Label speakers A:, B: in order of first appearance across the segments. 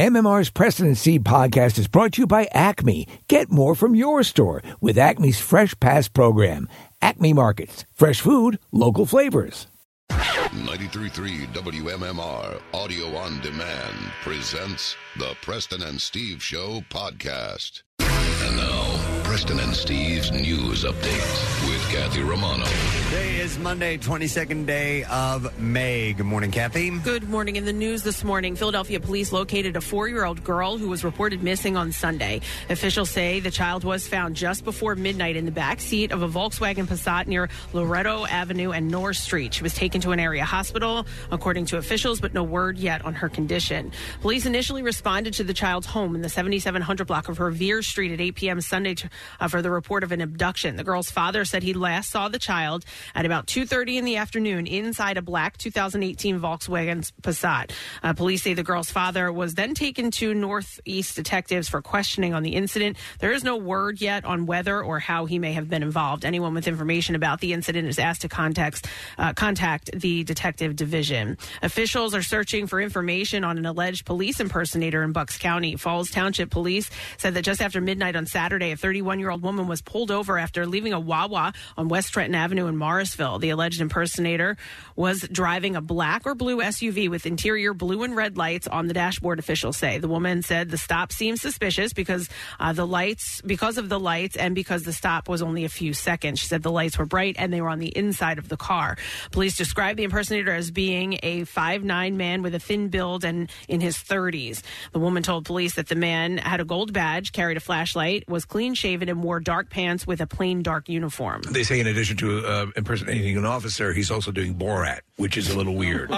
A: MMR's President Seed podcast is brought to you by Acme. Get more from your store with Acme's Fresh Pass program. Acme Markets, fresh food, local flavors.
B: 933 WMMR Audio on Demand presents the Preston and Steve Show podcast. And now, Preston and Steve's news update with Kathy Romano.
C: Today is Monday, 22nd day of May. Good morning, Kathy.
D: Good morning. In the news this morning, Philadelphia police located a four year old girl who was reported missing on Sunday. Officials say the child was found just before midnight in the back seat of a Volkswagen Passat near Loretto Avenue and North Street. She was taken to an area hospital, according to officials, but no word yet on her condition. Police initially responded to the child's home in the 7700 block of Revere Street at 8 p.m. Sunday to, uh, for the report of an abduction. The girl's father said he last saw the child at about 2:30 in the afternoon inside a black 2018 Volkswagen Passat. Uh, police say the girl's father was then taken to Northeast detectives for questioning on the incident. There is no word yet on whether or how he may have been involved. Anyone with information about the incident is asked to contact uh, contact the detective division. Officials are searching for information on an alleged police impersonator in Bucks County. Falls Township Police said that just after midnight on Saturday, a 31 year old woman was pulled over after leaving a Wawa on West Trenton Avenue in Morrisville. The alleged impersonator was driving a black or blue SUV with interior blue and red lights on the dashboard. Officials say the woman said the stop seemed suspicious because uh, the lights, because of the lights, and because the stop was only a few seconds. She said the lights were bright and they were on the inside of the car. Police described the impersonator as being a five nine man with a thin build and in his 30s. The woman told police that the man had a gold badge, carried a flashlight, was clean shaven, and wore dark pants with a plain dark uniform.
E: They say in addition to uh, impersonating an officer, he's also doing Borat, which is a little weird.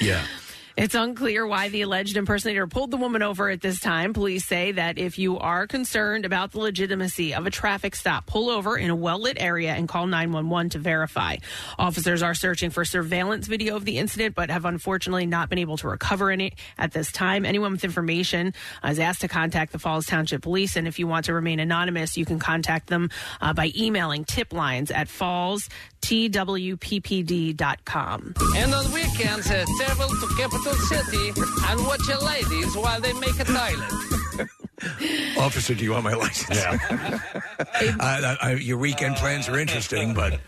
E: yeah.
D: It's unclear why the alleged impersonator pulled the woman over at this time. Police say that if you are concerned about the legitimacy of a traffic stop, pull over in a well lit area and call 911 to verify. Officers are searching for surveillance video of the incident, but have unfortunately not been able to recover any at this time. Anyone with information is asked to contact the Falls Township Police, and if you want to remain anonymous, you can contact them uh, by emailing tip lines at fallstwppd.com.
F: And on weekends, uh, travel to capital city and watch the ladies while they make a toilet.
E: Officer, do you want my license? Yeah. your weekend plans are interesting, but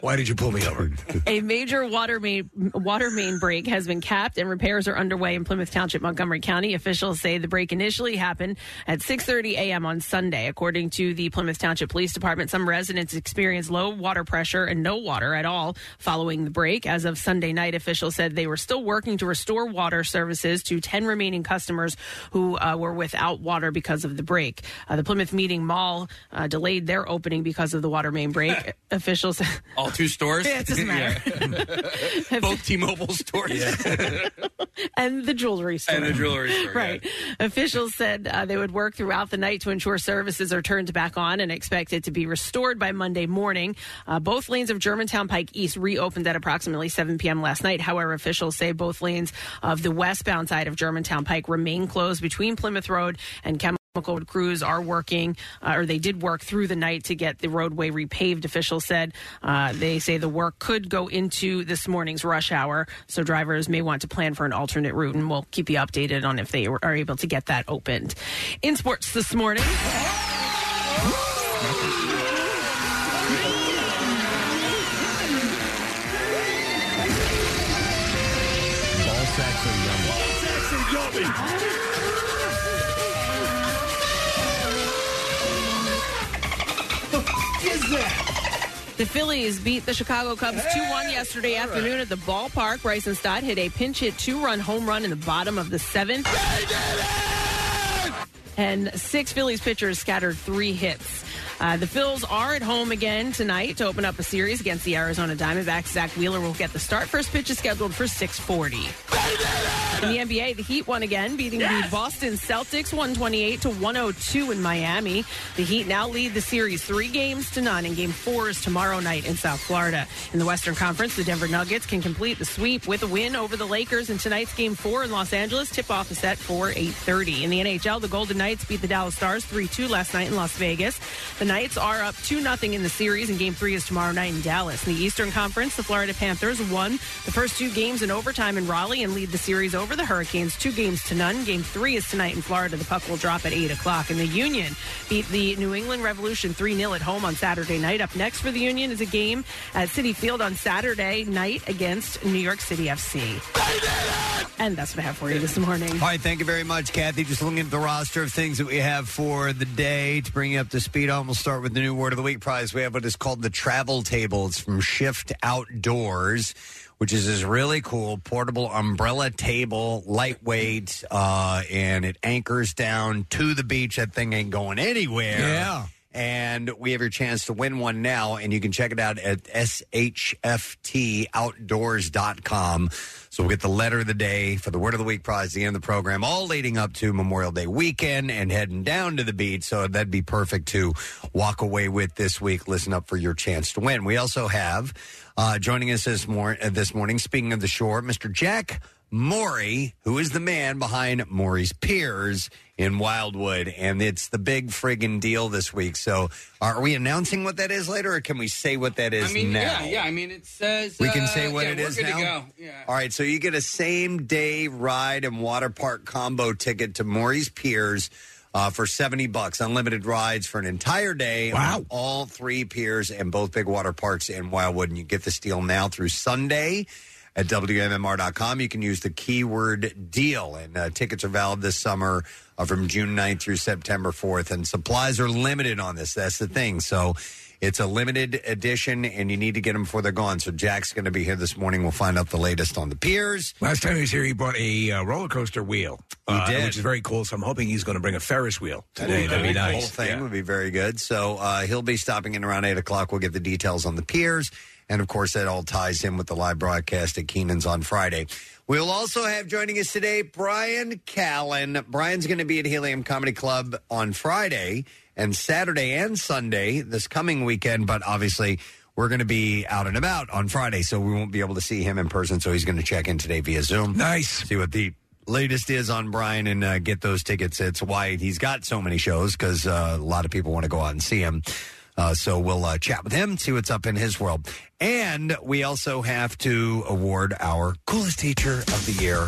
E: why did you pull me over?
D: A major water main water main break has been capped and repairs are underway in Plymouth Township, Montgomery County. Officials say the break initially happened at 6:30 a.m. on Sunday. According to the Plymouth Township Police Department, some residents experienced low water pressure and no water at all following the break. As of Sunday night, officials said they were still working to restore water services to 10 remaining customers who uh, were without water because of the break. Uh, the Plymouth Meeting Mall uh, delayed their opening because of the water main break. officials
G: All two stores?
D: Yeah, it doesn't matter.
G: Both T Mobile stores.
D: and the jewelry store.
G: And the jewelry store, yeah.
D: right. Officials said uh, they would work throughout the night to ensure services are turned back on and expect it to be restored by Monday morning. Uh, both lanes of Germantown Pike East reopened at approximately 7 p.m. last night. However, officials say both lanes of the westbound side of Germantown Pike remain closed between Plymouth Road and Chemical. Crews are working, uh, or they did work through the night to get the roadway repaved. Officials said uh, they say the work could go into this morning's rush hour, so drivers may want to plan for an alternate route, and we'll keep you updated on if they are able to get that opened. In sports this morning.
H: Ball sacks are yummy. Ball sacks are yummy.
D: The Phillies beat the Chicago Cubs 2 1 yesterday afternoon at the ballpark. Bryson Stott hit a pinch hit two run home run in the bottom of the seventh. And six Phillies pitchers scattered three hits. Uh, the Phils are at home again tonight to open up a series against the Arizona Diamondbacks. Zach Wheeler will get the start. First pitch is scheduled for 640. In the NBA, the Heat won again, beating the Boston Celtics 128 to 102 in Miami. The Heat now lead the series three games to none, and game four is tomorrow night in South Florida. In the Western Conference, the Denver Nuggets can complete the sweep with a win over the Lakers in tonight's game four in Los Angeles. Tip-off is set for 8.30. In the NHL, the Golden Knights beat the Dallas Stars 3-2 last night in Las Vegas. The The Knights are up 2 nothing in the series, and game three is tomorrow night in Dallas. In the Eastern Conference, the Florida Panthers won the first two games in overtime in Raleigh and lead the series over the Hurricanes two games to none. Game three is tonight in Florida. The puck will drop at 8 o'clock. And the Union beat the New England Revolution 3 0 at home on Saturday night. Up next for the Union is a game at City Field on Saturday night against New York City FC. And that's what I have for you this morning.
C: All right, thank you very much, Kathy. Just looking at the roster of things that we have for the day to bring you up to speed on. We'll start with the new word of the week prize. We have what is called the travel table. It's from Shift Outdoors, which is this really cool portable umbrella table, lightweight, uh, and it anchors down to the beach. That thing ain't going anywhere.
E: Yeah.
C: And we have your chance to win one now, and you can check it out at shftoutdoors.com. So we'll get the letter of the day for the word of the week prize, the end of the program, all leading up to Memorial Day weekend and heading down to the beach. So that'd be perfect to walk away with this week. Listen up for your chance to win. We also have uh, joining us this, mor- uh, this morning, speaking of the shore, Mr. Jack Maury, who is the man behind Maury's Piers in Wildwood. And it's the big friggin' deal this week. So are we announcing what that is later, or can we say what that is
G: I mean,
C: now?
G: yeah, yeah. I mean, it says
C: We can
G: uh,
C: say what
G: yeah,
C: it
G: we're
C: is
G: good to
C: now?
G: go. Yeah.
C: All right, so you get a same day ride and water park combo ticket to Maury's Piers uh, for 70 bucks. Unlimited rides for an entire day on all three piers and both big water parks in Wildwood. And you get this deal now through Sunday at WMMR.com. You can use the keyword deal, and uh, tickets are valid this summer uh, from June 9th through September 4th. And supplies are limited on this. That's the thing. So it's a limited edition, and you need to get them before they're gone. So Jack's going to be here this morning. We'll find out the latest on the piers.
E: Last time he was here, he bought a uh, roller coaster wheel,
C: He
E: uh,
C: did.
E: which is very cool. So I'm hoping he's going to bring a Ferris wheel today.
C: Ooh,
E: That'd be
C: the
E: nice.
C: Whole thing would be very good. So uh, he'll be stopping in around eight o'clock. We'll get the details on the piers, and of course that all ties in with the live broadcast at Keenan's on Friday. We'll also have joining us today Brian Callen. Brian's going to be at Helium Comedy Club on Friday and Saturday and Sunday this coming weekend, but obviously. We're going to be out and about on Friday, so we won't be able to see him in person. So he's going to check in today via Zoom.
E: Nice.
C: See what the latest is on Brian and uh, get those tickets. It's why he's got so many shows because uh, a lot of people want to go out and see him. Uh, so we'll uh, chat with him, see what's up in his world. And we also have to award our coolest teacher of the year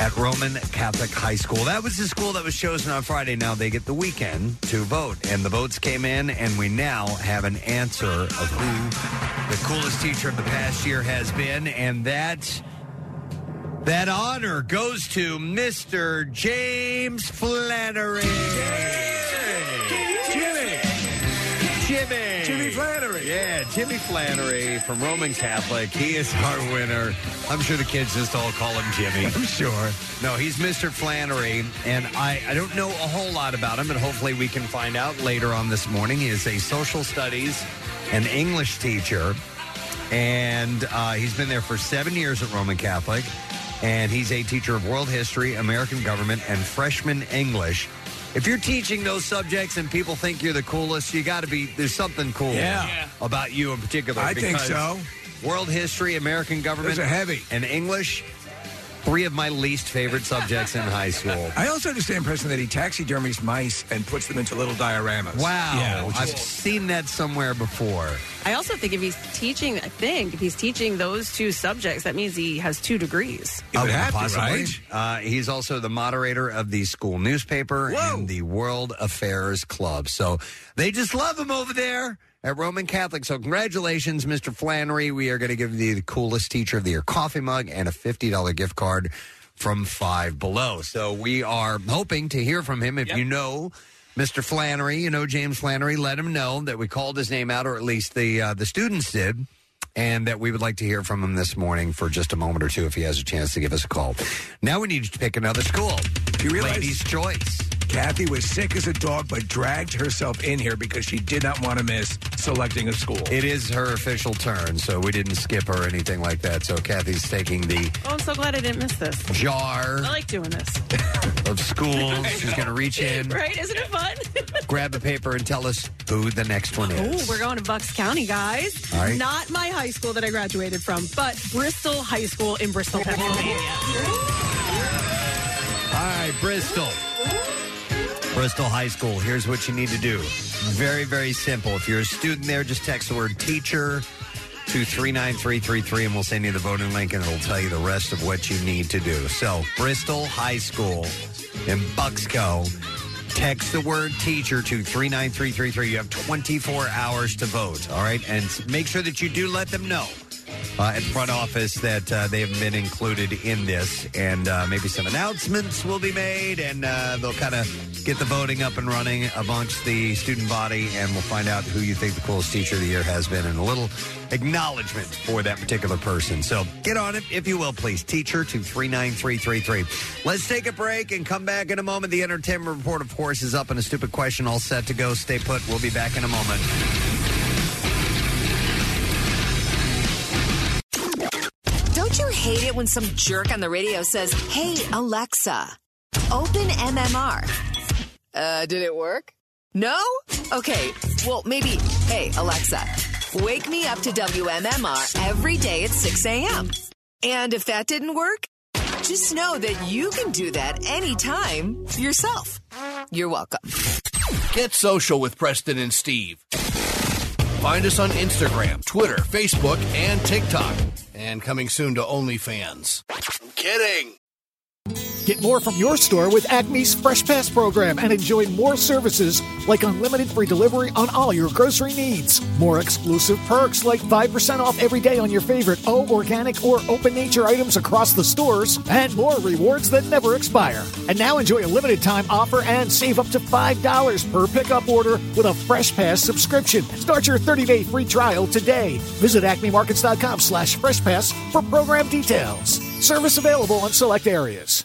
C: at Roman Catholic High School. That was the school that was chosen on Friday. Now they get the weekend to vote. And the votes came in, and we now have an answer of who the coolest teacher of the past year has been. And that. That honor goes to Mr. James Flannery. Jimmy. Jimmy. Jimmy Flannery. Yeah, Jimmy Flannery from Roman Catholic. He is our winner. I'm sure the kids just all call him Jimmy. I'm sure. No, he's Mr. Flannery, and I, I don't know a whole lot about him, but hopefully we can find out later on this morning. He is a social studies and English teacher and uh, he's been there for seven years at Roman Catholic. And he's a teacher of world history, American government, and freshman English. If you're teaching those subjects and people think you're the coolest, you got to be. There's something cool
E: Yeah. Yeah.
C: about you in particular.
E: I think
C: because
E: so.
C: World history, American government,
E: Those are heavy.
C: and English. Three of my least favorite subjects in high school.
E: I also understand, Preston, that he taxidermies mice and puts them into little dioramas.
C: Wow,
E: Yeah, which
C: I've
E: is-
C: seen that somewhere before.
D: I also think if he's teaching, I think if he's teaching those two subjects, that means he has two degrees.
C: Uh, possibly. Uh, he's also the moderator of the school newspaper and the World Affairs Club. So they just love him over there at Roman Catholic. So congratulations, Mr. Flannery. We are going to give you the coolest teacher of the year coffee mug and a fifty dollar gift card from Five Below. So we are hoping to hear from him. If you know. Mr. Flannery, you know James Flannery, let him know that we called his name out, or at least the uh, the students did and that we would like to hear from him this morning for just a moment or two if he has a chance to give us a call. Now we need to pick another school.
E: You realize-
C: Ladies' choice.
E: Kathy was sick as a dog, but dragged herself in here because she did not want to miss selecting a school.
C: It is her official turn, so we didn't skip her or anything like that. So Kathy's taking the
D: Oh, I'm so glad I didn't miss this.
C: jar
D: I like doing this.
C: of schools. She's going to reach in,
D: Right? Isn't it fun?
C: grab a paper, and tell us who the next one
D: Oh,
C: is.
D: we're going to Bucks County, guys.
C: All right.
D: Not my high school that I graduated from, but Bristol High School in Bristol, Pennsylvania.
C: All right, Bristol. Bristol High School. Here's what you need to do. Very, very simple. If you're a student there, just text the word teacher to 39333 and we'll send you the voting link and it'll tell you the rest of what you need to do. So, Bristol High School in Bucksco. Text the word teacher to 39333. You have 24 hours to vote, all right? And s- make sure that you do let them know uh, at the front office that uh, they have been included in this. And uh, maybe some announcements will be made, and uh, they'll kind of get the voting up and running amongst the student body, and we'll find out who you think the coolest teacher of the year has been, and a little acknowledgement for that particular person. So get on it, if you will, please. Teacher to 39333. Let's take a break and come back in a moment. The entertainment report, of course, is up, and a stupid question all set to go. Stay put. We'll be back in a moment.
I: Don't you hate it when some jerk on the radio says, Hey, Alexa, open MMR? Uh, did it work? No? Okay, well, maybe, Hey, Alexa, wake me up to WMMR every day at 6 a.m. And if that didn't work, just know that you can do that anytime yourself. You're welcome.
J: Get social with Preston and Steve. Find us on Instagram, Twitter, Facebook, and TikTok. And coming soon to OnlyFans. Kidding.
K: Get more from your store with Acme's Fresh Pass program and enjoy more services like unlimited free delivery on all your grocery needs. More exclusive perks like 5% off every day on your favorite O organic or open nature items across the stores and more rewards that never expire. And now enjoy a limited time offer and save up to $5 per pickup order with a Fresh Pass subscription. Start your 30-day free trial today. Visit acmemarkets.com slash fresh pass for program details. Service available in select areas.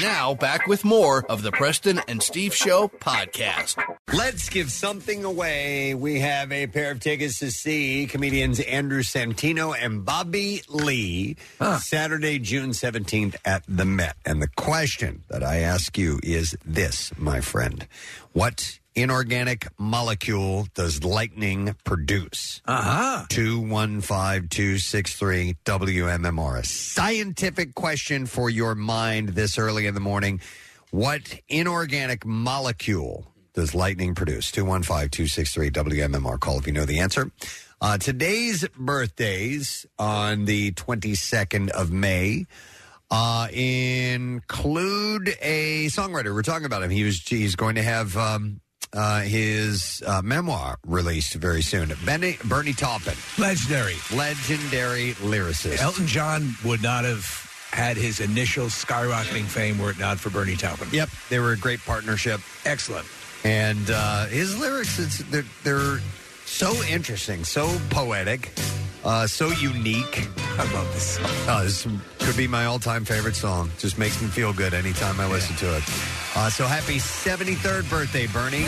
J: Now back with more of the Preston and Steve Show podcast.
C: Let's give something away. We have a pair of tickets to see comedians Andrew Santino and Bobby Lee Saturday, June 17th at the Met. And the question that I ask you is this, my friend What inorganic molecule does lightning produce? Uh huh. 215263 WMMR. A scientific question for your mind this early in the morning. What inorganic molecule does lightning produce? 215 263 WMMR. Call if you know the answer. Uh, today's birthdays on the 22nd of May uh, include a songwriter. We're talking about him. He was he's going to have um, uh, his uh, memoir released very soon. Benny, Bernie Taupin,
E: Legendary.
C: legendary lyricist.
E: Elton John would not have had his initial skyrocketing fame were it not for Bernie Taupin.
C: Yep, they were a great partnership.
E: Excellent.
C: And uh, his lyrics, it's, they're, they're so interesting, so poetic, uh, so unique. I love this song. Uh, this could be my all time favorite song. Just makes me feel good anytime I listen to it. Uh, so happy 73rd birthday, Bernie.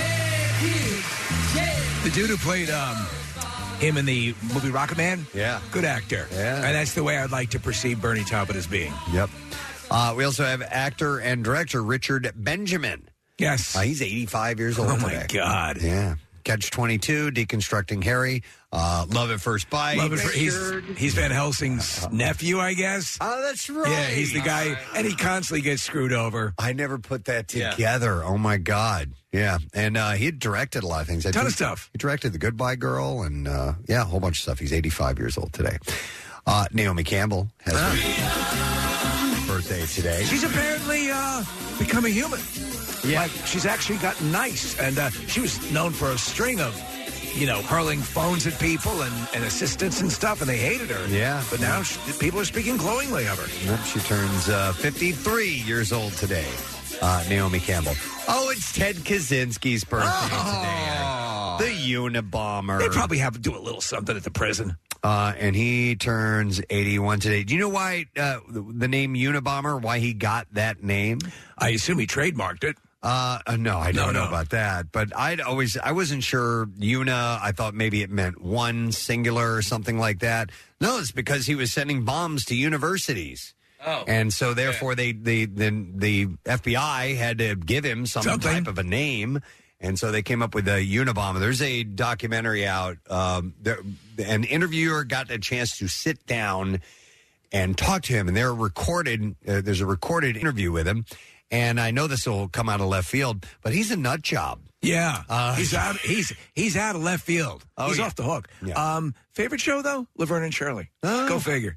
E: The dude who played um, him in the movie Rocket Man? Yeah. Good actor. Yeah. And that's the way I'd like to perceive Bernie Taupin as being.
C: Yep. Uh, we also have actor and director Richard Benjamin.
E: Yes.
C: Uh, he's 85 years old.
E: Oh, my
C: God. Yeah. Catch 22, Deconstructing Harry, uh, Love at First Bite. Uh-huh.
E: Love it for, he's, he's Van Helsing's nephew, I guess.
C: Oh, that's right.
E: Yeah, he's the guy, and he constantly gets screwed over.
C: I never put that together. Oh my God! Yeah, and uh, he had directed a lot of things. I
E: Ton of
C: think
E: stuff.
C: He directed The Goodbye Girl, and uh, yeah, a whole bunch of stuff. He's 85 years old today. Uh, Naomi Campbell has a birthday today.
E: Ah. She's apparently uh, become a human. Yeah. Like, she's actually gotten nice. And uh, she was known for a string of, you know, hurling phones at people and, and assistants and stuff, and they hated her.
C: Yeah.
E: But now she, people are speaking glowingly of her.
C: Yep, she turns uh, 53 years old today. Uh, Naomi Campbell. Oh, it's Ted Kaczynski's
E: Ah.
C: birthday today. The Unabomber.
E: They probably have to do a little something at the prison.
C: Uh, and he turns 81 today. Do you know why uh, the, the name Unabomber, why he got that name?
E: I assume he trademarked it.
C: Uh, uh, no, I
E: No,
C: don't know
E: no.
C: about that. But I'd always, I wasn't sure. Una, I thought maybe it meant one singular or something like that. No, it's because he was sending bombs to universities.
G: Oh.
C: And so, therefore, they, they then the FBI had to give him some type of a name, and so they came up with a Unabomber. There's a documentary out. Um, there, an interviewer got a chance to sit down and talk to him, and they're recorded. Uh, there's a recorded interview with him, and I know this will come out of left field, but he's a nut job.
E: Yeah, Uh, he's out. He's he's out of left field.
C: Oh,
E: he's
C: yeah. Uh,
E: off the hook. Um, favorite show though, Laverne and Shirley. Go figure.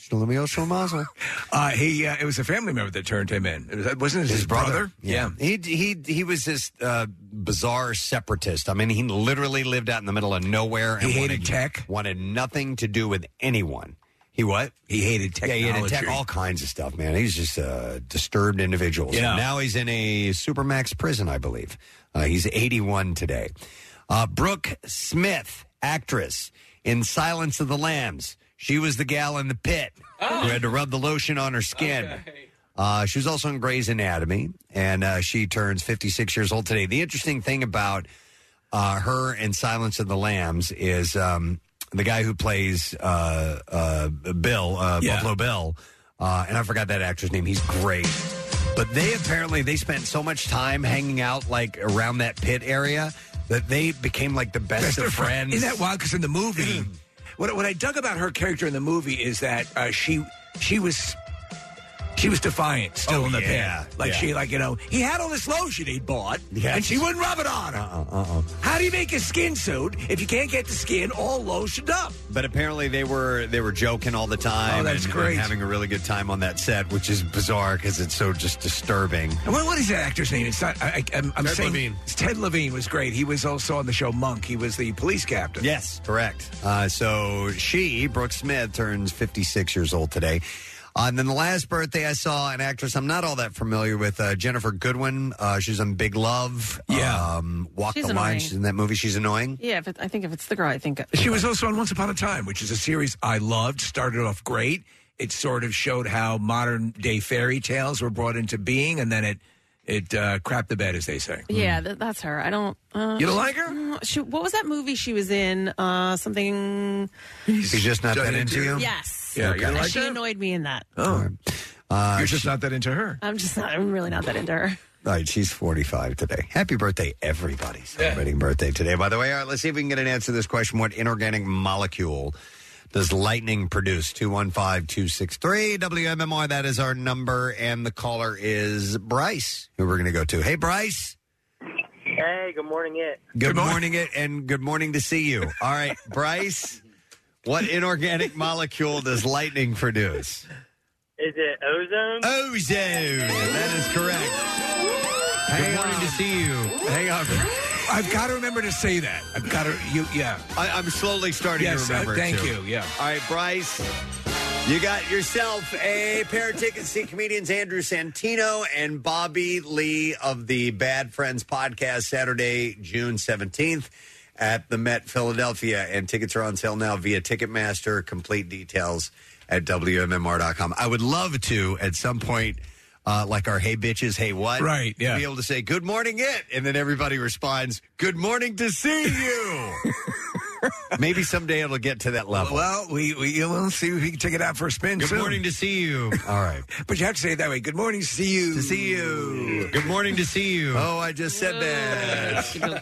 C: Shlemiel Shlemazel.
E: Uh, he uh, it was a family member that turned him in. It was, wasn't it his, brother?
C: Yeah. He he he was this uh, bizarre separatist. I mean, he literally lived out in the middle of nowhere. And
E: He hated
C: wanted, tech. Wanted nothing to do with anyone. He what?
E: He hated
C: Yeah, he hated tech.
E: technology.
C: All kinds of stuff, man. He's just a disturbed individual. So
E: Yeah.
C: Now he's in a supermax prison, I believe. Uh, he's 81 today. Uh, Brooke Smith, actress in Silence of the Lambs. She was the gal in the pit who had to rub the lotion on her skin. Uh, she was also in Grey's Anatomy, and uh, she turns 56 years old today. The interesting thing about uh, her and Silence of the Lambs is um, the guy who plays uh, uh, Bill, uh,
E: Yeah.
C: Buffalo Bill, uh, and I forgot that actor's name. He's great. But they apparently they spent so much time hanging out like around that pit area that they became like the best,
E: Best
C: of
E: of fri-
C: friends. Mm.
E: Isn't that wild? Because in the movie, what what I dug about her character in the movie is that uh, she she was she was defiant still
C: Oh,
E: in the
C: yeah,
E: pit. Like
C: yeah.
E: she like you know he had all this lotion he bought
C: Yes.
E: and she wouldn't rub it on him.
C: Uh-uh, uh-uh.
E: How do you make a skin suit if you can't get the skin all lotioned up?
C: But apparently they were they were joking all the time.
E: Oh, that's
C: and,
E: great.
C: And having a really good time on that set, which is bizarre because it's so just disturbing.
E: And What, what is that actor's name? It's not. I, I, I'm, I'm
C: Ted
E: saying
C: Levine.
E: Ted Levine was great. He was also on the show Monk. He was the police captain.
C: Yes, correct. Uh, so she, Brooke Smith, turns 56 years old today. Uh, and then the last birthday, I saw an actress I'm not all that familiar with, uh, Jennifer Goodwin. Uh, she's on Big Love. Yeah. Um, Walk
D: She's
C: the Line.
D: annoying.
C: She's in that movie. She's annoying.
D: Yeah, if it, I think if it's the girl, I think
E: She was also on Once Upon a Time, which is a series I loved. Started off great. It sort of showed how modern day fairy tales were brought into being, and then it it uh, crapped the bed, as they say.
D: Yeah, th- that's her. I don't. Uh,
E: You don't like her?
D: Mm, She, what was that movie she was in? Uh, something.
C: She's just not that into you?
D: Yes.
C: Yeah, you like
D: she
C: that?
D: annoyed me in that.
E: Oh.
C: Uh,
E: You're just not that into her.
D: I'm just not. I'm really not that into her.
C: All right, she's 45 today. Happy birthday, everybody celebrating birthday today. By the way, all right, let's see if we can get an answer to this question. What inorganic molecule does lightning produce? 215 263 WMMR. That is our number. And the caller is Bryce, who we're going to go to. Hey, Bryce.
L: Hey, good morning, it.
C: Good, morning. it and good morning to see you. All right, Bryce, what inorganic molecule does lightning produce?
L: Is it ozone?
C: Ozone. That is correct. Good morning to see you. Hang on.
E: I've got to remember to say that. I've got to. You, yeah.
C: I, I'm slowly starting
E: Yes,
C: to remember.
E: uh,
C: it,
E: thank
C: too.
E: you, yeah.
C: All right, Bryce. You got yourself a pair of tickets to see comedians Andrew Santino and Bobby Lee of the Bad Friends podcast Saturday, June 17th at the Met Philadelphia. And tickets are on sale now via Ticketmaster. Complete details at WMMR.com. I would love to at some point. Uh, like our hey bitches, hey what?
E: Right, yeah.
C: Be able to say good morning it, and then everybody responds good morning to see you. Maybe someday it'll get to that level.
E: Well, we, we we'll see if we can take it out for a spin.
C: Good morning to see you. All right,
E: but you have to say it that way. Good morning, see you. To
C: see you. Good morning to see you. Oh, I just said that.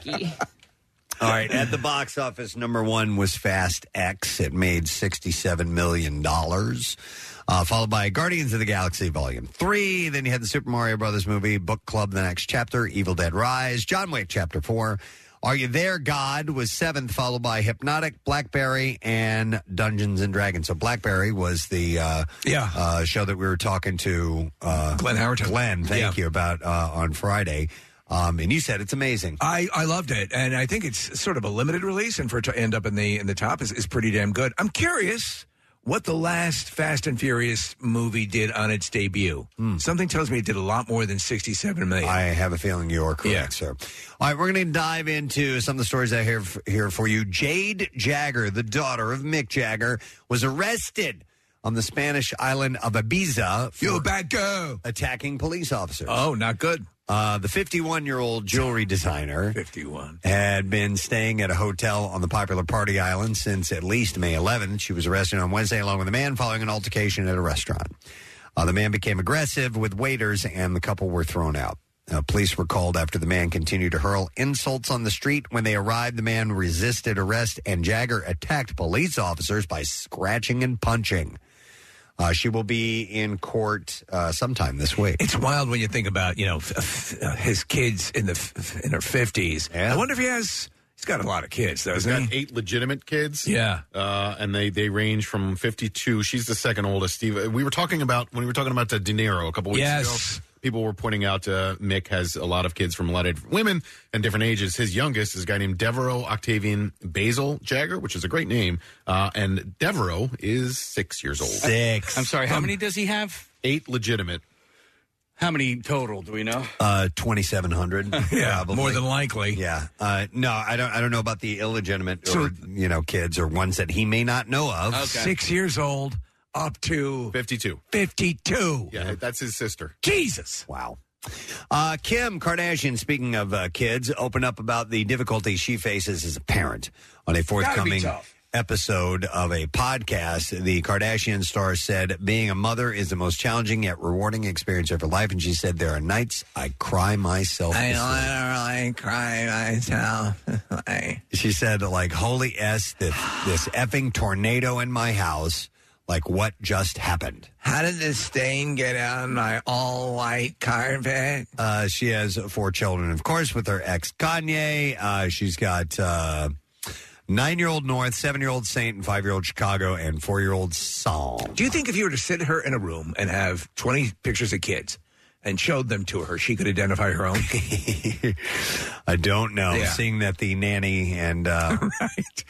C: All right, at the box office, number one was Fast X. It made $67 million, uh, followed by Guardians of the Galaxy Volume 3. Then you had the Super Mario Brothers movie, Book Club, The Next Chapter, Evil Dead Rise, John Wick Chapter 4. Are You There, God was seventh, followed by Hypnotic, Blackberry, and Dungeons and Dragons. So Blackberry was the uh,
E: yeah.
C: uh, show that we were talking to uh, Glenn Howerton. Glenn, thank you about uh, on Friday. Um, and you said it's amazing.
E: I, I loved it, and I think it's sort of a limited release, and for it to end up in the in the top is, is pretty damn good. I'm curious what the last Fast and Furious movie did on its debut. Something tells me it did a lot more than 67 million. I
C: Hmm. have a feeling you are correct, sir. All right, we're going to dive into some of the stories I have here for you. Jade Jagger, the daughter of Mick Jagger, was arrested on the Spanish island of Ibiza for you
E: bad girl.
C: attacking police officers.
E: Oh, not good.
C: Uh, the 51 year old jewelry designer
E: 51.
C: had been staying at a hotel on the popular party island since at least May 11th. She was arrested on Wednesday along with a man following an altercation at a restaurant. Uh, the man became aggressive with waiters, and the couple were thrown out. Uh, police were called after the man continued to hurl insults on the street. When they arrived, the man resisted arrest, and Jagger attacked police officers by scratching and punching. Uh, she will be in court uh, sometime this week.
E: It's wild when you think about you know f- f- uh, his kids in the f- in her fifties. I wonder if he has. He's got a lot of kids, though,
M: He's
E: doesn't
M: got
E: he?
M: eight legitimate kids.
E: Yeah.
M: uh, and they they range from fifty two. She's the second oldest. Steve, we were talking about when we were talking about the De Niro a couple weeks
E: Yes.
M: ago. People were pointing out uh, Mick has a lot of kids from a lot of different women and different ages. His youngest is a guy named Devereaux Octavian Basil Jagger, which is a great name. Uh, and Devereaux is six years old.
C: Six.
G: I'm sorry. How many does he have?
M: Eight legitimate.
G: How many total do we know?
C: Uh, twenty seven hundred.
G: Yeah, more
E: than likely.
C: Yeah. Uh, no, I don't. I don't know about the illegitimate, or, you know, kids or ones that he may not know of.
E: Six years old up to
M: fifty two.
E: Fifty two.
M: Yeah, that's his sister.
E: Jesus.
C: Wow. Uh, Kim Kardashian, speaking of uh, kids, opened up about the difficulties she faces as a parent on a forthcoming
N: tough.
C: episode of a podcast. The Kardashian star said, Being a mother is the most challenging yet rewarding experience of her life. And she said, There are nights I cry myself to sleep.
E: literally cry myself.
C: She said, like, holy S, this, this effing tornado in my house. Like, what just happened?
E: How did this stain get on my all white carpet?
C: Uh, she has four children, of course, with her ex Kanye. Uh, she's got uh, nine year old North, seven year old Saint, and five year old Chicago, and four year old Psalm.
E: Do you think if you were to sit her in a room and have 20 pictures of kids and showed them to her, she could identify her own?
C: I don't know.
E: Yeah.
C: Seeing that the nanny and uh,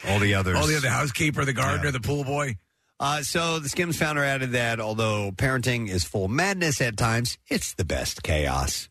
C: all the others.
E: All the other housekeeper, the gardener, the pool boy.
C: Uh, so the Skims founder added that although parenting is full madness at times, it's the best chaos.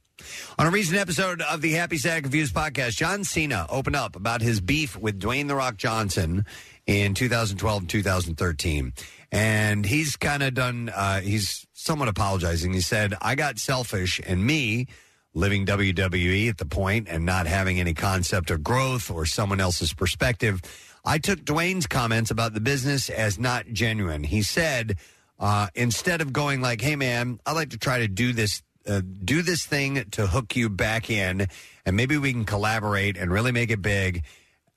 C: On a recent episode of the Happy Sad Confused podcast, John Cena opened up about his beef with Dwayne The Rock Johnson in 2012 and 2013. And he's kind of done, uh, he's somewhat apologizing. He said, I got selfish and me living WWE at the point and not having any concept of growth or someone else's perspective. I took Dwayne's comments about the business as not genuine. He said, uh, instead of going like, "Hey, man, I'd like to try to do this, uh, do this thing to hook you back in, and maybe we can collaborate and really make it big."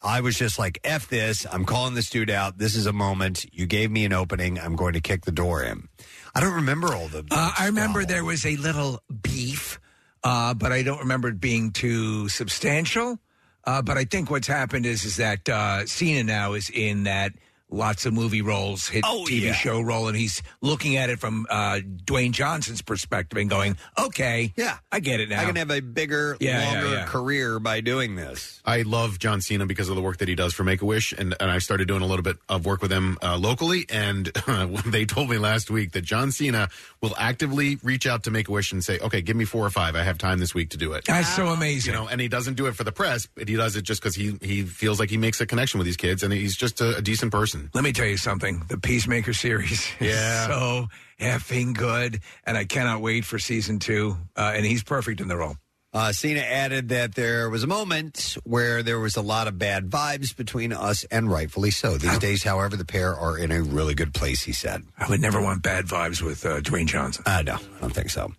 C: I was just like, "F this! I'm calling this dude out. This is a moment. You gave me an opening. I'm going to kick the door in." I don't remember all the.
E: Uh, I remember there was a little beef, uh, but I don't remember it being too substantial. Uh, but I think what's happened is is that uh, Cena now is in that lots of movie roles, hit
C: Oh,
E: TV
C: yeah.
E: show role, and he's looking at it from uh, Dwayne Johnson's perspective and going, "Okay, yeah, I get it now.
C: I can have a bigger,
E: Yeah, yeah,
M: longer
E: yeah.
C: career by doing this.
M: I love John Cena because of the work that he does for Make a Wish, and, and I started doing a little bit of work with him uh, locally. And they told me last week that John Cena will actively reach out to Make a Wish and say, "Okay, give me four or five. I have time this week to do it."
E: That's so amazing.
M: You know, and he doesn't do it for the press, but he does it just because he he feels like he makes a connection with these kids, and he's just a, a decent person.
E: Let me tell you something. The Peacemaker series is
M: Yeah.
E: so effing good, and I cannot wait for season two. Uh, and he's perfect in the role.
C: Uh, Cena added that there was a moment where there was a lot of bad vibes between us, and rightfully so. These days, however, the pair are in a really good place, he said.
E: I would never want bad vibes with uh, Dwayne Johnson.
C: Uh, no, I don't think so.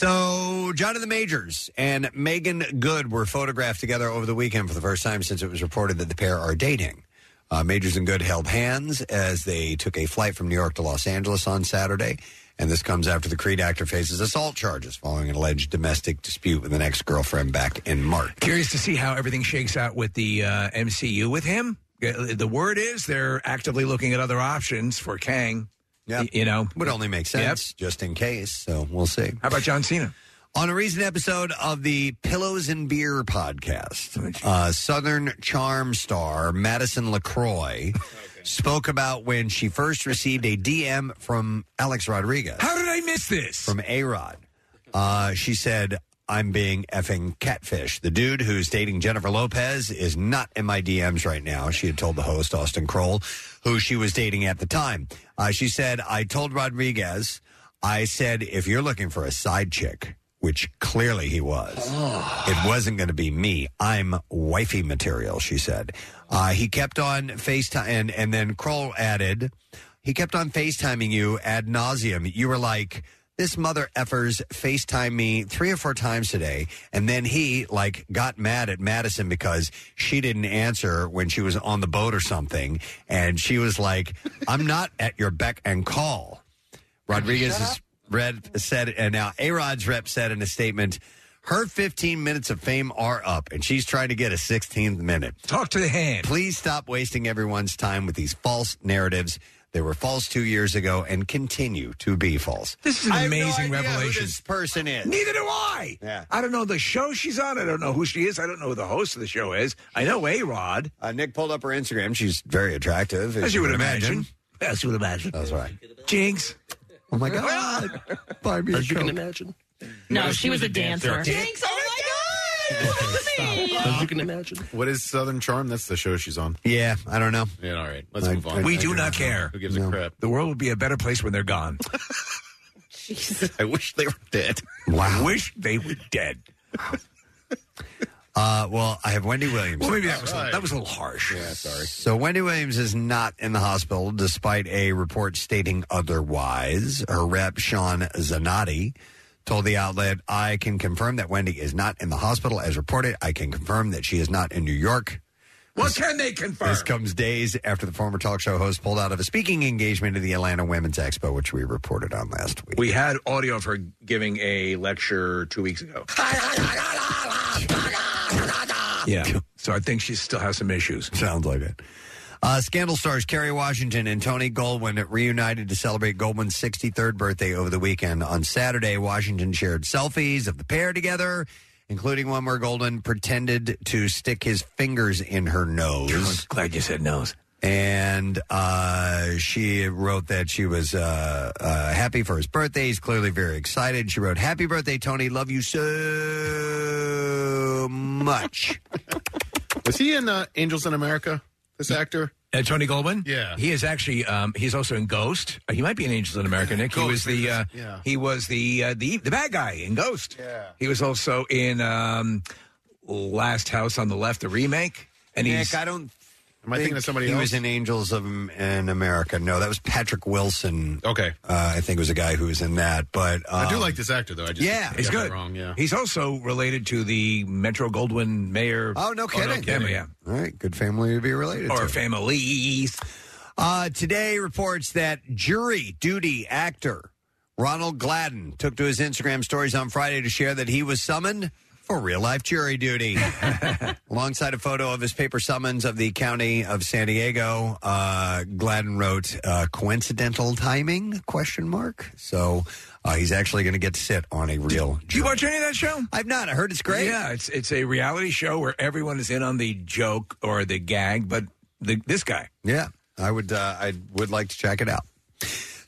C: So, John of the Majors and Megan Good were photographed together over the weekend for the first time since it was reported that the pair are dating. Uh, Majors and Good held hands as they took a flight from New York to Los Angeles on Saturday. And this comes after the Creed actor faces assault charges following an alleged domestic dispute with an ex girlfriend back in March.
E: Curious to see how everything shakes out with the uh, MCU with him. Uh, The word is they're actively looking at other options for Kang.
C: Yeah,
E: you know,
C: would only make sense just in case. So we'll see.
E: How about John Cena?
C: On a recent episode of the Pillows and Beer podcast, uh, Southern Charm star Madison LaCroix spoke about when she first received a DM from Alex Rodriguez. How
E: did I miss this?
C: From A Rod. Uh, she said, I'm being effing catfish. The dude who's dating Jennifer Lopez is not in my DMs right now, she had told the host, Austin Kroll, who she was dating at the time. Uh, she said, I told Rodriguez, I said, if you're looking for a side chick, which clearly he was, it wasn't going to be me. I'm wifey material, she said. Uh, he kept on FaceTime, and, and then Kroll added, he kept on FaceTiming you ad nauseum. You were like, this mother effers FaceTime me three or four times today. And then he, like, got mad at Madison because she didn't answer when she was on the boat or something. And she was like, I'm not at your beck and call. Rodriguez is read said, and now A Rod's rep said in a statement, her 15 minutes of fame are up, and she's trying to get a 16th minute.
E: Talk to the hand.
C: Please stop wasting everyone's time with these false narratives. They were false two years ago and continue to be false.
E: This is an
C: I have no
E: amazing
C: idea who
E: revelation.
C: this person is.
E: Neither do I.
C: Yeah.
E: I don't know the show she's on. I don't know who she is. I don't know who the host of the show is. I know A Rod.
C: Uh, Nick pulled up her Instagram. She's very attractive.
E: As you would imagine. As you would imagine.
C: That's right.
E: Jinx. Ah,
C: Oh my God. Buy me a Coke.
H: imagine.
D: No, she, was, a dancer.
H: Jinx, oh my God!
M: you can imagine. What is Southern Charm? That's the show she's on.
C: Yeah, I don't know.
M: Yeah, all right. Let's
C: I-
M: move on.
E: we
M: I
E: do not care.
M: Who gives a crap?
E: The world would be a better place when they're gone.
M: I wish they were dead.
E: I wish they were dead.
C: Uh, well, I have Wendy Williams.
E: Well, maybe that was that was a little harsh. Yeah,
M: sorry.
C: So Wendy Williams is not in the hospital, despite a report stating otherwise. Her rep, Sean Zanotti, told the outlet, I can confirm that Wendy is not in the hospital as reported. I can confirm that she is not in New York.
E: What can they confirm?
C: This comes days after the former talk show host pulled out of a speaking engagement at the Atlanta Women's Expo, which we reported on last week.
E: We had audio of her giving a lecture two weeks ago. yeah. Ah. So I think she still has some issues.
C: Sounds like it. Uh, Scandal stars Kerry Washington and Tony Goldwyn reunited to celebrate Goldwyn's 63rd birthday over the weekend. On Saturday, Washington shared selfies of the pair together, including one where Goldwyn pretended to stick his fingers in her nose.
E: glad you said nose.
C: And uh, she wrote that she was uh, uh, happy for his birthday. He's clearly very excited. She wrote, Happy birthday, Tony. Love you so much.
M: Was he in uh, Angels in America? This actor?
E: Uh, Tony Goldwyn.
M: Yeah.
E: he is actually. Um, he's also in Ghost. Uh, He might be in Angels in America. Nick. He was the. Uh,
M: yeah.
E: He was the uh, the the bad guy in Ghost. Yeah. He was also in um, Last House on the Left, the remake. And
C: Nick,
E: he's.
C: I don't
M: Am I thinking of somebody
C: he
M: else?
C: was in Angels of in America. No, that was Patrick Wilson.
M: Okay,
C: uh, I think was a guy who was in that. But
M: I do
C: um,
M: like this actor though. I just
C: yeah,
M: I
E: He's
M: got that
E: good.
M: Wrong, yeah.
E: He's also related to the Metro Goldwyn Mayer.
C: Oh, no kidding.
E: Yeah, yeah.
C: All right, good family to be related
E: Or
C: to.
E: families.
C: Uh, today reports that jury duty actor Ronald Gladden took to his Instagram stories on Friday to share that he was summoned for real life jury duty. Alongside a photo of his paper summons of the county of San Diego, uh, Gladden wrote, uh, coincidental timing, question mark. So uh, he's actually going to get to sit on a real
E: Do you watch any of that show?
C: I've not. I heard it's great.
E: Yeah, it's it's a reality show where everyone is in on the joke or the gag, but the, this guy.
C: Yeah, I would. Uh, I would like to check it out.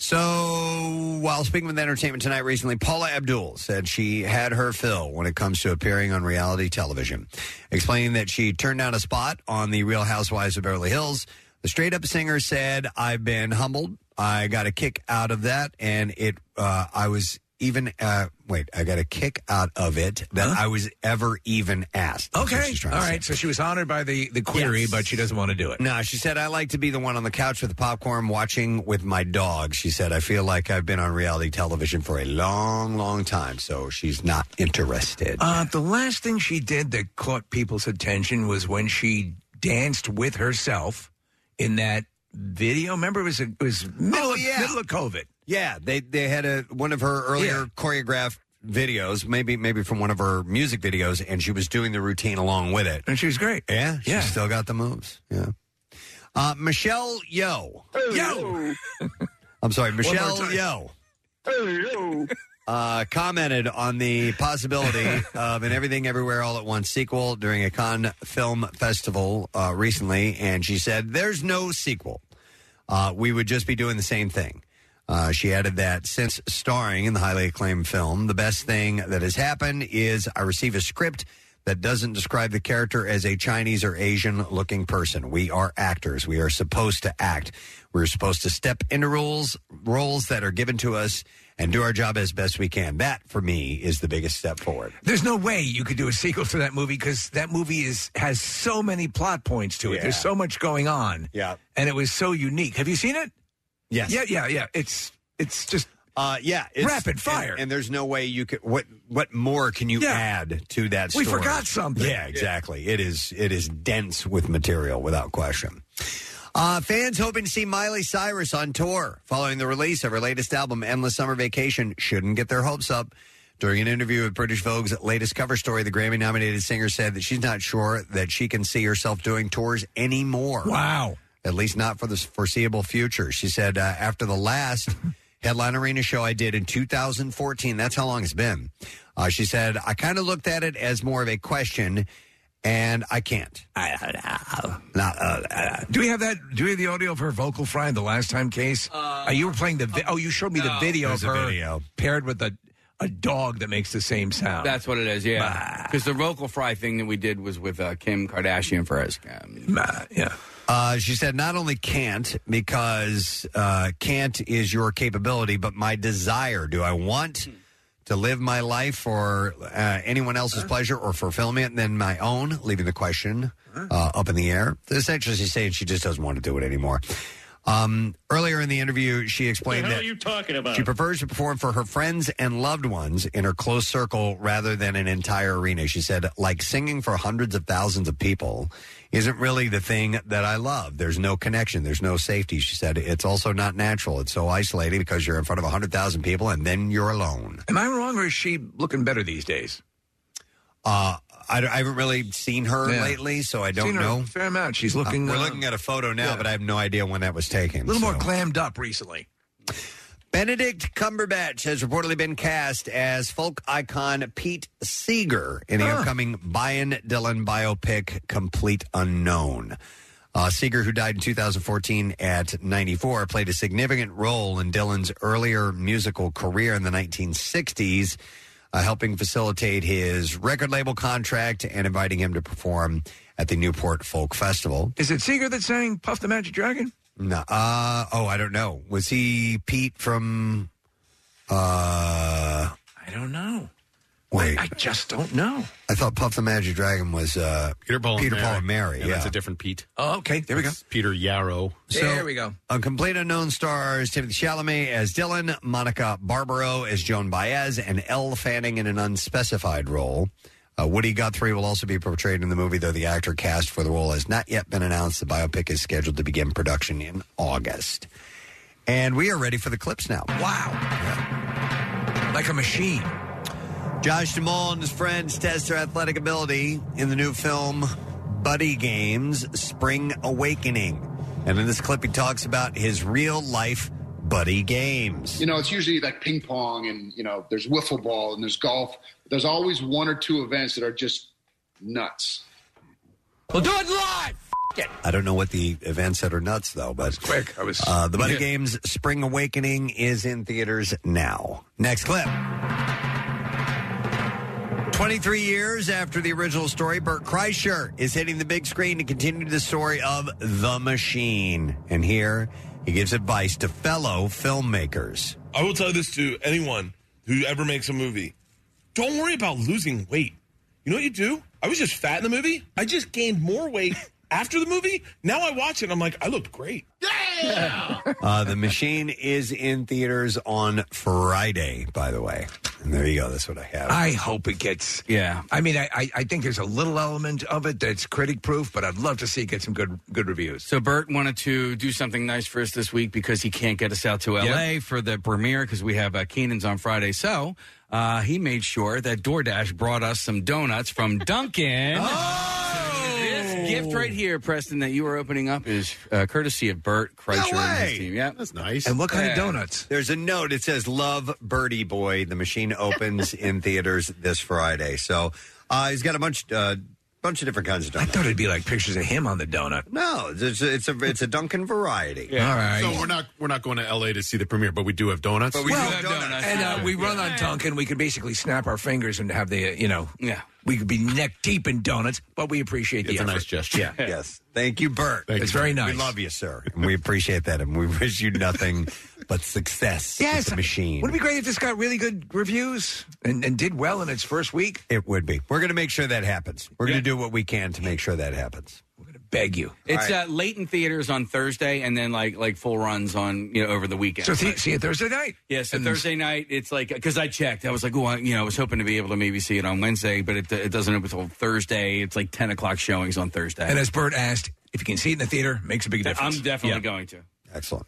C: So, while speaking with Entertainment Tonight recently, Paula Abdul said she had her fill when it comes to appearing on reality television, explaining that she turned down a spot on The Real Housewives of Beverly Hills. The straight up singer said, "I've been humbled. I got a kick out of that, and it. Uh, I was even. Uh, wait, I got a kick out of it that I was ever even asked. That's what
E: Okay,
C: she's
E: all
C: trying to say.
E: right. So she was honored by the the query, but she doesn't want to do it.
C: No, she said, I like to be the one on the couch with the popcorn watching with my dog. She said, I feel like I've been on reality television for a long, long time, so she's not interested.
E: Uh, the last thing she did that caught people's attention was when she danced with herself in that video. Remember, it was a, it was middle, of, middle of COVID.
C: Oh, Yeah, they they had a one of her earlier choreographed videos, maybe maybe from one of her music videos, and she was doing the routine along with it.
E: And she was great.
C: Yeah, she still got the moves. Yeah. Uh, Michelle Yo.
E: Yo.
C: I'm sorry,
H: more
C: Michelle
H: time.
C: Yo. uh, commented on the possibility of an Everything Everywhere All at Once sequel during a Cannes Film Festival uh, recently, and she said, There's no sequel. uh, we would just be doing the same thing. Uh, she added that since starring in the highly acclaimed film, the best thing that has happened is I receive a script that doesn't describe the character as a Chinese or Asian looking person. We are actors. We are supposed to act. We're supposed to step into roles roles that are given to us and do our job as best we can. That for me is the biggest step forward.
E: There's no way you could do a sequel to that movie because that movie is has so many plot points to it. There's
C: Yeah.
E: so much going on.
C: Yeah.
E: And it was so unique. Have you seen it?
C: Yes.
E: Yeah, yeah, yeah. It's it's just
C: uh yeah, It's-
E: rapid fire.
C: And, and there's no way you could what what more can you
E: Yeah.
C: add to that
E: We
C: story?
E: forgot something.
C: Yeah, exactly. It is it is dense with material without question. Uh, fans hoping to see Miley Cyrus on tour following the release of her latest album, Endless Summer Vacation, shouldn't get their hopes up. During an interview with British Vogue's latest cover story, the Grammy nominated singer said that she's not sure that she can see herself doing tours anymore.
E: Wow.
C: At least not for the foreseeable future. She said, uh, after the last headline arena show I did in 2014, that's how long it's been. Uh, she said, I kind of looked at it as more of a question, and I can't. Not, uh, uh,
E: Do we have that? Do we have the audio of her vocal fry in the last time case? Uh, you were playing the. Vi- oh, you showed me the
G: no.
E: video of
G: There's a
E: her
G: video.
E: paired with a a dog that makes the same sound.
G: That's what it is, yeah. Because the vocal fry thing that we did was with uh, Kim Kardashian for us.
E: yeah.
C: Uh, she said, not only can't, because uh, can't is your capability, but my desire. Do I want to live my life for uh, anyone else's pleasure or fulfillment than my own? Leaving the question uh, up in the air. Essentially, she's saying she just doesn't want to do it anymore. Um, earlier in the interview, she explained that
N: talking
C: she prefers to perform for her friends and loved ones in her close circle rather than an entire arena. She said, like singing for hundreds of thousands of people isn't really the thing that I love. There's no connection, there's no safety. She said, it's also not natural. It's so isolating because you're in front of 100,000 people and then you're alone.
E: Am I wrong, or is she looking better these days?
C: Uh, I, I haven't really seen her
E: Yeah.
C: lately, so I don't
E: Seen her
C: know.
E: a fair amount. She's looking,
C: we're
E: uh,
C: looking at a photo now,
E: yeah.
C: but I have no idea when that was taken.
E: A little more
C: so.
E: glammed up recently.
C: Benedict Cumberbatch has reportedly been cast as folk icon Pete Seeger in the upcoming Byron Dylan biopic Complete Unknown. Uh, Seeger, who died in 2014 at 94, played a significant role in Dylan's earlier musical career in the 1960s, uh, helping facilitate his record label contract and inviting him to perform at the Newport Folk Festival.
E: Is it Seeger that sang "Puff the Magic Dragon"?
C: No. Uh, oh, I don't know. Was he Pete from? Uh,
E: I don't know.
C: Wait,
E: I just don't know.
C: I thought Puff the Magic Dragon was uh,
M: Peter Paul
C: Peter
M: and Mary.
C: Paul and Mary. Yeah,
M: that's a different Pete.
E: Oh, okay. There
M: we go. Peter Yarrow.
E: there we go.
C: A complete unknown stars Timothy Chalamet as Dylan, Monica Barbaro as Joan Baez, and Elle Fanning in an unspecified role. Uh, Woody Guthrie will also be portrayed in the movie, though the actor cast for the role has not yet been announced. The biopic is scheduled to begin production in August. And we are ready for the clips now.
E: Wow. Like a machine.
C: Josh Duhamel and his friends test their athletic ability in the new film Buddy Games Spring Awakening. And in this clip, he talks about his real life buddy games.
O: You know, it's usually like ping pong and, you know, there's wiffle ball and there's golf. There's always one or two events that are just nuts.
C: We'll do it live! I don't know what the event said or nuts though, but
E: quick. I was
C: uh, the Buddy
E: Yeah.
C: Games Spring Awakening is in theaters now. Next clip. 23 years after the original story, Burt Kreischer is hitting the big screen to continue the story of The Machine. And here he gives advice to fellow filmmakers.
P: I will tell this to anyone who ever makes a movie. Don't worry about losing weight. You know what you do? I was just fat in the movie. I just gained more weight after the movie. Now I watch it. I'm like, I looked great.
C: Uh, the Machine is in theaters on Friday, by the way. And there you go. That's what I have.
E: I hope it gets.
G: Yeah.
E: I mean, I, I, I think there's a little element of it that's critic proof, but I'd love to see it get some good good reviews.
G: So Bert wanted to do something nice for us this week because he can't get us out to LA for the premiere because we have uh, Keenan's on Friday. So uh, he made sure that DoorDash brought us some donuts from Dunkin'. This gift right here, Preston, that you are opening up is uh, courtesy of Bert Kreischer and his team. Yeah, that's
M: nice.
C: Yeah. There's a note. It says, "Love Birdie Boy." The machine opens in theaters this Friday. So uh, he's got a bunch uh, bunch of different kinds of donuts. I
E: thought it'd be like pictures of him on the donut.
C: No, it's a, it's a, it's a Dunkin' variety.
M: So we're not we're not going to L.A. to see the premiere, but we do have donuts.
E: Well, And uh, we run on Dunkin'. We could basically snap our fingers and have the, uh, you know,
G: yeah.
E: we could be neck deep in donuts, but we appreciate the
C: It's a
E: effort.
C: nice gesture. Yeah. Yes. Thank you, Bert.
E: It's very nice.
C: We love you, sir. And we appreciate that, and we wish you nothing but success. with
E: Yes.
C: the machine.
E: Would it be great if this got really good reviews and, and did well in its first week?
C: It would be. We're going to make sure that happens. We're going to do what we can to make sure that happens. We're going to
E: beg you.
G: It's uh, late in theaters on Thursday, and then like like full runs on you know over the weekend.
E: So th- see you Thursday night.
G: Yeah, so
E: And-
G: Thursday night it's like because I checked, I was like, oh, you know, I was hoping to be able to maybe see it on Wednesday, but it, it doesn't open until Thursday. It's like ten o'clock showings on Thursday.
E: And as Bert asked, if you can see it in the theater, makes a big difference.
G: I'm definitely going to.
C: Excellent.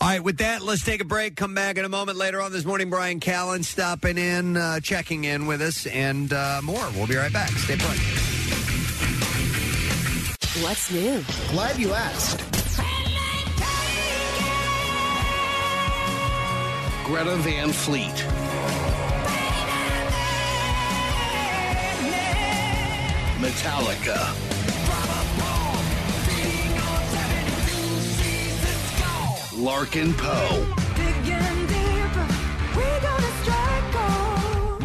C: All right, with that, let's take a break. Come back in a moment later on this morning. Brian Callen stopping in, uh, checking in with us, and uh, more. We'll be right back. Stay put.
I: What's new? Glad you asked.
J: Greta Van Fleet. Metallica. Larkin Poe.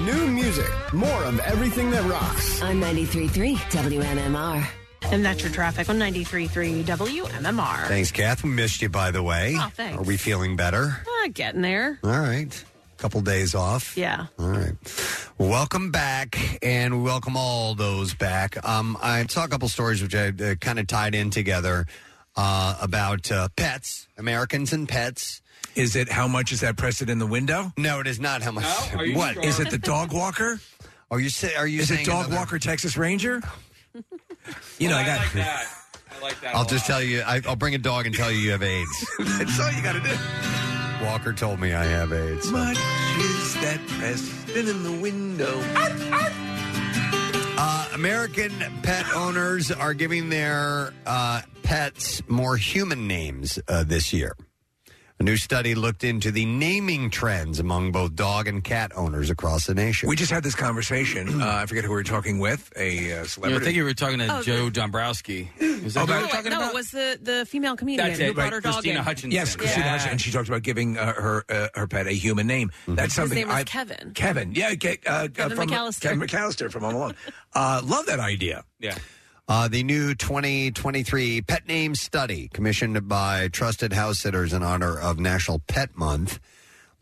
N: New music, more of everything that rocks.
I: On 93.3 WMMR.
D: And that's your traffic on 93.3 WMMR.
C: Thanks, Kath. We missed you, by the way.
D: Oh, thanks.
C: Are we feeling better?
D: Ah, getting there.
C: All right. Couple days off.
D: Yeah.
C: All right. Welcome back, and we welcome all those back. Um, I saw a couple stories which I uh, kind of tied in together uh, about uh, pets, Americans and pets.
E: Is it how much is that prested in the window?
C: No, it is not how much.
E: No? Are you
C: What?
E: sure? Is it the dog walker?
C: Are you say, Are you
E: Is it
C: saying
E: dog
C: another-
E: walker Texas Ranger? You know, I got.
C: I'll just tell you. I, I'll bring a dog and tell you you have AIDS.
E: That's all you got to do.
C: Walker told me I have AIDS.
E: Much is that prested in the window?
C: Uh, American pet owners are giving their uh, pets more human names uh, this year. A new study looked into the naming trends among both dog and cat owners across the nation.
E: We just had this conversation. Uh, I forget who we were talking with. A uh,
G: You know, I
E: celebrity.
G: think you were talking to
D: Oh,
G: Joe Dombrowski. Is
E: Oh,
G: that who you
E: but-
D: No,
G: were talking
D: no,
G: about?
D: it was the, the female comedian who brought her dog in.
E: Yes, Christina Hutchinson. And she talked about giving uh, her uh, her pet a human name.
G: Mm-hmm.
E: That's something.
D: name was
E: I-
D: Kevin.
E: Kevin. Yeah. Ke- uh,
D: Kevin
E: uh, from,
D: McAllister.
E: Kevin McAllister from Home Alone. uh, love that idea.
G: Yeah.
C: Uh, the new 2023 pet name study, commissioned by trusted house sitters in honor of National Pet Month,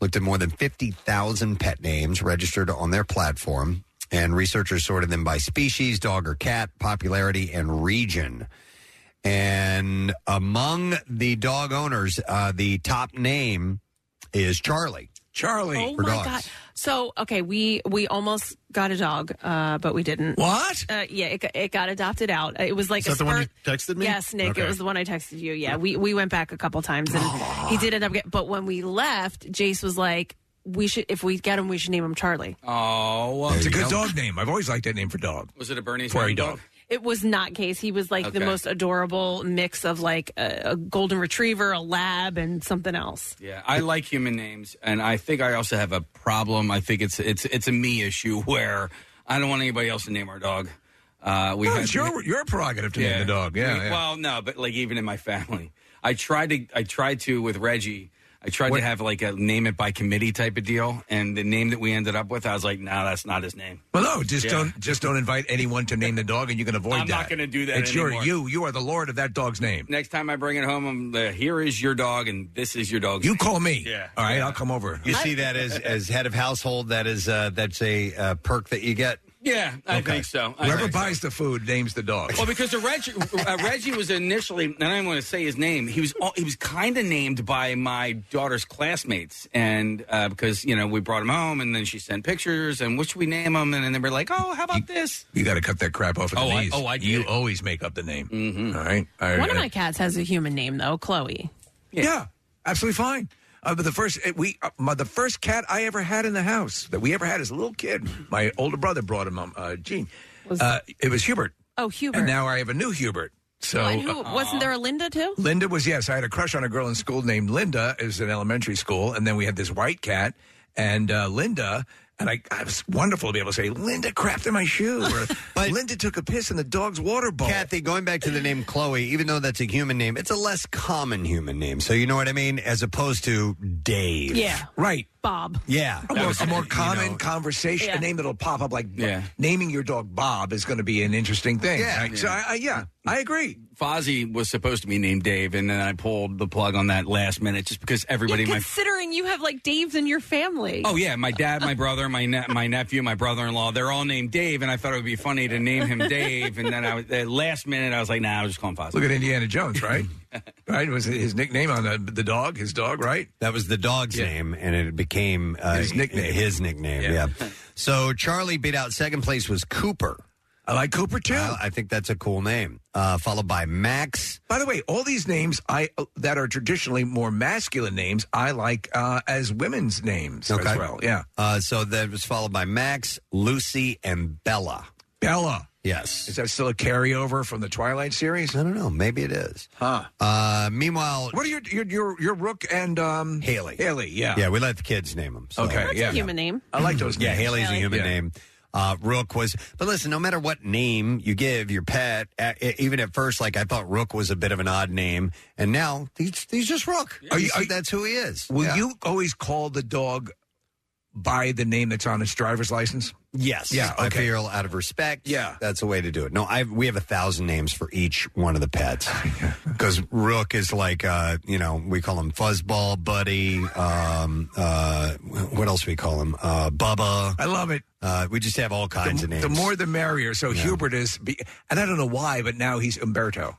C: looked at more than 50,000 pet names registered on their platform, and researchers sorted them by species, dog or cat, popularity, and region. And among the dog owners, uh, the top name is Charlie.
E: Charlie.
D: Oh my god! So okay, we we almost got a dog, uh, but we didn't.
E: What?
D: Uh, yeah, it, got- it got adopted out. It was
M: Is
D: like a
M: that the one
D: spurt-
M: you texted me?
D: Yes, Nick.
M: Okay.
D: It was the one I texted you. Yeah, we we went back a couple times, and he did end up. Get, but when we left, Jace was like, "We should if we get him, we should name him Charlie."
G: Oh, well,
E: it's a good
G: you know.
E: dog name. I've always liked that name for dog.
G: Was it a Bernie's
E: Prairie
G: name
E: dog.
D: It was not Case. He was like the
E: Okay.
D: most adorable mix of like a, a golden retriever, a lab, and something else.
G: Yeah, I like human names, and I think I also have a problem. I think it's it's it's a me issue where I don't want anybody else to name our dog. Uh, we
E: No,
G: had-
E: it's your- your prerogative to name the dog. Yeah,
G: We-
E: yeah.
G: Well, no, but like even in my family, I tried to I tried to with Reggie. I tried to have like a name it by committee type of deal, and the name that we ended up with, I was like, no, that's not his name.
E: Well, no, just
G: Yeah.
E: don't just don't invite anyone to name the dog, and you can avoid
G: I'm
E: that.
G: not going to do that.
E: It's
G: anymore.
E: your you. You are the lord of that dog's name.
G: Next time I bring it home, I'm uh, here is your dog, and this is your dog.
E: You call me.
G: Yeah.
E: All right, I'll come over.
C: You see that as, as head of household, that is uh, that's a uh, perk that you get.
G: Yeah, I
C: Okay.
G: think so. I
E: Whoever
G: think so.
E: buys the food names the dog.
G: Well, because the Reggie, uh, Reggie was initially, and I don't want to say his name. He was all, he was kind of named by my daughter's classmates, and uh, because you know we brought him home, and then she sent pictures, and what should we name him? And then they were like, oh, how about this?
E: You got to cut that crap off at
G: Oh,
E: the
G: I-
E: knees.
G: oh, I
E: You always make up the name.
G: Mm-hmm.
E: All right. All right.
D: One of my cats has a human name though, Chloe.
E: yeah. absolutely fine. Uh, but the first uh, we uh, my, the first cat I ever had in the house that we ever had as a little kid, my older brother brought him. Um, uh, Gene, uh, it was Hubert,
D: Oh, Hubert.
E: and now I have a new Hubert. So
D: Oh, and who
E: uh,
D: wasn't there a Linda too?
E: Linda was yes. I had a crush on a girl in school named Linda. It was in elementary school, and then we had this white cat. And uh, Linda And I, I was wonderful to be able to say, Linda crapped in my shoe. Or, Linda took a piss in the dog's water bowl.
C: Kathy, going back to the name Chloe, even though that's a human name, it's a less common human name. So you know what I mean? As opposed to Dave.
D: Yeah.
E: Right.
D: Bob. Oh,
C: Yeah.
E: A more, a more common conversation,
D: Yeah.
E: a name that'll pop up like
G: Yeah.
E: naming your dog Bob is going to be an interesting thing. right? So I, I, yeah, I agree.
G: Fozzie was supposed to be named Dave, and then I pulled the plug on that last minute just because everybody in my
D: Considering you have like Dave's in your family.
G: Oh yeah, my dad, my brother, my ne- my nephew, my brother-in-law, they're all named Dave, and I thought it would be funny to name him Dave. And then I was, at last minute, I was like, nah, I was just calling Fozzie.
E: Look at Indiana Jones, right? right? Was it his nickname on the, the dog? His dog, right?
C: That was the dog's name, and it became uh,
E: His nickname.
C: His nickname, yeah. So Charlie beat out second place was Cooper.
E: I like Cooper too.
C: I think that's a cool name. Uh, followed by Max.
E: By the way, all these names I that are traditionally more masculine names, I like uh, as women's names as well. Yeah.
C: Uh, so that was followed by Max, Lucy, and Bella.
E: Bella.
C: Yes.
E: Is that still a carryover from the Twilight series?
C: I don't know. Maybe it is.
E: Huh.
C: Uh, meanwhile,
E: what are your your your, your Rook and um,
C: Haley?
E: Haley, yeah,
C: Yeah, we let the kids name them. so-
E: Okay, That's a yeah.
D: human name.
E: I like those
C: Yeah,
E: names.
C: Haley's a
E: Haley.
C: human
E: Yeah.
C: name. Uh, Rook was, but listen, no matter what name you give your pet, uh, e- even at first, like I thought Rook was a bit of an odd name, and now he's, he's just Rook.
E: Are you-
C: He's-
E: are you-
C: that's who he is.
E: Will
C: Yeah.
E: you always call the dog by the name that's on its driver's license?
C: Yes.
E: Yeah.
C: I
E: Okay.
C: feel out of respect. Yeah. That's a way to do it. No, I we have a thousand names for each one of the pets. Because Rook is like, uh, you know, we call him Fuzzball Buddy. Um, uh, wh- what else we call him? Uh, Bubba.
E: I love it.
C: Uh, we just have all kinds of names.
E: The more the merrier. So Hubert is, be, and I don't know why, but now he's Umberto.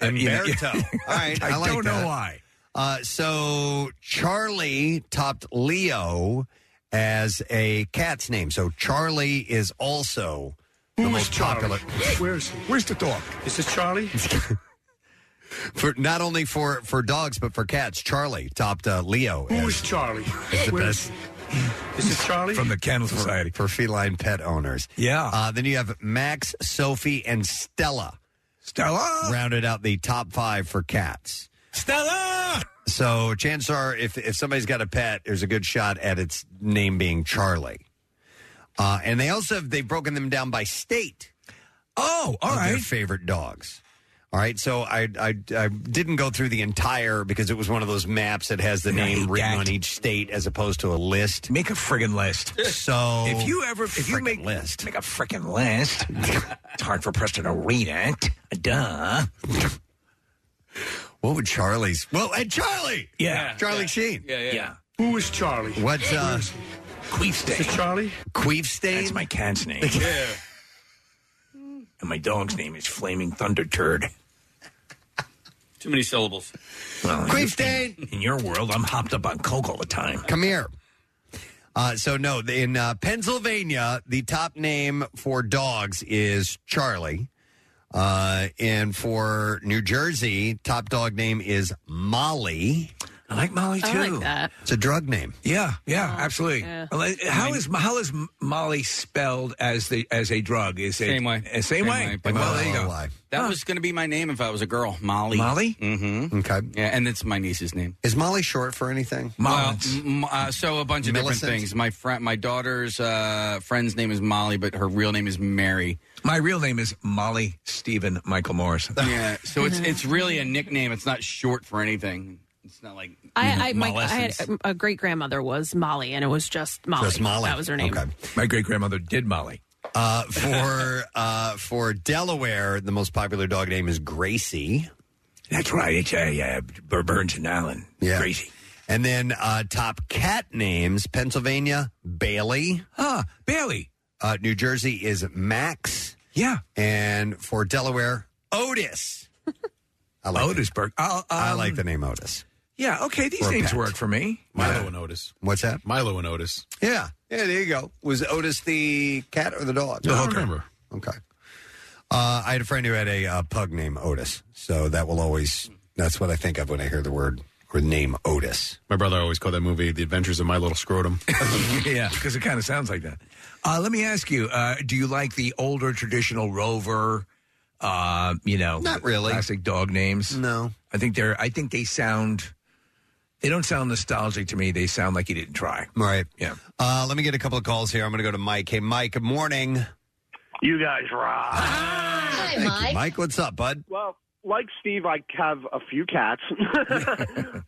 E: And, you know,
C: Umberto. All right,
E: I,
C: I like
E: don't
C: that.
E: know why.
C: Uh, so Charlie topped Leo as a cat's name. So Charlie is also the most popular.
E: Where's where's the dog?
C: Is this Charlie? for not only for for dogs but for cats, Charlie topped uh, Leo. Who is
N: Charlie?
C: It's the
N: Where's-
C: best.
N: Is this Charlie?
E: From the Kennel Society.
C: For, feline pet owners.
E: Yeah.
C: Uh, then you have Max, Sophie, and Stella.
E: Stella!
C: Rounded out the top five for cats.
E: Stella!
C: So chances are, if, if somebody's got a pet, there's a good shot at its name being Charlie. Uh, and they also have, they've broken them down by state.
E: Oh, all right.
C: Their favorite dogs. All right, so I, I I didn't go through the entire because it was one of those maps that has the name written on each state as opposed to a list.
E: Make a friggin' list.
C: So
E: if you ever, if you make list, make a freaking list. it's hard for Preston to read it. Duh.
C: what would Charlie's? Well, and Charlie.
E: Yeah.
C: Charlie
E: Yeah.
C: Sheen.
E: Yeah, yeah.
N: Who is Charlie?
C: What's uh,
E: Queefstain.
N: Is this Charlie?
C: Queefstain.
E: That's my cat's name. Yeah. and my dog's name is Flaming Thunder Turd.
G: Too many syllables.
E: Well,
C: Queefstain.
E: In your world, I'm hopped up on coke all the time.
C: Come here. Uh, so no, in uh, Pennsylvania, the top name for dogs is Charlie, uh, and for New Jersey, top dog name is Molly.
E: I like Molly
D: I like too. that.
C: It's a drug name.
E: Yeah, yeah, absolutely. Well, uh, How is how is Molly spelled as the as a drug? Is it
G: Same way.
E: uh, Same, way.
G: but
E: well,
G: not
E: there you
G: all
E: go.
G: alive. That was going to be my name if I was a girl, Molly.
E: Molly?
G: Mm-hmm.
C: Okay.
G: Yeah, and it's my niece's name.
C: Is Molly short for anything?
G: Well, m- m- uh, so a bunch of
C: Millicent?
G: different things. My friend, my daughter's uh, friend's name is Molly, but her real name is Mary.
E: My real name is Molly Stephen Michael Morris.
G: Yeah, so it's it's really a nickname. It's not short for anything. It's not like
D: I, I, my, I had
G: Molescence.
D: a great grandmother was Molly, and it was just Molly.
C: Just Molly.
D: That was her name.
C: Okay.
E: My great grandmother did Molly.
C: Uh, for uh, for Delaware, the most popular dog name is Gracie.
E: That's right. It's a uh, Burns and Allen.
C: Yeah. Gracie. And then uh, top cat names: Pennsylvania, Bailey.
E: Huh, Bailey.
C: Uh, New Jersey is Max.
E: Yeah.
C: And for Delaware, Otis. I like
E: Otisburg.
C: I like the name Otis.
E: um, Yeah, okay, these
C: For a
E: names
C: pet.
E: work for me.
M: Milo and Otis.
C: What's that?
M: Milo and Otis.
C: Yeah. Yeah, there you go. Was Otis the cat or the dog?
M: I don't remember.
C: Okay. Uh, I had a friend who had a uh, pug named Otis, so that will always, that's what I think of when I hear the word or name Otis.
M: My brother always called that movie "The Adventures of My Little Scrotum."
E: yeah, because it kind of sounds like that. Uh, let me ask you: uh, Do you like the older traditional Rover? Uh, you know,
C: Not really.
E: Classic dog names.
C: No,
E: I think they're. I think they sound. They don't sound nostalgic to me. They sound like you didn't try.
C: All right.
E: Yeah.
C: Uh, let me get a couple of calls here. I'm going to go to Mike. Hey, Mike, good morning.
Q: You guys rock.
C: Hi, Mike. Mike, what's up, bud?
Q: Well, like Steve, I have a few cats,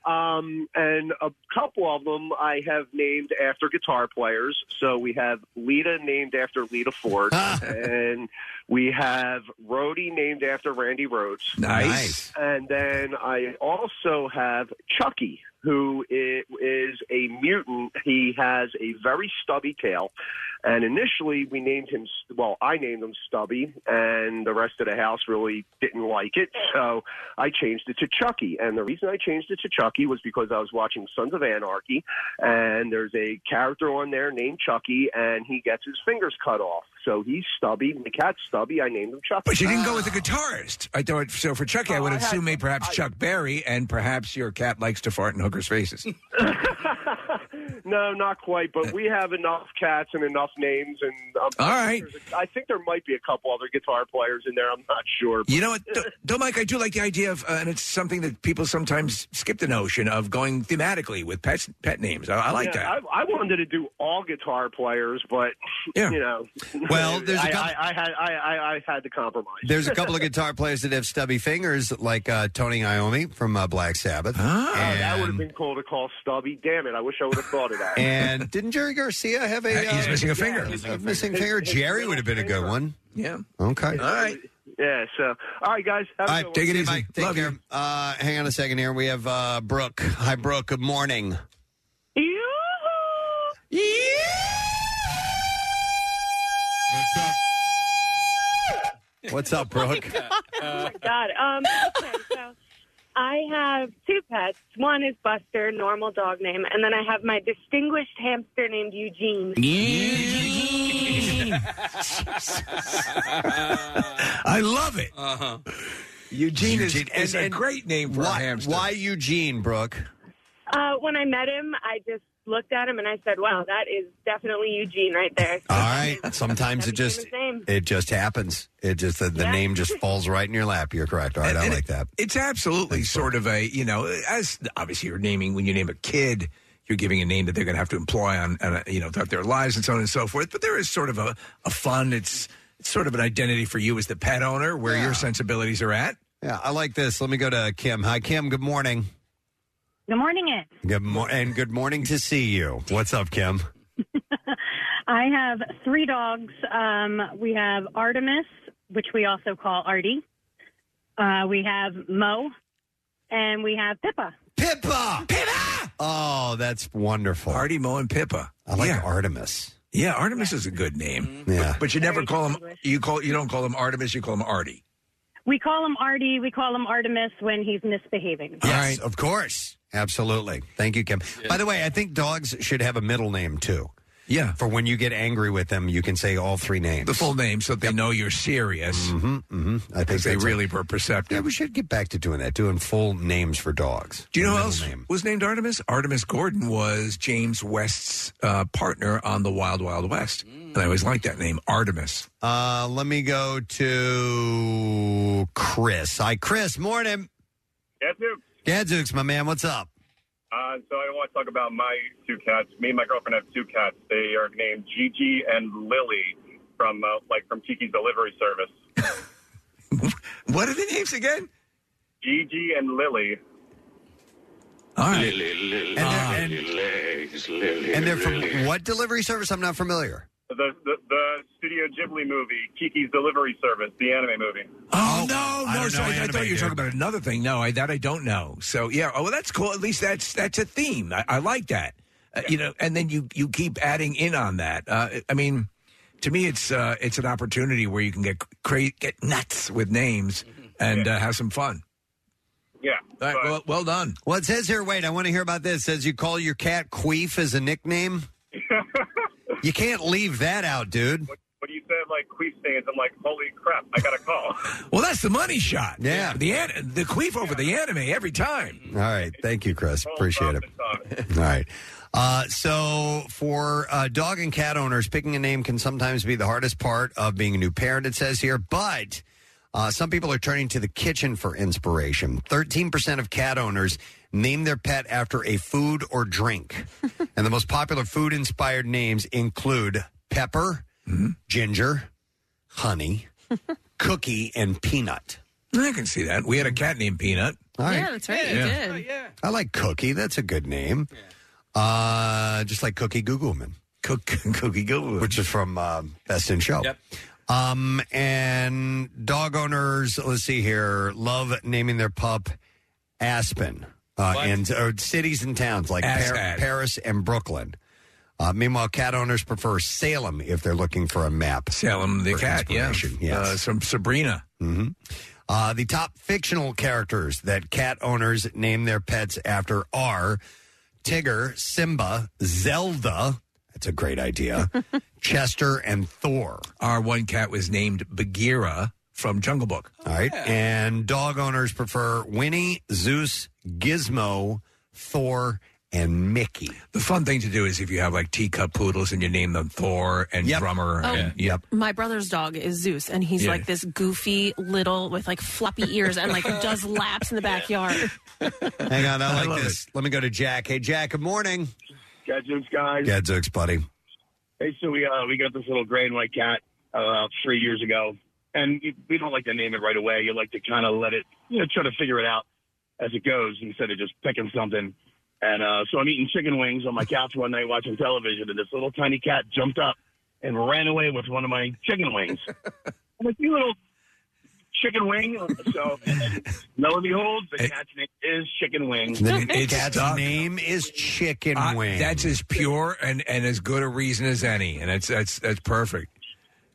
Q: um, and a couple of them I have named after guitar players. So we have Lita named after Lita Ford,
C: Ah.
Q: and we have Rhodey named after Randy Rhodes.
E: Nice. Nice.
Q: And then I also have Chucky, who i- is a mutant. He has a very stubby tail. And initially, we named him, well, I named him Stubby, and the rest of the house really didn't like it. So I changed it to Chucky. And the reason I changed it to Chucky was because I was watching Sons of Anarchy, and there's a character on there named Chucky, and he gets his fingers cut off. So he's Stubby. The cat's Stubby. I named him Chucky.
E: But you didn't go with the guitarist. I thought so. For Chucky, I would
Q: Oh, I had-
E: assume maybe perhaps Chuck Berry, and perhaps your cat likes to fart in hookers' faces.
Q: No, not quite. But we have enough cats and enough names, and um,
E: All right.
Q: there's a- I think there might be a couple other guitar players in there. I'm not sure.
E: You know what, though, though, Mike, I do like the idea of, uh, and it's something that people sometimes skip the notion of going thematically with pets, pet names. I, I like
Q: Yeah,
E: that.
Q: I, I wanted to do all guitar players, but you know,
C: Well, there's a
Q: I,
C: couple-
Q: I, I had I, I, I had to compromise.
C: There's a couple of guitar players that have stubby fingers, like uh, Tony Iommi from uh, Black Sabbath.
Q: Oh, that would have
C: And,
Q: been cool to call Stubby. Damn it! I wish I would have thought of that.
C: and didn't Jerry Garcia have a?
Q: He's missing a finger.
C: yeah,
Q: Missing a
C: a missing
Q: finger.
C: finger.
Q: His- his
C: Jerry would have been a good one.
E: Yeah.
C: Okay.
Q: All right. Yeah. So, all right, guys. Have a good one.
C: See you, Mike. Take care. Uh, hang on a second here. We have uh, Brooke. Hi, Brooke. Good morning.
R: What's up?
C: What's up, Brooke?
R: oh my god. Um, okay, so I have two pets. One is Buster, normal dog name, and then I have my distinguished hamster named Eugene. Eugene.
E: I love it. Uh-huh. Eugene, is-
C: Eugene-
E: is,
C: and-
E: a
C: and
E: great name for
C: why,
E: a hamster.
C: Why Eugene, Brooke?
R: uh, when I met him, I just looked at him and I said, "Wow, that is definitely Eugene right there."
C: All right. Sometimes it just
R: his name.
C: it just happens. It just the, the
R: Yeah.
C: name just falls right in your lap. You're correct. All right, I like that.
E: It's absolutely sort of a, you know, as obviously you're naming, when you name a kid, you're giving a name that they're going to have to employ on, on uh, you know, throughout their lives and so on and so forth. But there is sort of a, a fun, it's, it's sort of an identity for you as the pet owner where your sensibilities are at.
C: Yeah, I like this. Let me go to Kim. Hi, Kim. Good morning.
S: Good morning, it.
C: Good mor- and good morning to see you. What's up, Kim?
S: I have three dogs. Um, we have Artemis, which we also call Artie. Uh, we have Mo, and we have Pippa.
C: Pippa! Pippa! Oh, that's wonderful.
E: Artie, Mo, and Pippa.
C: I like Artemis.
E: Yeah, Artemis is a good name.
C: Yeah.
E: But, but you never call him, you call, you don't call him Artemis, you call him Artie.
S: We call him Artie. We call him Artemis when he's misbehaving.
C: Yes, of course. Absolutely. Thank you, Kim. By the way, I think dogs should have a middle name too.
E: Yeah.
C: For when you get angry with them, you can say all three names.
E: The full name so they know you're serious.
C: Mm-hmm, mm-hmm. I think
E: Because they
C: that's a-
E: really were perceptive.
C: Yeah, we should get back to doing that, doing full names for dogs.
E: Do you know who
C: Middle
E: else
C: name.
E: was named Artemis? Artemis Gordon was James West's uh, partner on the Wild Wild West, and I always liked that name, Artemis.
C: Uh, let me go to Chris. Hi, Chris. Morning.
T: That's it.
C: Gadzooks, my man. What's up?
T: Uh, so I want to talk about my two cats. Me and my girlfriend have two cats. They are named Gigi and Lily from uh, like from Tiki's delivery service.
E: what are the names again?
T: Gigi and Lily.
E: All right.
T: Lily, Lily, legs, Lily.
C: And they're from what delivery service? I'm not familiar.
T: The, the the Studio Ghibli movie, Kiki's Delivery Service, the anime movie.
E: Oh, no, no! so I, I thought you were
T: dude.
E: talking about another thing. No, I, that I don't know. So yeah, oh well, that's cool. At least that's that's a theme. I, I like that. Uh, you know, and then you you keep adding in on that. Uh, I mean, to me, it's uh, it's an opportunity where you can get cra- get nuts with names and uh, have some fun.
T: Yeah.
E: All right, well, well done.
C: Well, it says here. Wait, I want to hear about this. It says you call your cat Queef as a nickname. you can't leave that out, dude.
T: When you said like queef stains, I'm like, holy crap! I got a call.
E: Well, that's the money shot.
C: Yeah.
E: The an- the queef over the anime every time.
C: All right. Thank you, Chris. Appreciate it. All right. Uh, so, for uh, dog and cat owners, picking a name can sometimes be the hardest part of being a new parent, it says here. But Uh, some people are turning to the kitchen for inspiration. 13% of cat owners name their pet after a food or drink. and the most popular food inspired names include pepper,
E: Mm-hmm.
C: ginger, honey, cookie, and peanut.
E: I can see that. We had a cat named Peanut.
C: All right.
D: Yeah, that's right. You
C: Yeah. Oh,
D: did.
C: I like Cookie. That's a good name. Uh, just like Cookie Googleman. Cook, Cookie Googleman. Which is from uh, Best in Show. Yep. Um, and dog owners, let's see here, love naming their pup Aspen. Uh, and or cities and towns like Par-
E: Aspen.
C: Paris and Brooklyn. Uh, meanwhile, cat owners prefer Salem if they're looking for a map.
E: Salem the
C: for
E: cat, yeah.
C: inspiration.
E: Uh,
C: Yes.
E: some Sabrina.
C: hmm Uh, the top fictional characters that cat owners name their pets after are Tigger, Simba, Zelda. That's a great idea. Chester and Thor.
E: Our one cat was named Bagheera from Jungle Book.
C: All right. And dog owners prefer Winnie, Zeus, Gizmo, Thor, and Mickey.
E: The fun thing to do is if you have like teacup poodles and you name them Thor and Drummer.
D: Oh.
E: And, yep.
D: My brother's dog is Zeus, and he's
E: Yeah.
D: like this goofy little with like floppy ears and like does laps in the backyard.
C: Hang on, I like this. Let me go to Jack. Hey, Jack, good morning.
A: Gadgets, guys.
C: Gadzooks, buddy.
A: Hey, so we uh, we got this little gray and white cat uh, three years ago, and you- we don't like to name it right away. You like to kind of let it, you know, try to figure it out as it goes instead of just picking something. And uh, so I'm eating chicken wings on my couch one night watching television, and this little tiny cat jumped up and ran away with one of my chicken wings. I'm like, you little chicken wing. So lo and behold, the cat's name is Chicken Wing.
C: The cat's name is Chicken
E: Uh,
C: Wing.
E: that's as pure and, and as good a reason as any, and that's that's that's perfect.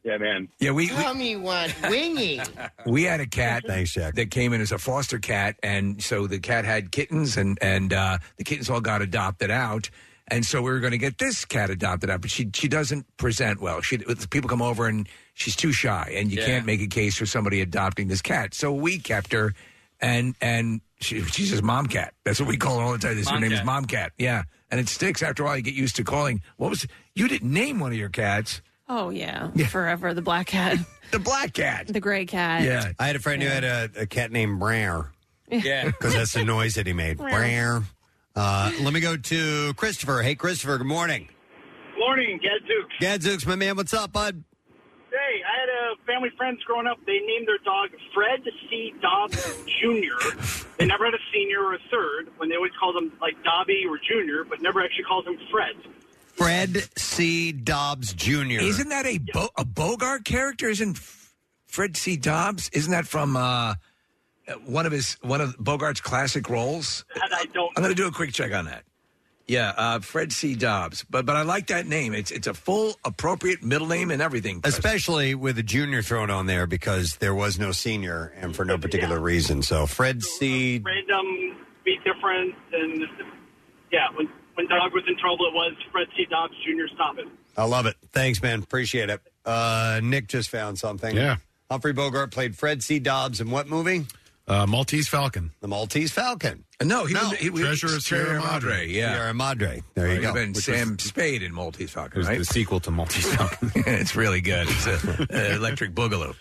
A: Yeah, man.
E: Yeah, we we,
U: me what wingy.
E: we had a cat.
C: Thanks, Jack.
E: That came in as a foster cat, and so the cat had kittens, and and uh, the kittens all got adopted out. And so we were going to get this cat adopted out, but she she doesn't present well. She people come over and she's too shy, and you
V: Yeah.
E: can't make a case for somebody adopting this cat. So we kept her, and and she, she's just mom cat. That's what we call her all the time. This her
V: Mom
E: name is
V: cat.
E: mom cat. Yeah, and it sticks. After a while, you get used to calling. What was you didn't name one of your cats?
D: Oh yeah, forever the black cat,
E: the black cat,
D: the gray cat.
C: I had a friend who had a, a cat named Brer.
D: Yeah.
C: Because that's the noise that he made. Brer. Uh, let me go to Christopher. Hey, Christopher, good morning.
W: Morning, Gadzooks.
C: Gadzooks, my man, what's up, bud?
W: Hey, I had a family friends growing up. They named their dog Fred C. Dobbs Jr. They never had a senior or a third. When they always called him like Dobby or Junior, but never actually called him Fred.
C: Fred C. Dobbs Jr.
E: Isn't that a Bo- a Bogart character? Isn't F- Fred C. Dobbs? Isn't that from uh, one of his one of Bogart's classic roles?
W: I don't.
E: I'm going to do a quick check on that. Yeah, uh, Fred C. Dobbs. But but I like that name. It's it's a full appropriate middle name and everything.
C: Especially with a junior thrown on there because there was no senior and for no particular reason. So Fred C.
W: Random, be different, and yeah. When when dog was in trouble, it was Fred C. Dobbs Jr. Stop it.
C: I love it. Thanks, man. Appreciate it. Uh, Nick just found something.
M: Yeah.
C: Humphrey Bogart played Fred C. Dobbs in what movie?
M: Uh, Maltese Falcon.
C: The Maltese Falcon.
E: Uh, No, he
C: No.
E: was, he was
M: Treasure of Sierra Madre, yeah.
C: Sierra Madre. There you
E: Might
C: go.
E: have been
C: Which
E: Sam
C: was-
E: Spade in Maltese Falcon.
M: It was
E: right?
M: the sequel to Maltese Falcon.
E: it's really good. It's a, a electric boogaloo.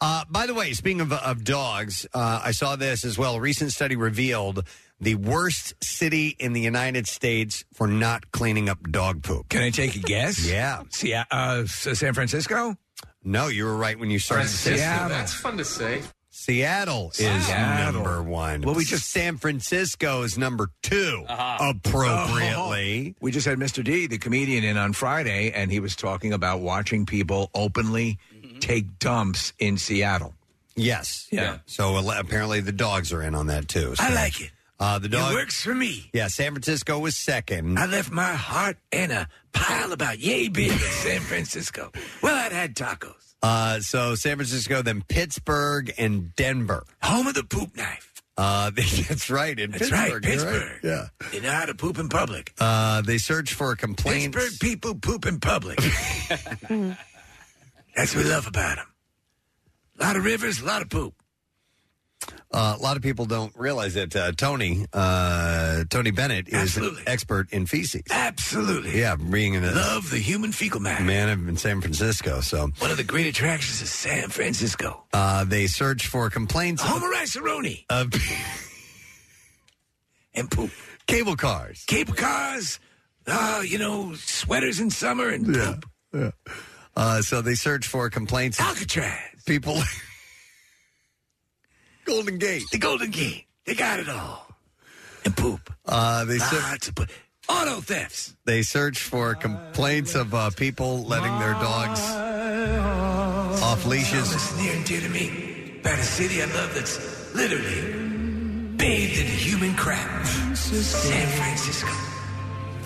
C: Uh, by the way, speaking of, of dogs, uh, I saw this as well. A recent study revealed the worst city in the United States for not cleaning up dog poop.
E: Can I take a guess?
C: Yeah.
E: See, uh, uh, San Francisco?
C: No, you were right when you started.
E: Seattle.
G: fun to say.
C: Seattle is
E: Seattle.
C: number one. Well, we just San Francisco is number 2
E: Uh-huh.
C: appropriately.
E: We just had Mr. D, the comedian, in on Friday, and he was talking about watching people openly take dumps in Seattle.
C: Yes.
E: Yeah.
C: So al- apparently the dogs are in on that too.
E: I
C: So,
E: like it.
C: Uh, the dog
E: It works for me.
C: Yeah, San Francisco was second.
E: I left my heart in a pile about yay big in San Francisco. Well, I'd had tacos.
C: Uh, so San Francisco, then Pittsburgh and Denver.
E: Home of the poop knife.
C: Uh, they, that's right. In
E: That's right,
C: Pittsburgh, you're
E: Pittsburgh.
C: Yeah.
E: They know how to poop in public.
C: Uh, they search for complaints.
E: Pittsburgh people poop in public. That's what we love about them. A lot of rivers, a lot of poop.
C: Uh, a lot of people don't realize that uh, Tony uh, Tony Bennett is an expert in feces.
E: Absolutely.
C: Yeah, being in a
E: Love the human fecal matter.
C: man of in San Francisco. So
E: One of the great attractions of San Francisco.
C: uh, they search for complaints. of-
E: Homer Iseroni.
C: of
E: and poop.
C: Cable cars.
E: Cable cars. Uh, you know, sweaters in summer and poop.
C: Uh, so they search for complaints. Alcatraz. People. Golden Gate.
E: The Golden Gate. They got it all.
C: Uh, they, ser-
E: Lots of poop. Auto thefts.
C: they search for complaints of uh, people letting their dogs off leashes.
E: It's near and dear to me. About a city I love that's literally bathed in human crap. San Francisco.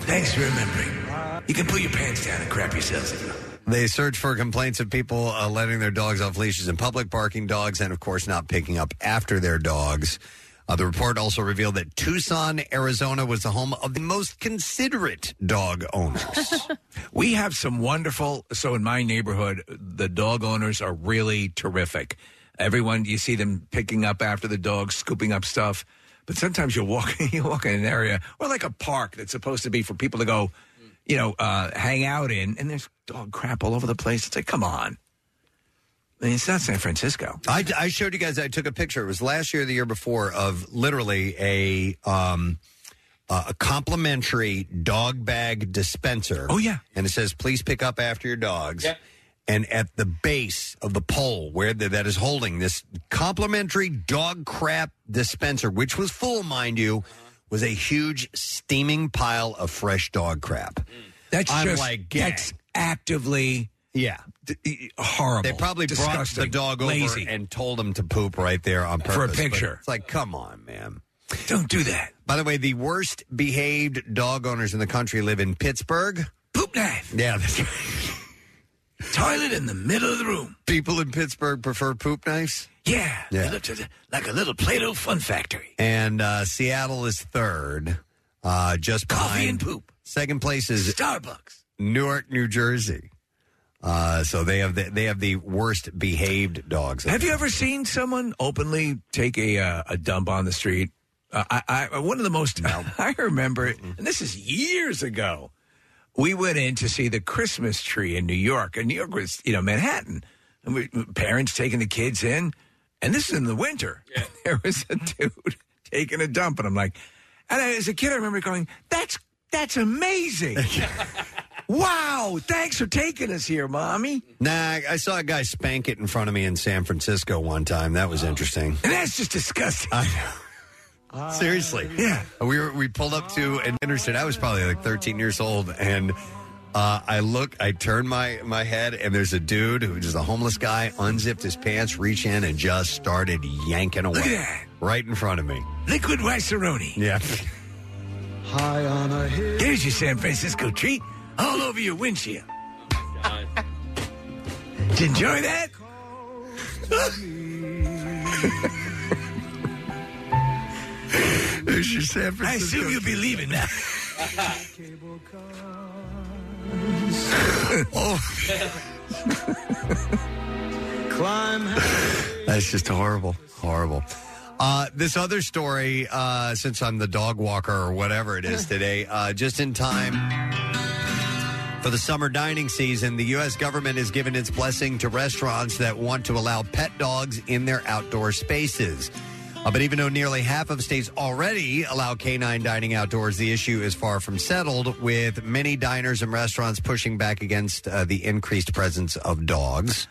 E: Thanks for remembering. You can put your pants down and crap yourselves if you want.
C: They search for complaints of people uh, letting their dogs off leashes in public, barking dogs, and of course, not picking up after their dogs. Uh, the report also revealed that Tucson, Arizona was the home of the most considerate dog owners.
E: We have some wonderful. So in my neighborhood, the dog owners are really terrific. Everyone, you see them picking up after the dogs, scooping up stuff. But sometimes you're walking, you walk in an area or like a park that's supposed to be for people to go, you know, uh, hang out in, and there's dog crap all over the place. It's like, come on, I mean, it's not San Francisco.
C: I, I showed you guys. I took a picture. It was last year, or the year before, of literally a um, uh, a complimentary dog bag dispenser. Oh yeah, and it says, "Please pick up after your dogs." And at the base of the pole where the, that is holding this complimentary dog crap dispenser, which was full, mind you, was a huge steaming pile of fresh dog crap.
E: That's
C: I'm
E: just
C: like, "Gang."
E: that's e, actively
C: yeah
E: horrible.
C: They probably
E: disgusting,
C: brought the dog over
E: lazy.
C: and told him to poop right there on purpose
E: For a
C: but
E: picture.
C: It's like, come on, man.
E: Don't do that.
C: By the way, the worst behaved dog owners in the country live in Pittsburgh.
E: Poop knife.
C: Yeah, that's right.
E: Toilet in the middle of the room.
C: People in Pittsburgh prefer poop knives.
E: Yeah,
C: Yeah.
E: They look to the, like a little Play-Doh fun factory.
C: And uh, Seattle is third, uh, just behind. Coffee and
E: poop.
C: Second place is
E: Starbucks,
C: Newark, New Jersey. Uh, so they have the, they have the worst behaved dogs.
E: Have you ever seen someone openly take a uh, a dump on the street? Uh, I, I one of the most I remember, it, and this is years ago. We went in to see the Christmas tree in New York, and New York was you know Manhattan, and we, parents taking the kids in, and this is in the winter. There was a dude taking a dump, and I'm like, and I, as a kid, I remember going, "That's that's amazing." Wow, thanks for taking us here, mommy.
C: Nah, I- I saw a guy spank it in front of me in San Francisco one time. That was interesting.
E: And that's just disgusting.
C: Seriously.
E: Yeah.
C: We were we pulled up to an intersection. I was probably like 13 years old and uh, I look, I turn my, my head, and there's a dude who is a homeless guy, unzipped his pants, reached in, and just started yanking away.
E: Look at that.
C: Right in front of me.
E: Liquid Riceroni.
C: Yeah.
E: High on a hill. Here's your San Francisco treat, all over your windshield. Did you enjoy that?
C: There's your San
E: I assume you'll be leaving now. Oh.
C: Climb. That's just horrible. Horrible. Uh, this other story, uh, since I'm the dog walker or whatever it is today, uh, just in time for the summer dining season, the U.S. government has given its blessing to restaurants that want to allow pet dogs in their outdoor spaces. Uh, but even though nearly half of states already allow canine dining outdoors, the issue is far from settled, with many diners and restaurants pushing back against uh, the increased presence of dogs.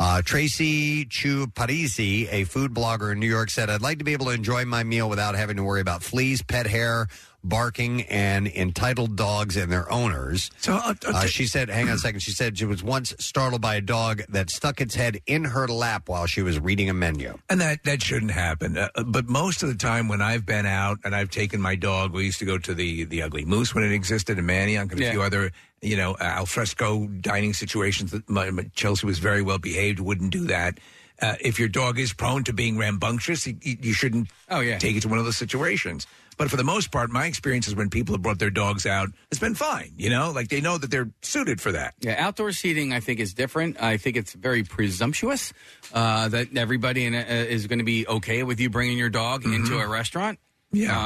C: Uh, Tracy Chu Parisi, a food blogger in New York, said, I'd like to be able to enjoy my meal without having to worry about fleas, pet hair, barking, and entitled dogs and their owners.
E: So
C: Uh, she said, hang on a second. She said she was once startled by a dog that stuck its head in her lap while she was reading a menu.
E: And that, that shouldn't happen. Uh, but most of the time when I've been out and I've taken my dog, we used to go to the, the Ugly Moose when it existed, and Manioc and a few other, you know, uh, al fresco dining situations. That my, my- Chelsea was very well behaved, wouldn't do that. Uh, if your dog is prone to being rambunctious, you, you shouldn't oh, yeah. take it to one of those situations. But for the most part, my experience is when people have brought their dogs out, it's been fine. You know, like they know that they're suited for that.
G: Yeah, outdoor seating I think is different. I think it's very presumptuous uh, that everybody in, uh, is going to be okay with you bringing your dog into a restaurant.
E: Mm-hmm. Yeah,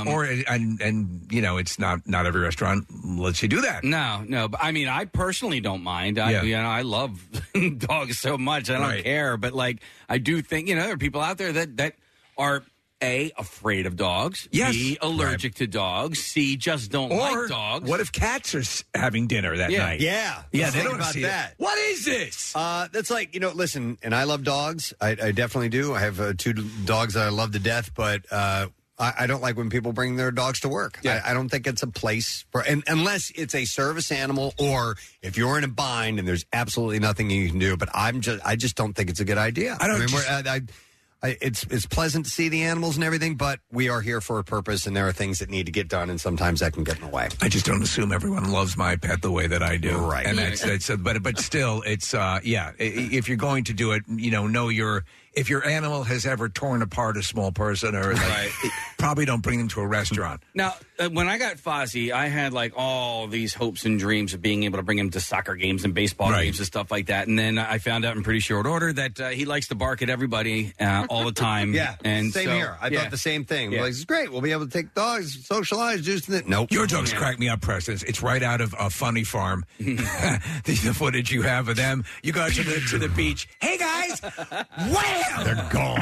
G: Um,
E: Uh, or and and you know, it's not not every restaurant lets you do that.
G: No, no. But I mean, I personally don't mind. I,
E: Yeah.
G: You know, I love dogs so much. I don't
E: Right.
G: care. But like, I do think you know there are people out there that that are a afraid of dogs.
E: Yes.
G: B allergic to dogs. C just don't like dogs.
E: What if cats are s- having dinner that
G: Yeah.
E: night?
C: Yeah.
E: yeah.
C: Let's
E: They
C: think
E: don't
C: about
E: see
C: that.
E: It. What is this?
C: Uh, that's like you know. Listen, and I love dogs. I, I definitely do. I have uh, two dogs that I love to death, but uh, I, I don't like when people bring their dogs to work. I, I don't think it's a place for, and, unless it's a service animal or if you're in a bind and there's absolutely nothing you can do. But I'm just, I just don't think it's a good idea.
E: I don't
C: mean,
E: just-
C: we're- uh, I, I, I, it's it's pleasant to see the animals and everything, but we are here for a purpose, and there are things that need to get done, and sometimes that can get in the way.
E: I just don't assume everyone loves my pet the way that I do.
C: Right.
E: And that's that's but but still it's uh yeah, i- i- if you're going to do it, you know, know your if your animal has ever torn apart a small person or like, probably don't bring them to a restaurant.
G: Now, uh, when I got Fozzie, I had like all these hopes and dreams of being able to bring him to soccer games and baseball games and stuff like that. And then I found out in pretty short order that uh, he likes to bark at everybody uh, all the time.
C: Yeah,
G: and
C: same
G: so-
C: here. I
G: yeah.
C: thought the same thing.
G: Yeah.
C: Like, it's great. We'll be able to take dogs, socialize, do something. Nope.
E: Your dogs crack me up, Preston. It's- It's right out of a funny farm. the, the footage you have of them. You go out to the to the beach. Hey guys, wham! They're gone.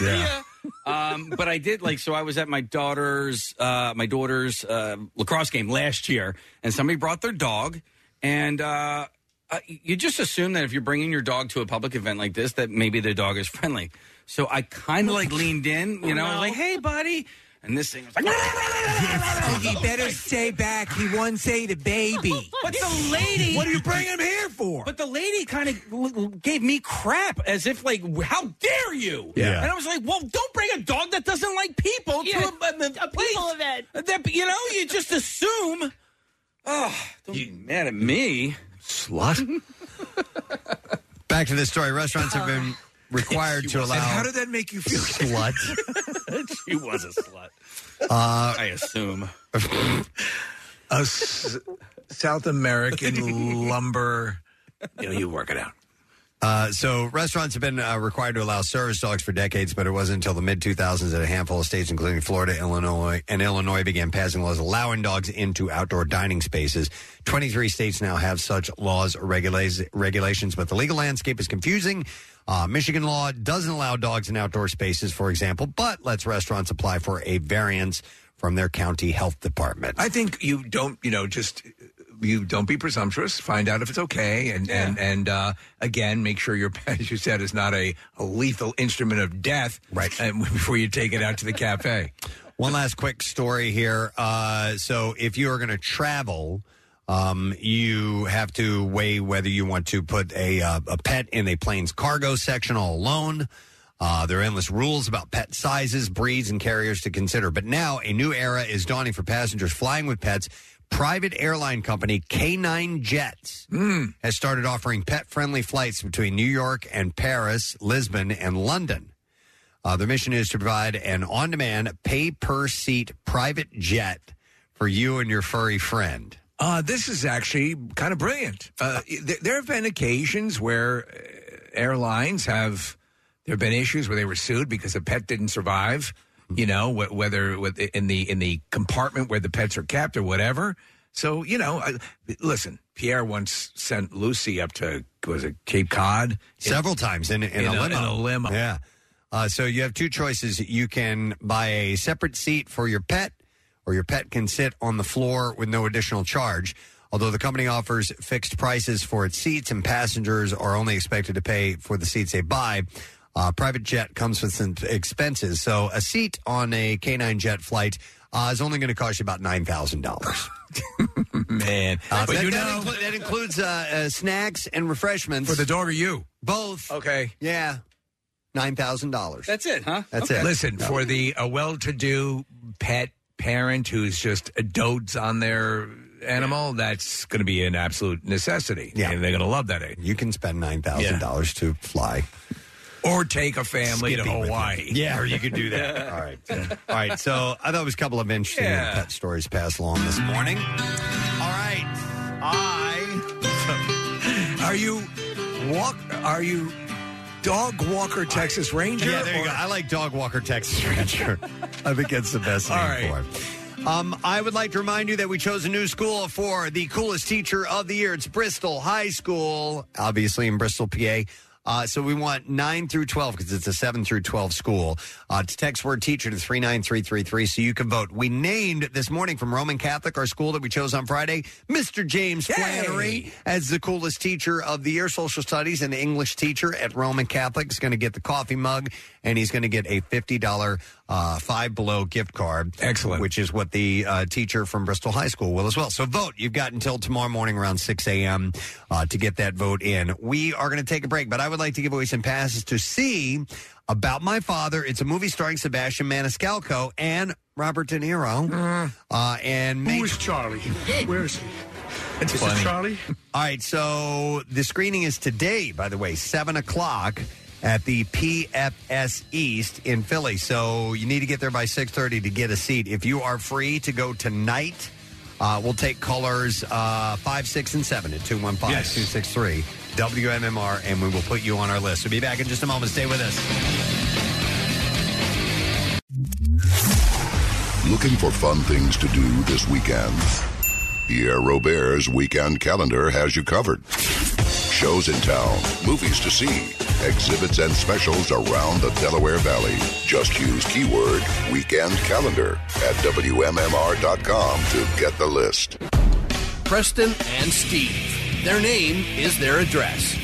G: Yeah. um, but I did like so. I was at my daughter's uh, my daughter's uh, lacrosse game last year, and somebody brought their dog, and uh, uh, you just assume that if you're bringing your dog to a public event like this, that maybe the dog is friendly. So I kind of like leaned in, you know, I was like, "Hey, buddy," and this thing was like,
E: He better stay back. He wants ate a baby.
G: But the lady,
E: What are you bringing him here for?
G: But the lady kind of gave me crap as if like, how dare you?
E: Yeah.
G: And I was like, well, don't bring a dog that doesn't like people to a, a, a people event. That you know, you just assume. Oh, don't be mad at me,
E: slut.
C: Back to this story. Restaurants have been required to allow.
E: And how did that make Ah. you feel?
C: Slut.
G: she was a slut.
C: Uh,
G: I assume.
E: A s- South American lumber. You know, you work it out.
C: Uh, so restaurants have been uh, required to allow service dogs for decades, but it wasn't until the mid 2000s that a handful of states, including Florida, Illinois, and Illinois, began passing laws allowing dogs into outdoor dining spaces. 23 states now have such laws or regulations, regulations but the legal landscape is confusing. Uh, Michigan law doesn't allow dogs in outdoor spaces, for example, but lets restaurants apply for a variance from their county health department.
E: I think you don't, you know, just you don't be presumptuous. Find out if it's okay, and and and uh, again, make sure your pet, as you said, is not a, a lethal instrument of death. Right. before you take it out to the cafe.
C: One last quick story here. Uh, so, if you are going to travel, um, you have to weigh whether you want to put a uh, a pet in a plane's cargo section all alone. Uh, there are endless rules about pet sizes, breeds, and carriers to consider. But now, a new era is dawning for passengers flying with pets. Private airline company K9 Jets has started offering pet friendly flights between New York and Paris, Lisbon, and London. Uh, their mission is to provide an on demand, pay per seat private jet for you and your furry friend.
E: Uh, this is actually kind of brilliant. Uh, th- there have been occasions where uh, airlines have there have been issues where they were sued because a pet didn't survive.
C: Hmm.
E: You know, wh- whether with, in the in the compartment where the pets are kept or whatever. So you know, I, listen. Pierre once sent Lucy up to was it Cape Cod
C: Several times in, in, a, limo.
E: In a limo.
C: Yeah. Uh, so you have two choices. You can buy a separate seat for your pet, or your pet can sit on the floor with no additional charge. Although the company offers fixed prices for its seats and passengers are only expected to pay for the seats they buy, uh, private jet comes with some expenses. So a seat on a K9 jet flight uh, is only going to cost you about $9,000.
E: Man.
C: but Uh, that, that inclu- that includes uh, uh, snacks and refreshments. For the
E: dog or you?
C: Both.
E: Okay.
C: Yeah. $9,000.
G: That's it, huh?
C: That's it.
E: Listen, for the a well-to-do pet parent who's just dotes on their animal, that's going to be an absolute necessity. Yeah, and they're going to love that.
C: You can spend nine thousand dollars to fly.
E: or take a family to
C: Skippy with
E: Hawaii.
C: you. Yeah, or you could do that. All right. All right, so I thought it was a couple of interesting pet stories passed along this morning. All right. I
E: Are you walk are you dog walker Texas Ranger?
C: Yeah, there you
E: or-
C: go. I like Dog Walker Texas Ranger. I think that's the best name for it. Um, I would like to remind you that we chose a new school for the coolest teacher of the year. It's Bristol High School, obviously in Bristol, PA. Uh, so we want 9 through 12 because it's a 7 through 12 school. Uh, to text word teacher to 39333 so you can vote. We named this morning from Roman Catholic, our school that we chose on Friday, Mr. James Flannery as the coolest teacher of the year, social studies and English teacher at Roman Catholic. is going to get the coffee mug and he's going to get a $50 uh, Five Below gift card. Excellent. Which is what the uh, teacher from Bristol High School will as well. So vote. You've got until tomorrow morning around 6 a.m. Uh, to get that vote in. We are going to take a break, but I would like to give away some passes to see About My Father. It's a movie starring Sebastian Maniscalco and Robert De Niro. Uh, and Who is
N: Mm-hmm. Charlie? Where is he?
C: That's
N: This is Charlie?
C: All right, so the screening is today, by the way, 7 o'clock at the PFS East in Philly. So you need to get there by 6.30 to get a seat. If you are free to go tonight, uh, we'll take callers uh, 5, 6, and 7 at 215-263. WMMR, and we will put you on our list. So be back in just a moment. Stay with us.
B: Looking for fun things to do this weekend? Pierre Robert's weekend calendar has you covered. Shows in town, movies to see, exhibits and specials around the Delaware Valley. Just use keyword weekend calendar at WMMR.com to get the list.
J: Preston and Steve. Their name is their address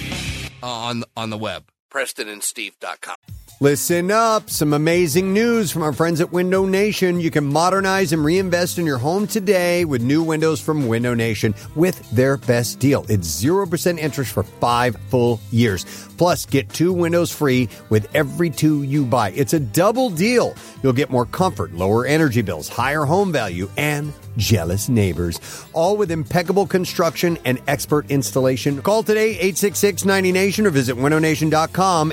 J: Uh, on on the web. PrestonandSteve.com.
X: Listen up. Some amazing news from our friends at Window Nation. You can modernize and reinvest in your home today with new windows from Window Nation with their best deal. It's 0% interest for five full years. Plus, get two windows free with every two you buy. It's a double deal. You'll get more comfort, lower energy bills, higher home value, and jealous neighbors. All with impeccable construction and expert installation. Call today 866 90 Nation or visit windownation.com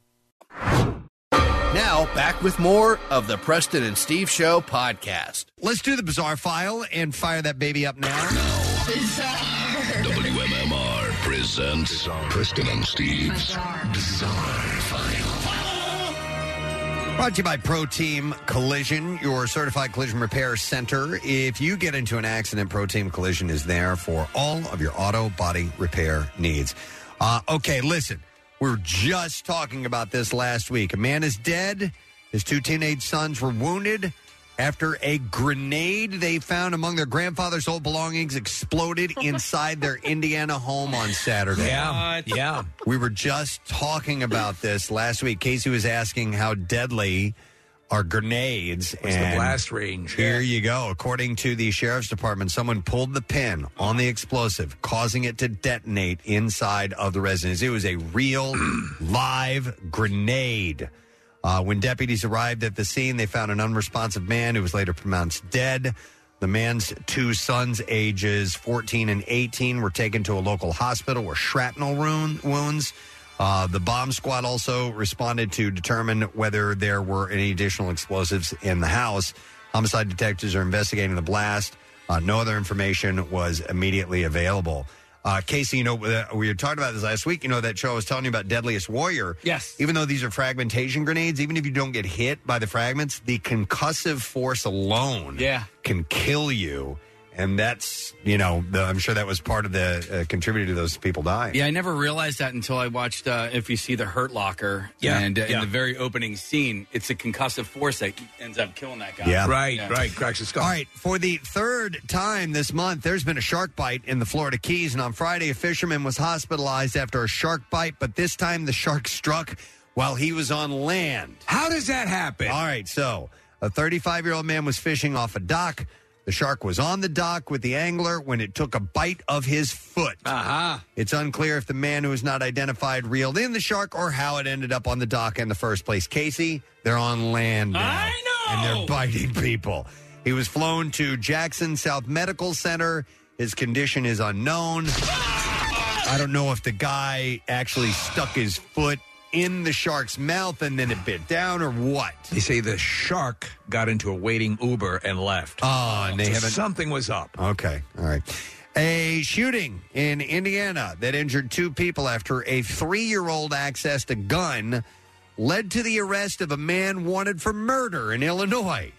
J: Now back with more of the Preston and Steve Show podcast.
C: Let's do the bizarre file and fire that baby up now.
B: WMMR presents Preston and Steve's Bizarre
C: Brought to you by Pro Team Collision, your certified collision repair center. If you get into an accident, Pro Team Collision is there for all of your auto body repair needs. Uh, okay, listen, we were just talking about this last week. A man is dead. His two teenage sons were wounded after a grenade they found among their grandfather's old belongings exploded inside their Indiana home on Saturday.
E: Yeah. Yeah.
C: We were just talking about this last week. Casey was asking how deadly are grenades
E: What's the blast range?
C: Here you go. According to the sheriff's department, someone pulled the pin on the explosive, causing it to detonate inside of the residence. It was a real live grenade. Uh, when deputies arrived at the scene, they found an unresponsive man who was later pronounced dead. The man's two sons, ages 14 and 18, were taken to a local hospital with shrapnel ruin- wounds. Uh, the bomb squad also responded to determine whether there were any additional explosives in the house. Homicide detectives are investigating the blast. Uh, no other information was immediately available. Uh, Casey, you know, we were talking about this last week. You know, that show I was telling you about Deadliest Warrior. Yes. Even though these are fragmentation grenades, even if you don't get hit by the fragments, the concussive force alone yeah. can kill you. And that's, you know, the, I'm sure that was part of the uh, contributor to those people dying.
G: Yeah, I never realized that until I watched. Uh, if you see the Hurt Locker,
C: Yeah,
G: and uh,
C: yeah.
G: in the very opening scene, it's a concussive force that ends up killing that guy.
C: Yeah.
G: Yeah.
E: Cracks his
C: All right, for the third time this month, there's been a shark bite in the Florida Keys, and on Friday, a fisherman was hospitalized after a shark bite, but this time the shark struck while he was on land.
E: How does that happen?
C: All right, so a 35 year old man was fishing off a dock. The shark was on the dock with the angler when it took a bite of his foot.
E: Uh-huh.
C: It's unclear if the man who is not identified reeled in the shark or how it ended up on the dock in the first place. Casey, they're on land. Now, And they're biting people. He was flown to Jackson South Medical Center. His condition is unknown. I don't know if the guy actually stuck his foot in the shark's mouth and then it bit down or what.
E: They say the shark got into a waiting Uber and left.
C: Oh, and they
E: So
C: haven't-
E: Something was up.
C: Okay. All right. A shooting in Indiana that injured two people after a three year old accessed a gun led to the arrest of a man wanted for murder in Illinois.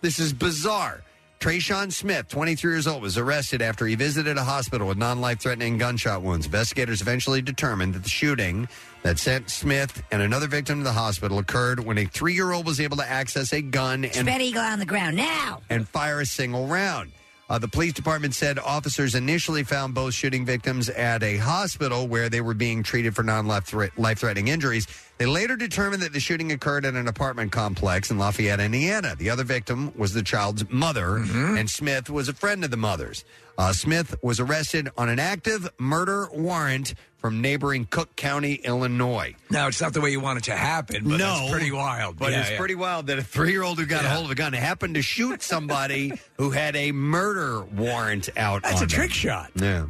C: This is bizarre. Trayshawn Smith, 23 years old, was arrested after he visited a hospital with non life threatening gunshot wounds. Investigators eventually determined that the shooting that sent Smith and another victim to the hospital occurred when a three year old was able to access a gun and
F: Spread eagle on the ground now.
C: and fire a single round. Uh, the police department said officers initially found both shooting victims at a hospital where they were being treated for non life threatening injuries. They later determined that the shooting occurred at an apartment complex in Lafayette, Indiana. The other victim was the child's mother, and Smith was a friend of the mother's. Uh, Smith was arrested on an active murder warrant from neighboring Cook County, Illinois.
E: Now, it's not the way you want it to happen, but
C: No,
E: it's pretty wild.
C: But
E: Yeah,
C: it's
E: yeah.
C: pretty wild that a three year old who got a
E: Yeah.
C: hold of a gun happened to shoot somebody who had a murder warrant out.
E: That's
C: on
E: a trick
C: them.
E: shot.
C: Yeah.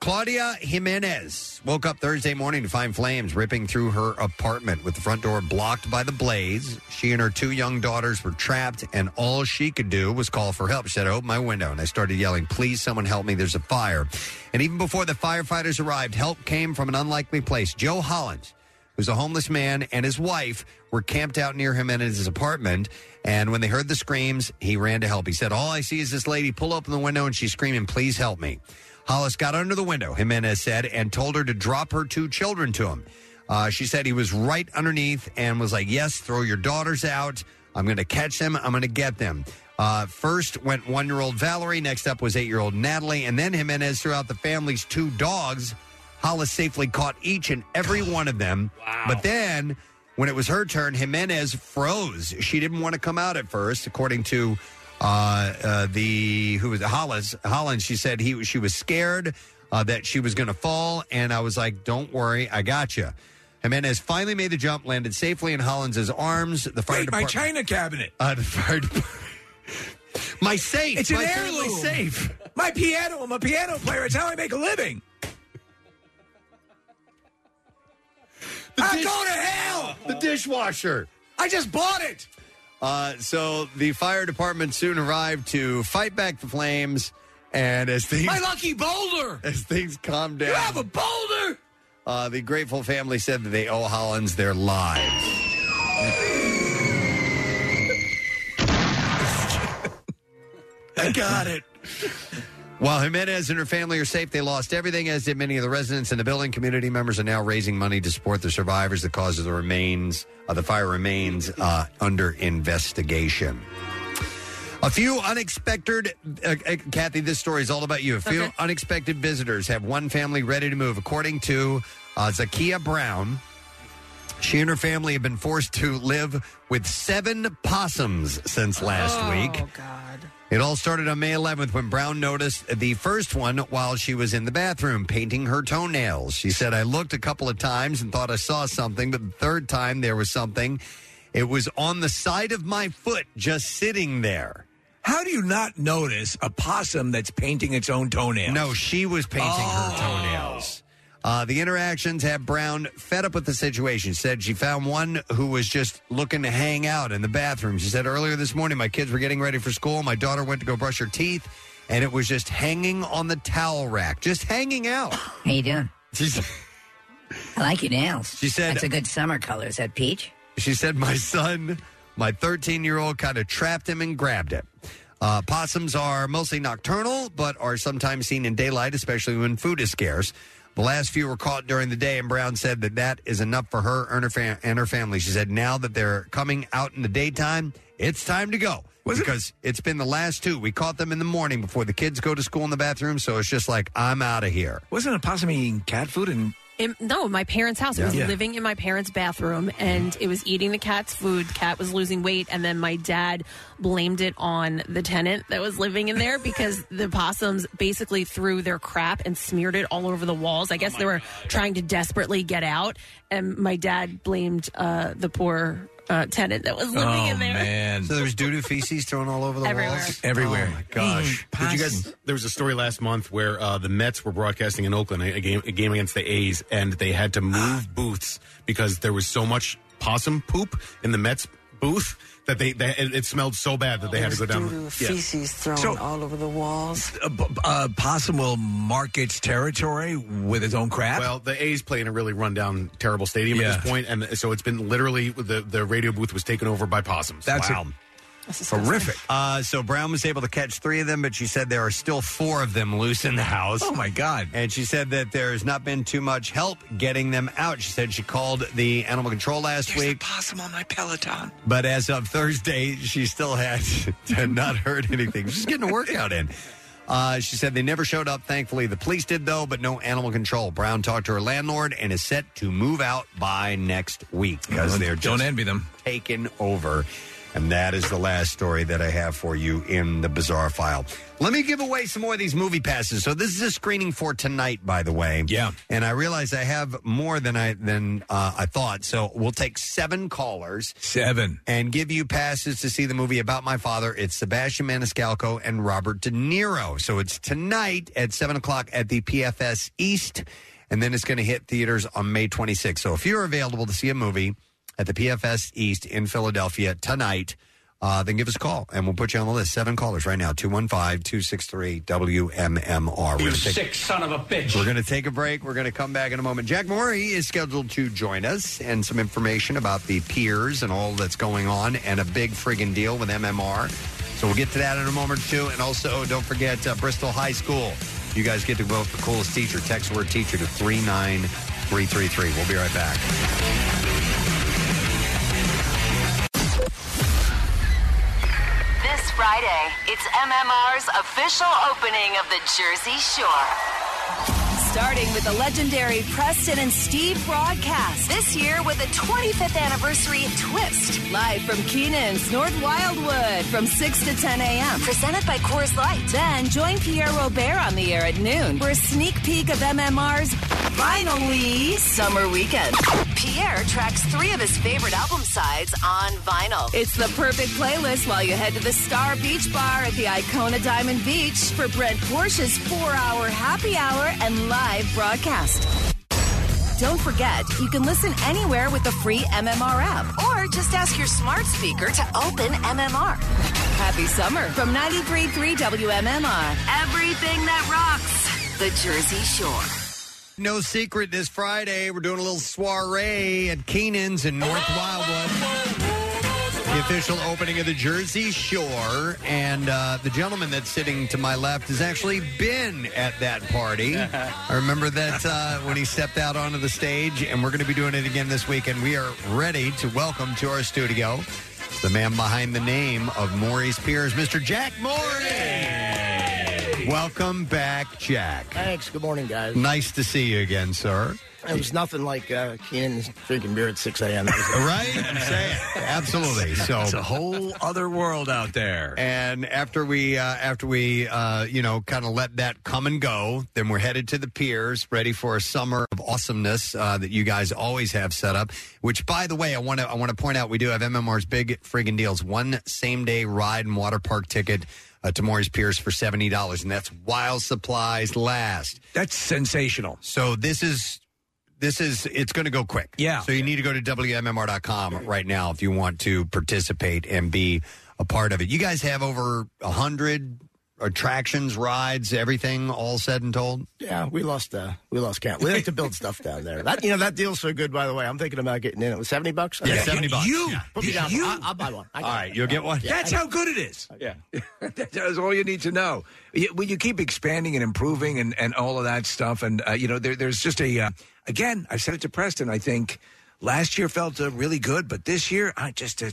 C: Claudia Jimenez woke up Thursday morning to find flames ripping through her apartment with the front door blocked by the blaze. She and her two young daughters were trapped, and all she could do was call for help. She said, I opened my window and I started yelling, Please, someone help me. There's a fire. And even before the firefighters arrived, help came from an unlikely place. Joe Holland, who's a homeless man, and his wife were camped out near him and his apartment. And when they heard the screams, he ran to help. He said, All I see is this lady pull open the window and she's screaming, Please help me. Hollis got under the window, Jimenez said, and told her to drop her two children to him. Uh, she said he was right underneath and was like, Yes, throw your daughters out. I'm going to catch them. I'm going to get them. Uh, first went one year old Valerie. Next up was eight year old Natalie. And then Jimenez threw out the family's two dogs. Hollis safely caught each and every one of them. But then, when it was her turn, Jimenez froze. She didn't want to come out at first, according to uh, uh, the who was it? Hollis Holland. She said he she was scared uh, that she was going to fall, and I was like, "Don't worry, I got you." Jimenez finally made the jump, landed safely in Holland's arms. The fire
E: My
C: department.
E: china cabinet.
C: Uh, the fire department. My safe.
E: It's an
C: My family
E: heirloom.
C: safe.
E: My piano. I'm a piano player. It's how I make a living. I'm going to hell.
C: The dishwasher.
E: I just bought it.
C: Uh, so the fire department soon arrived to fight back the flames, and as things
E: My lucky boulder.
C: as things calmed down, you have
E: a boulder.
C: Uh, the grateful family said that they owe Hollins their lives.
E: I got it.
C: While Jimenez and her family are safe, they lost everything, as did many of the residents in the building. Community members are now raising money to support the survivors. The cause of the remains, uh, the fire remains uh, under investigation. A few unexpected, uh, uh, Kathy, this story is all about you. A few unexpected visitors have one family ready to move. According to uh, Zakia Brown, she and her family have been forced to live with seven possums since last week. It all started on May 11th when Brown noticed the first one while she was in the bathroom painting her toenails. She said, I looked a couple of times and thought I saw something, but the third time there was something. It was on the side of my foot just sitting there.
E: How do you not notice a possum that's painting its own toenails? Oh.
C: No, she was painting her toenails. Uh, the interactions had Brown fed up with the situation. She said she found one who was just looking to hang out in the bathroom. She said earlier this morning, my kids were getting ready for school. My daughter went to go brush her teeth, and it was just hanging on the towel rack, just hanging out.
F: How you doing?
C: She's-
F: I like your nails.
C: She said-
F: that's a good summer color. Is that peach?
C: She said, My son, my 13 year old, kind of trapped him and grabbed it. Uh, possums are mostly nocturnal, but are sometimes seen in daylight, especially when food is scarce. The last few were caught during the day, and Brown said that that is enough for her and her, fam- and her family. She said, now that they're coming out in the daytime, it's time to go. because it? has been the last two. We caught them in the morning before the kids go to school in the bathroom, so it's just like, I'm out of here.
E: Wasn't a possum eating cat food and
D: In, no, my parents' house. It was
C: Yeah. Yeah.
D: living in my parents' bathroom, and it was eating the cat's food. Cat was losing weight, and then my dad blamed it on the tenant that was living in there because the possums basically threw their crap and smeared it all over the
G: Oh
D: walls. I guess they were trying to desperately get out, and my dad blamed uh, the poor uh, tenant that was living
G: Oh.
D: in there.
E: man.
C: So there's doo doo feces thrown all over the
D: Everywhere.
C: walls?
E: Everywhere. Mm-hmm.
C: Oh, my gosh.
M: Did you guys? There was a story last month where uh, the Mets were broadcasting in Oakland a, a game a game against the A's, and they had to move booths because there was so much possum poop in the Mets booth that they, they it, it smelled so bad that they had to go down. Yeah.
E: thrown all over the walls. A, Uh, b- a possum will mark its territory with its own crap.
M: Well, the A's play in a really rundown, terrible stadium
E: Yeah.
M: at this point, and so it's been literally the the radio booth was taken over by possums.
C: That's
M: wow.
C: a- Horrific. Uh, so Brown was able to catch three of them, but she said there are still four of them loose in the house. Oh
E: my God!
C: And she said that there has not been too much help getting them out. She said she called the animal control last week,
E: possum on my Peloton.
C: but as of Thursday, she still had, had not heard anything. She's getting a workout in. Uh, she said they never showed up. Thankfully, the police did though, but no animal control. Brown talked to her landlord and is set to move out by next week because they're
E: Mm-hmm. Don't
C: just
E: envy them.
C: taken over. And that is the last story that I have for you in the bizarre file. Let me give away some more of these movie passes. So this is a screening for tonight, by the way. Yeah. And I realize I have more than I than uh, I thought. So we'll take seven callers.
E: Seven.
C: And give you passes to see the movie about my father. It's Sebastian Maniscalco and Robert De Niro. So it's tonight at seven o'clock at the PFS East, and then it's going to hit theaters on May 26th. So if you're available to see a movie at the PFS East in Philadelphia tonight, uh, then give us a call and we'll put you on the list. Seven callers right now 215 263 WMMR.
H: You sick son of a bitch.
C: We're going to take a break. We're going to come back in a moment. Jack Morey is scheduled to join us and some information about the peers and all that's going on and a big friggin' deal with MMR. So we'll get to that in a moment, too. And also, don't forget uh, Bristol High School. You guys get to vote for coolest teacher. Text word teacher to 39333. We'll be right back.
K: This Friday, it's MMR's official opening of the Jersey Shore.
I: Starting with the legendary Preston and Steve broadcast this year with a 25th anniversary twist. Live from Keenan's North Wildwood from 6 to 10 a.m. Presented by Coors Light. Then join Pierre Robert on the air at noon for a sneak peek of MMR's finally summer weekend.
K: Pierre tracks three of his favorite album sides on vinyl.
I: It's the perfect playlist while you head to the Star Beach Bar at the Icona Diamond Beach for Brent Porsche's four hour happy hour and live broadcast. Don't forget, you can listen anywhere with the free MMR app.
K: Or just ask your smart speaker to open MMR.
I: Happy summer from 93.3 WMMR.
K: Everything that rocks. The Jersey Shore.
C: No secret this Friday, we're doing a little soiree at Keenan's in North Wildwood. The official opening of the Jersey Shore. And uh, the gentleman that's sitting to my left has actually been at that party. I remember that uh, when he stepped out onto the stage, and we're going to be doing it again this week. And we are ready to welcome to our studio the man behind the name of Maury's Piers, Mr. Jack Maury. Welcome back, Jack.
L: Thanks. Good morning, guys.
C: Nice to see you again, sir.
L: It was nothing like uh, Keenan's drinking beer at 6 a.m.
C: right? I'm saying. Absolutely. So
L: It's a
E: whole other world out there.
C: And after we, uh, after we, uh, you know, kind of let that come and go, then we're headed to the piers, ready for a summer of awesomeness uh, that you guys always have set up. Which, by the way, I want to, I want to point out, we do have MMR's big friggin' deals: one same day ride and water park ticket uh, to Maury's Piers for seventy dollars, and that's while supplies last.
E: That's sensational.
C: So this is this is it's going to go quick.
E: Yeah.
C: So you need to go to WMMR.com right now if you want to participate and be a part of it. You guys have over 100 attractions, rides, everything, all said and told?
L: Yeah, we lost uh, we lost count. We like to build stuff down there. That you know that deal's so good. By the way, I'm thinking about getting in. It was seventy bucks.
C: Yeah, 70 bucks.
L: You
C: Yeah.
L: put me down.
E: You-
L: I, I'll buy one. I
C: All right, you'll get one.
E: That's how good it is.
G: Yeah.
E: that is all you need to know. You, when you keep expanding and improving and, and all of that stuff, and uh, you know, there, there's just a uh, again. I said it to Preston. I think last year felt uh, really good, but this year, I just uh,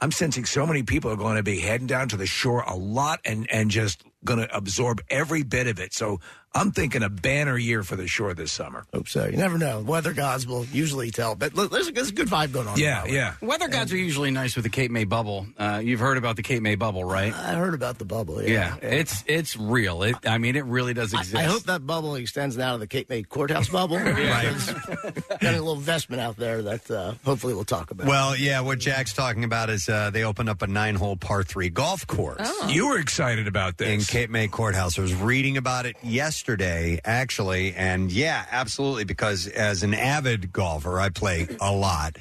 E: I'm sensing so many people are going to be heading down to the shore a lot and and just going to absorb every bit of it. So I'm thinking a banner year for the shore this summer.
L: Hope so. You never know. Weather gods will usually tell, but look, there's, a, there's a good vibe going on.
G: Yeah, yeah. Weather gods are usually nice with the Cape May bubble. Uh, you've heard about the Cape May bubble, right?
L: I heard about the bubble.
G: yeah,
L: Yeah.
G: it's it's real. It, I mean, it really does exist.
L: I hope that bubble extends out of the Cape May courthouse bubble. Got a little investment out there that uh, hopefully we'll talk about.
C: Well, yeah, what Jack's talking about is uh, they opened up a nine hole par three golf course.
E: You were excited about this.
C: In Cape May Courthouse. I was reading about it yesterday, actually. And yeah, absolutely. Because as an avid golfer, I play a lot.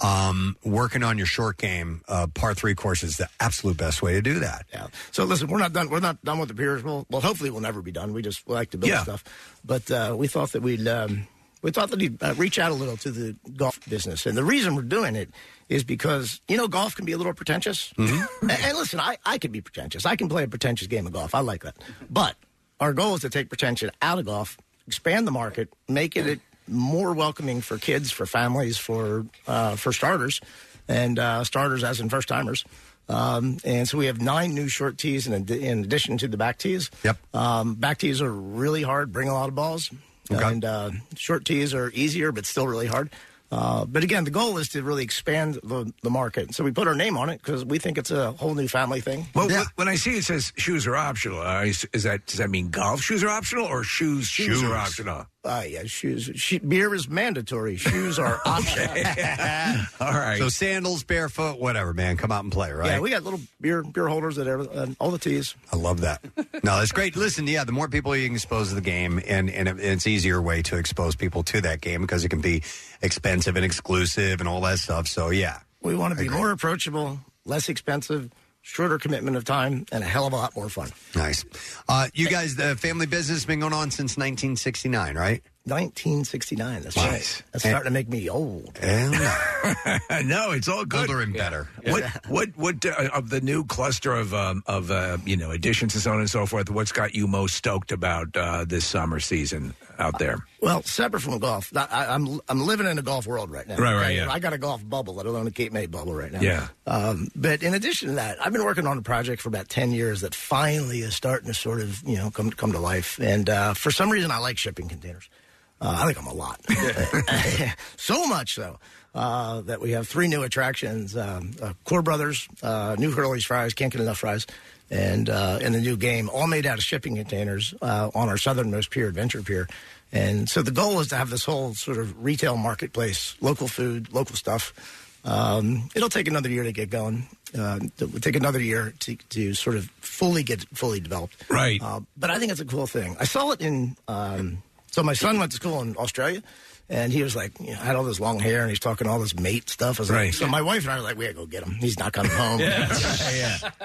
C: Um, working on your short game, uh, par three course is the absolute best way to do that.
L: So listen, we're not done. We're not done with the Piers. Well, well, hopefully we'll never be done. We just like to build
C: Yeah.
L: stuff, but uh, we thought that we'd um, we thought that we'd uh, reach out a little to the golf business, and the reason we're doing it is because you know golf can be a little pretentious.
C: hmm?
L: and, and listen, I I can be pretentious. I can play a pretentious game of golf. I like that. But our goal is to take pretension out of golf, expand the market, make it more welcoming for kids, for families, for uh, for starters, and uh, starters as in first timers. Um, and so we have nine new short tees in, ad- in addition to the back tees. Yep. Um, back tees are really hard, bring a lot of balls. And uh, short tees are easier, but still really hard. Uh, but again, the goal is to really expand the, the market. So we put our name on it because we think it's a whole new family thing.
E: Well, wh- when I see it says shoes are optional, uh, is, is that does that mean golf shoes are optional or shoes shoes,
L: Shoes.
E: are optional?
L: Uh, yeah, shoes. She, beer is mandatory. Shoes are optional.
E: All right.
C: So sandals, barefoot, whatever, man. Come out and play, right?
L: Yeah, we got little beer beer holders at every, and all the teas.
C: I love that. No, that's great. Listen, yeah, the more people you can expose to the game, and and it- it's easier way to expose people to that game because it can be expensive and exclusive and all that stuff. So yeah,
L: We want to be more approachable, less expensive, shorter commitment of time, and a hell of a lot more fun.
C: nice. Uh, you guys, the family business has been going on since 1969, right?
L: 1969. That's right. That's
C: And-
L: starting to make me old.
E: no, it's all good.
C: Older and better.
E: What what what uh, of the new cluster of um, of uh, you know additions and so on and so forth? What's got you most stoked about uh, this summer season out there?
L: Well, separate from golf, I, I- I'm I'm living in a golf world right now.
E: Right, right,
L: Okay?
E: yeah.
L: I got a golf bubble, let alone a Cape May bubble right now.
E: Yeah.
L: Um, but in addition to that, I've been working on a project for about ten years that finally is starting to sort of you know come come to life. And uh, for some reason, I like shipping containers. Uh, I like them a lot, so much so uh, that we have three new attractions: um, uh, Core Brothers, uh, New Hurley's Fries, Can't Get Enough Fries, and uh, and a new game, all made out of shipping containers uh, on our southernmost pier, Adventure Pier. And so the goal is to have this whole sort of retail marketplace, local food, local stuff. Um, it'll take another year to get going. Uh, it will take another year to, to sort of fully get fully developed.
E: Right.
L: Uh, but I think it's a cool thing. I saw it in. Um, so my son went to school in Australia, and he was like, you know, had all this long hair, and he's talking all this mate stuff. I was like-
E: Right.
L: so my wife and I were like, we gotta go get him. He's not coming home.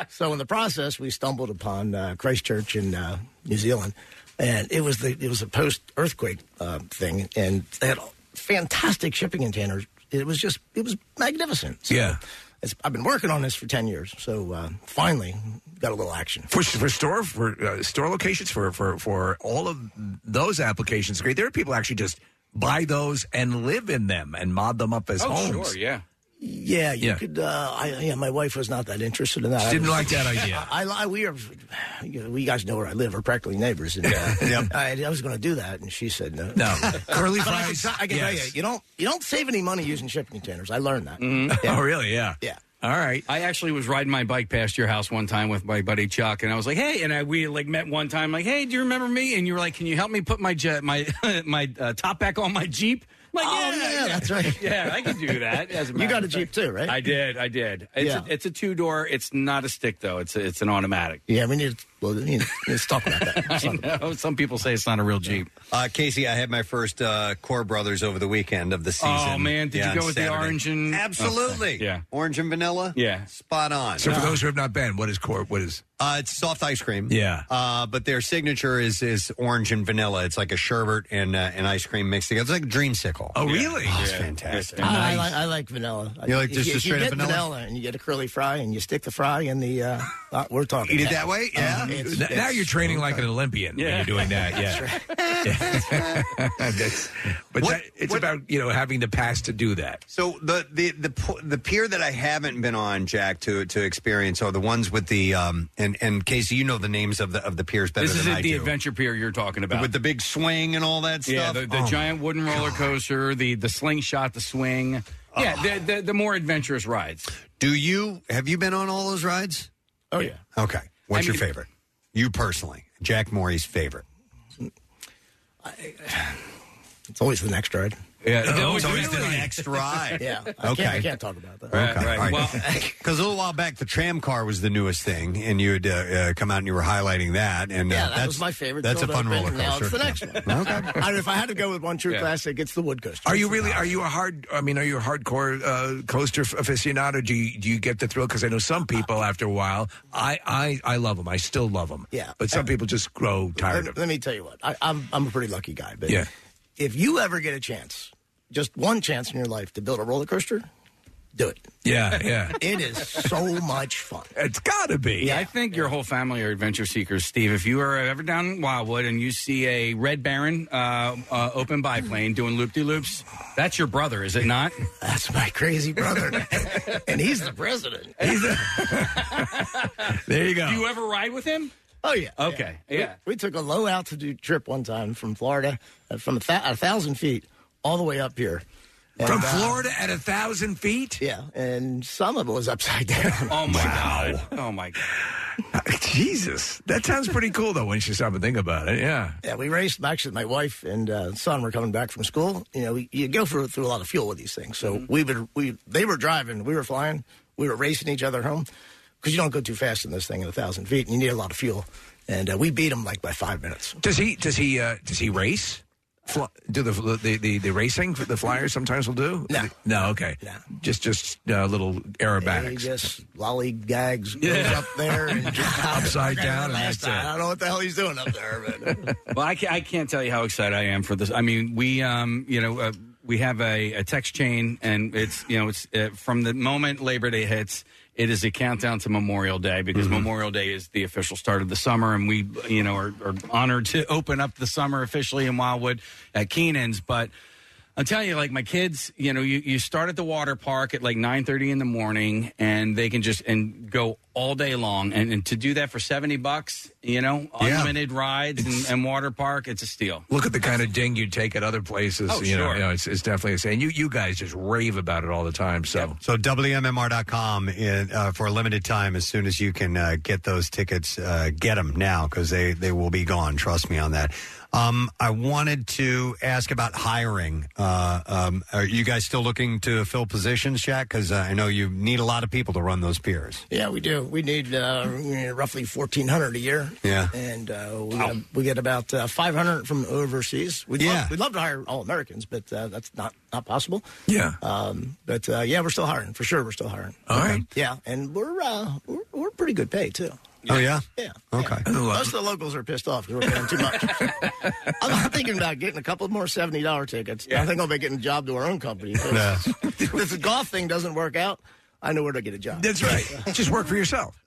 L: So in the process, we stumbled upon uh, Christchurch in uh, New Zealand, and it was the it was a post earthquake uh, thing, and they had fantastic shipping containers. It was just it was magnificent. So
E: Yeah.
L: it's, I've been working on this for ten years, so uh, finally got a little action.
E: For, for store for uh, store locations for, for for all of those applications, great. There are people actually just buy those and live in them and mod them up as
L: Oh,
E: homes.
L: sure,
G: yeah.
L: Yeah, you
E: Yeah.
L: could. Uh, I, yeah, my wife was not that interested in that.
E: She
L: I
E: didn't
L: was-
E: like that idea.
L: I, I we are, you know, we guys know where I live. We're practically neighbors. And, uh, I, I was going to do that, and she said no.
E: No,
L: curly
E: fries,
L: I can, tell- I can tell you,
E: yes.
L: you don't you don't save any money using shipping containers. I learned that.
G: Mm-hmm.
E: Oh, really? Yeah.
L: Yeah.
E: All right.
G: I actually was riding my bike past your house one time with my buddy Chuck, and I was like, "Hey!" And I we like met one time, like, "Hey, do you remember me?" And you were like, "Can you help me put my je- my my uh, top back on my Jeep?" I'm like,
L: Oh,
G: yeah,
L: yeah, that's right.
G: Yeah, I can do that. as
L: You got
G: matter
L: a
G: of
L: Jeep
G: fact."
L: too, right?
G: I did. I did. It's
L: Yeah.
G: a, it's a two door. It's not a stick though. It's a, it's an automatic.
L: Yeah, we need Well, you know, let's talk about that.
G: I know. Some people say it's not a real Jeep.
C: Uh, Casey, I had my first uh, Core Brothers over the weekend of the season.
G: Oh, man. Did
C: Yeah,
G: you
C: on
G: go with the
C: Saturday.
G: orange and. Oh.
C: Absolutely.
G: Okay. Yeah.
C: Orange and vanilla?
G: Yeah.
C: Spot on.
E: So for those who have not been, what is core? What is?
C: Uh, it's soft ice cream.
E: Yeah.
C: Uh, but their signature is is orange and vanilla. It's like a sherbet and uh, and ice cream mixed together. It's like a dreamsicle.
L: Oh,
E: really?
C: it's
L: Yeah.
C: fantastic.
L: I, I like, I like vanilla.
C: You like
L: If
C: just
L: you,
C: the
L: if you
C: straight up
L: get
C: vanilla?
L: and you get a curly fry, and you stick the fry in the. Uh, uh, we're talking.
E: Eat it that way? Yeah.
L: Um, it's-
E: Th- now
L: it's-
E: you're training like an Olympian when you're doing that. Yeah. That's- but that, it's about you know having the past to do that.
C: So the the the po- the pier that I haven't been on, Jack, to to experience are the ones with the um and and Casey, you know the names of the of the piers better
G: This is
C: than
G: at
C: I
G: the
C: do.
G: adventure pier you're talking about.
C: With the big swing and all that
G: Yeah,
C: stuff?
G: the, the
C: Oh, my
G: giant wooden roller coaster, the, the slingshot, the swing. Yeah, the, the, the more adventurous rides.
C: Do you have you been on all those rides?
L: Oh yeah.
C: Okay. What's
L: I
C: your
L: mean-
C: favorite? You personally, Jack Morey's favorite.
L: It's always the next ride.
G: Yeah,
C: Oh, it's always the next ride.
L: yeah. I
C: Okay.
L: Can't, I can't talk about that.
C: Right, because a little while back the tram car was the newest thing, and you had uh, uh, come out and you were highlighting that, and uh,
L: yeah, that
C: that's
L: was my favorite.
C: That's a
L: till
C: fun
L: then,
C: roller
L: and Now
C: coaster.
L: it's the next one. I mean, if I had to go with one true classic, it's the wood coaster.
E: Are you really? Are you a hard? I mean, are you a hardcore uh, coaster f- aficionado? Do you do you get the thrill? Because I know some people after a while. I I I love them. I still love them.
L: Yeah. Uh,
E: But some people just grow tired
L: let,
E: of.
L: let me tell you what. I, I'm I'm a pretty lucky guy, but
E: Yeah.
L: if you ever get a chance, just one chance in your life to build a roller coaster, do it.
E: Yeah, Uh, yeah.
L: It is so much fun.
E: It's got to be.
G: Yeah, I think your whole family are adventure seekers, Steve. If you are ever down in Wildwood and you see a Red Baron uh, uh, open biplane doing loop de loops, that's your brother, is it not?
L: That's my crazy brother. and he's the president. He's the
E: there you go.
G: Do you ever ride with him?
L: Oh yeah.
G: Okay.
L: We-
G: Yeah.
L: We, took a low altitude trip one time from Florida, uh, from a, thou- a thousand feet all the way up here. uh,
E: From Florida at a thousand feet.
L: Yeah, and some of it was upside down.
G: Oh my god. Oh my god.
E: Jesus, that sounds pretty cool though. When you stop and think about it, yeah.
L: Yeah, we raced. Actually, my wife and uh, son were coming back from school. You know, we, you go through through a lot of fuel with these things. So
E: Mm-hmm.
L: we would we they were driving, we were flying, we were racing each other home because you don't go too fast in this thing at a thousand feet, and you need a lot of fuel. And uh, we beat them like by five minutes.
E: Does he? Does he? Uh, does he race? Fl- do the, the the the racing the flyers sometimes will do? No, no, okay, just just uh, little
L: He
E: aerobatics.
L: just lollygags goes up there and
E: upside down. and that's
L: Last time, I
E: it.
L: don't know what the hell he's doing up there, but
G: well, I, ca- I can't tell you how excited I am for this. I mean, we, um, you know, uh, we have a, a text chain, and it's, you know, it's uh, from the moment Labor Day hits, it is a countdown to Memorial Day because Memorial Day is the official start of the summer, and we, you know, are, are honored to open up the summer officially in Wildwood at Keenan's, but. I'm telling you, like my kids, you know, you, you start at the water park at like 9:30 in the morning, and they can just and go all day long, and, and to do that for 70 bucks, you know,
E: Yeah.
G: unlimited rides and, and water park, it's a steal.
E: Look at the kind of ding you take at other places.
G: Oh,
E: you, know,
G: sure.
E: you know, it's, it's definitely insane. You you guys just rave about it all the time. So
C: So WMMR.com in, uh, for a limited time. As soon as you can uh, get those tickets, uh, get them now because they, they will be gone. Trust me on that. Um, I wanted to ask about hiring. Uh, um, are you guys still looking to fill positions, Jack? Because uh, I know you need a lot of people to run those piers.
L: yeah, we do. We need uh, roughly fourteen hundred a year.
C: Yeah.
L: and uh, we, get, we get about uh, 500 from overseas. We'd,
C: Yeah.
L: love, we'd love to hire all Americans, but uh, that's not, not possible.
E: Yeah.
L: Um, but uh, yeah, we're still hiring for sure. We're still hiring.
E: All right.
L: Yeah, and we're uh, we're, we're pretty good pay too.
C: Oh yeah.
L: Yeah.
C: Okay.
E: uh,
L: Most of the locals are pissed off because we're paying too much. I'm, I'm thinking about getting a couple more seventy dollar tickets. I think I'll be getting a job to our own company.
C: Yeah.
L: if the golf thing doesn't work out, I know where to get a job.
E: That's right. Just work for yourself.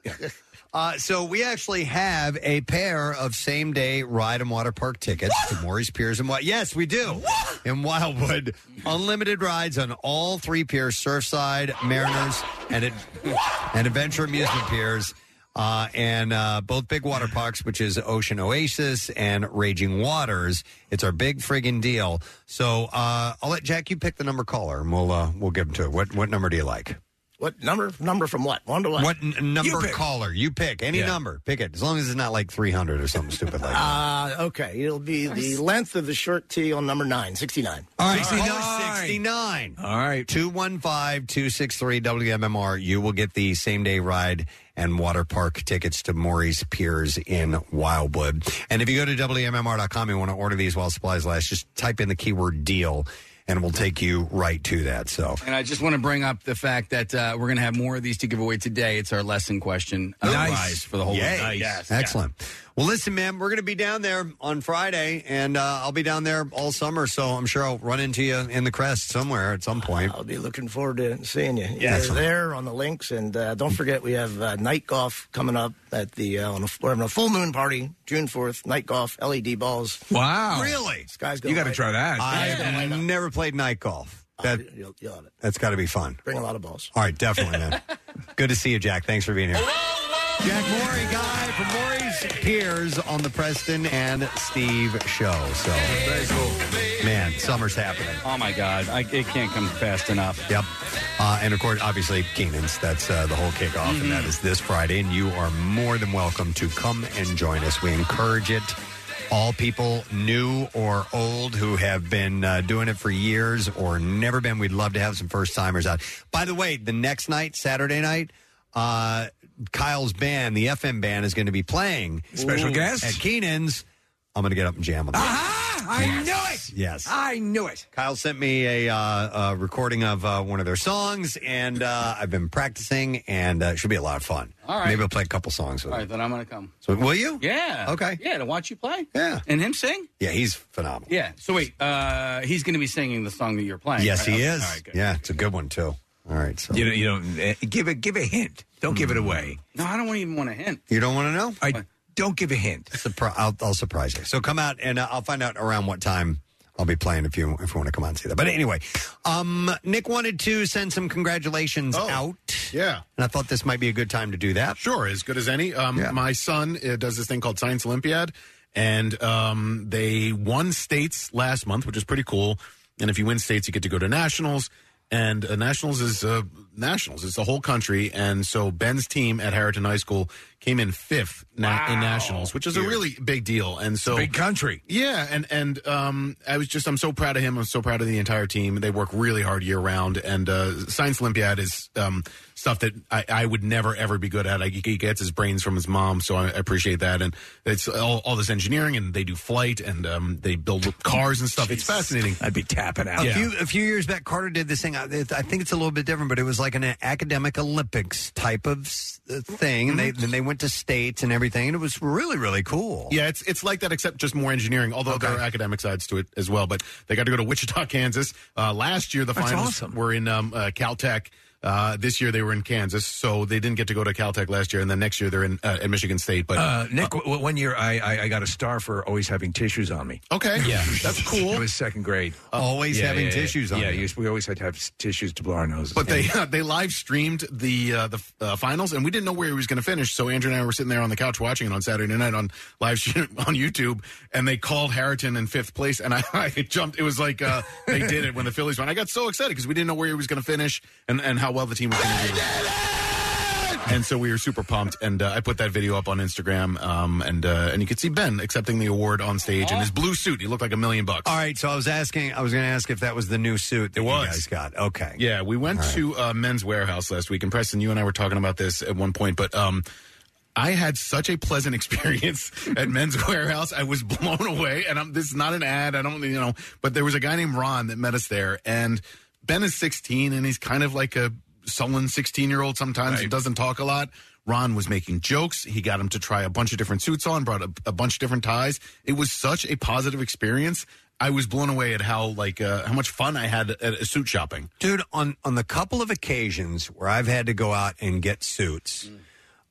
C: Uh, so we actually have a pair of same day ride and water park tickets to Maury's Piers and what? Yes, we do. In Wildwood, unlimited rides on all three piers: Surfside, Mariners, and ad- and Adventure Amusement Piers. Uh, and uh, both big water parks, which is Ocean Oasis and Raging Waters, it's our big friggin' deal. So uh, I'll let Jack you pick the number caller, and we'll uh, we'll give them to it. What what number do you like?
L: What number? Number from what? One to what?
C: What n- number caller? You pick any
L: Yeah.
C: number. Pick it as long as it's not like 300 or something stupid like that.
L: Uh, okay, it'll be the length of the short T on number nine, 69.
C: All right, 69. All right. 215 263 WMMR. You will get the same day ride and water park tickets to Maury's Piers in Wildwood. And if you go to WMMR.com, you want to order these while supplies last, just type in the keyword deal and we'll take you right to that. So,
G: And I just want to bring up the fact that uh, we're going to have more of these to give away today. It's our lesson question uh, prize for the whole
C: Yay.
G: night.
C: Excellent. Well, listen, ma'am, we're going to be down there on Friday, and uh, I'll be down there all summer, so I'm sure I'll run into you in the crest somewhere at some point.
L: I'll be looking forward to seeing you.
C: Yeah.
L: Yeah, there on the links, and uh, don't forget we have uh, night golf coming up at the uh, on a, we're having a full moon party June fourth. Night golf, LED balls.
E: Wow.
C: Really?
L: Sky's going.
E: You got to try that.
C: I've never played night golf. That, that's got to be fun.
L: Bring a lot of balls.
C: All right, definitely, man. Good to see you, Jack. Thanks for being here. Jack Morey guy from Morey's Piers on the Preston and Steve show. So, man, summer's happening.
G: Oh my God, I, it can't come fast enough.
C: Yep. Uh, and of course, obviously, Keenan's. That's uh, the whole kickoff, and
G: Mm-hmm.
C: that is this Friday. And you are more than welcome to come and join us. We encourage it. All people, new or old, who have been uh, doing it for years or never been, we'd love to have some first timers out. By the way, the next night, Saturday night, uh, Kyle's band, the FM band, is going to be playing.
E: Special guest?
C: At Keenan's. I'm going to get up and jam with them.
E: I knew it.
C: Yes.
E: I knew it.
C: Kyle sent me a, uh, uh recording of uh, one of their songs, and uh, I've been practicing, and uh, it should be a lot of fun.
G: All right.
C: Maybe I'll play a couple songs
G: All
C: with him.
G: right, then I'm going to come.
C: So, will you?
G: Yeah.
C: Okay.
G: Yeah, to watch you play.
C: Yeah.
G: And him sing?
C: Yeah, he's phenomenal.
G: Yeah. So wait, uh, he's going to be singing the song that you're playing.
C: yes,
G: right?
C: he
G: Okay.
C: is.
G: All right, good.
C: yeah, it's a good one too. All right, so Hmm.
E: You don't, you don't eh, give a give a hint. Don't give it away.
G: No, I don't even want to hint.
C: you don't want to know?
E: I don't give a hint.
C: Surpri- I'll, I'll surprise you. So come out, and uh, I'll find out around what time I'll be playing if you if you want to come out and see that. But anyway, um, Nick wanted to send some congratulations out.
M: Oh, Yeah.
C: And I thought this might be a good time to do that.
M: Sure, as good as any. Um, My son uh, does this thing called Science Olympiad, and um, they won states last month, which is pretty cool. And if you win states, you get to go to nationals. And uh, nationals is uh, nationals; it's the whole country. And so Ben's team at Harrington High School came in fifth na- in nationals, which is a
E: Huge.
M: really big deal. And so
E: Big country.
M: yeah, and and um, I was just I'm so proud of him. I'm so proud of the entire team. They work really hard year round, and uh, Science Olympiad is um, stuff that I, I would never ever be good at. I, he gets his brains from his mom, so I appreciate that. And it's all, all this engineering, and they do flight, and um, they build cars and stuff. It's fascinating.
E: I'd be tapping
C: A few a few years back, Carter did this thing. I, it- I think it's a little bit different, but it was like an academic Olympics type of s- uh, thing. And they
E: Mm-hmm.
C: then they went to states and everything, and it was really really cool.
M: Yeah, it's it's like that, except just more engineering. Although there are academic sides to it as well. But they got to go to Wichita, Kansas. Uh, last year, the
E: That's
M: finals
E: awesome.
M: were in um, uh, Caltech. Uh, this year they were in Kansas, so they didn't get to go to Caltech last year, and then next year they're in uh, at Michigan State. But
E: uh, Nick, w- one year I, I I got a star for always having tissues on me.
M: okay, yeah, that's cool.
E: It was second grade.
C: Always having tissues on
E: Yeah,
C: you.
E: you- we always had to have s- tissues to blow our noses.
M: But they they live streamed the uh, the uh, finals, and we didn't know where he was going to finish. So Andrew and I were sitting there on the couch watching it on Saturday night on live stream on YouTube, and they called Harrington in fifth place, and I, I jumped. It was like uh, they did it when the Phillies won. I got so excited because we didn't know where he was going to finish and, and how well the team was going to do. And so we were super pumped, and uh, I put that video up on Instagram, um, and uh, and you could see Ben accepting the award on stage in his blue suit. He looked like a million bucks.
C: All right, so I was asking, I was going to ask if that was the new suit that
M: It
C: you
M: was.
C: guys got. Okay,
M: Yeah, we went to uh, Men's Warehouse last week, and Preston, you and I were talking about this at one point, but um, I had such a pleasant experience at Men's Warehouse. I was blown away, and I'm, this is not an ad. I don't, you know, but there was a guy named Ron that met us there, and Ben is 16, and he's kind of like a sullen 16 year old sometimes who doesn't talk a lot. Ron was making jokes. He got him to try a bunch of different suits on, brought a, a bunch of different ties. It was such a positive experience. I was blown away at how like uh, how much fun I had at, at suit shopping.
C: dude. On on the couple of occasions where I've had to go out and get suits,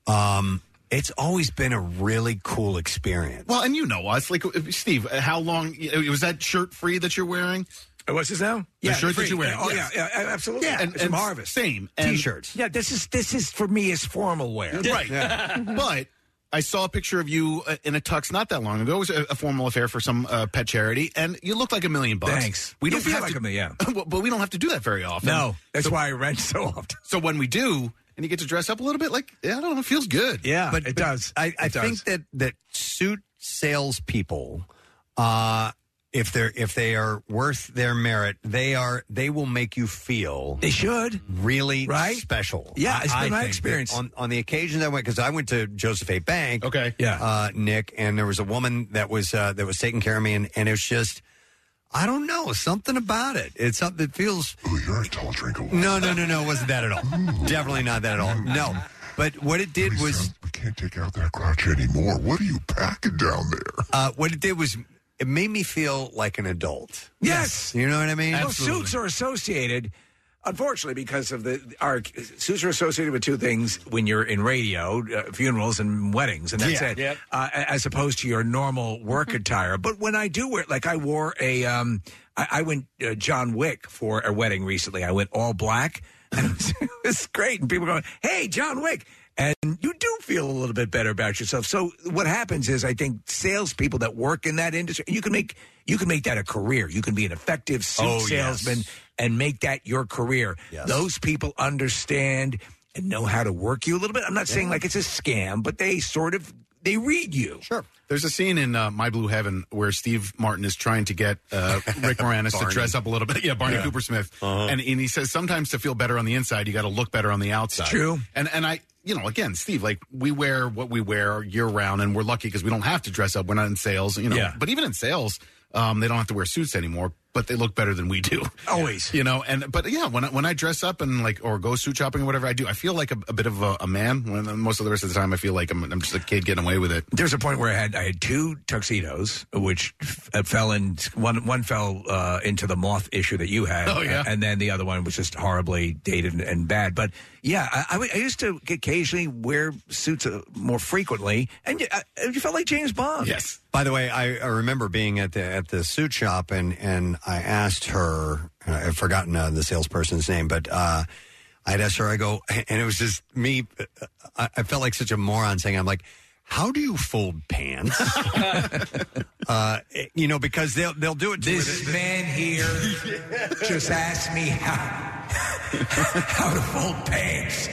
C: um, it's always been a really cool experience.
M: Well, and you know us, like uh, Steve. How long uh, was that shirt free that you're wearing?
E: What's his now?
M: The shirt
E: free.
M: that you're wearing.
E: Oh
M: yes.
E: yeah, yeah, absolutely.
M: Yeah,
E: Yeah, it's
M: and
E: from Harvest.
M: same. And-
E: t-shirts. Yeah, this is this is for me is formal wear.
M: Right.
E: Yeah.
M: but I saw a picture of you uh, in a tux not that long ago. It was a, a formal affair for some uh, pet charity, and you look like a million bucks.
E: Thanks.
M: We
E: You
M: don't
E: feel
M: have
E: like
M: to,
E: a million,
M: Well, but we don't have to do that very often.
E: No, that's why I rent so often.
M: So when we do, and you get to dress up a little bit, like yeah, I don't know, it feels good.
E: Yeah, it does.
C: I, I
E: It does.
C: think that that suit salespeople, uh, if they're if they are worth their merit, they are they will make you feel
E: they should
C: really
E: Right?
C: special.
E: Yeah, it's
C: I- I
E: been my
C: think that
E: experience.
C: on on the occasions I went because I went to Joseph A. Bank.
M: Okay,
E: yeah,
C: uh, Nick, and there was a woman that was uh, that was taking care of me, and and it was just. I don't know. Something about it. It's something that feels. Oh, you're a tall drinker. No, no, no, no. It wasn't that at all. Definitely not that at all. No. But what it did was
B: Can't take out that crotch anymore. What are you packing down there?
C: Uh, what it did was it made me feel like an adult.
E: Yes.
C: You know what I mean?
E: Well, suits are associated, unfortunately, because of the our suits are associated with two things when you're in radio, uh, funerals and weddings, and that's
H: Yeah.
E: it.
H: Yep.
E: Uh, a- as opposed to your normal work attire. But when I do wear, like I wore a, um, I, I went uh, John Wick for a wedding recently. I went all black, and it was, it was great. And people were going, "Hey, John Wick." And you do feel a little bit better about yourself. So what happens is, I think salespeople that work in that industry, you can make you can make that a career. You can be an effective suit
H: Oh, yes.
E: salesman and make that your career. Those people understand and know how to work you a little bit. I'm not saying like it's a scam, but they sort of they read you.
C: Sure.
M: There's a scene in uh, My Blue Heaven where Steve Martin is trying to get uh, Rick Moranis to
E: Barney.
M: dress up a little bit. Yeah, Barney
E: Yeah.
M: Cooper Smith,
X: Uh-huh.
E: Uh-huh.
M: and, and he says sometimes to feel better on the inside, you got to look better on the outside.
E: true.
M: And and I, you know, again, Steve, like we wear what we wear year round, and we're lucky because we don't have to dress up. We're not in sales, you know.
E: Yeah.
M: But even in sales, um, they don't have to wear suits anymore. But they look better than we do.
E: Always.
M: You know, and but yeah, when I, when I dress up and like or go suit shopping or whatever I do, I feel like a, a bit of a, a man. When most of the rest of the time, I feel like I'm, I'm just a kid getting away with it.
E: There's a point where I had I had two tuxedos, which f- uh, fell in one one fell uh, into the moth issue that you had,
M: Oh, yeah.
E: uh, and then the other one was just horribly dated and, and bad. But yeah, I, I w- I used to occasionally wear suits uh, more frequently, and you, uh, you felt like James Bond.
M: Yes.
C: By the way, I, I remember being at the at the suit shop and and I asked her. and I've forgotten uh, the salesperson's name, but uh, I'd asked her. I go, and it was just me. uh, I, I felt like such a moron saying, "I'm like, how do you fold pants?" uh, you know, because they'll they'll do it. To
E: This man here just asked me how, how to fold pants.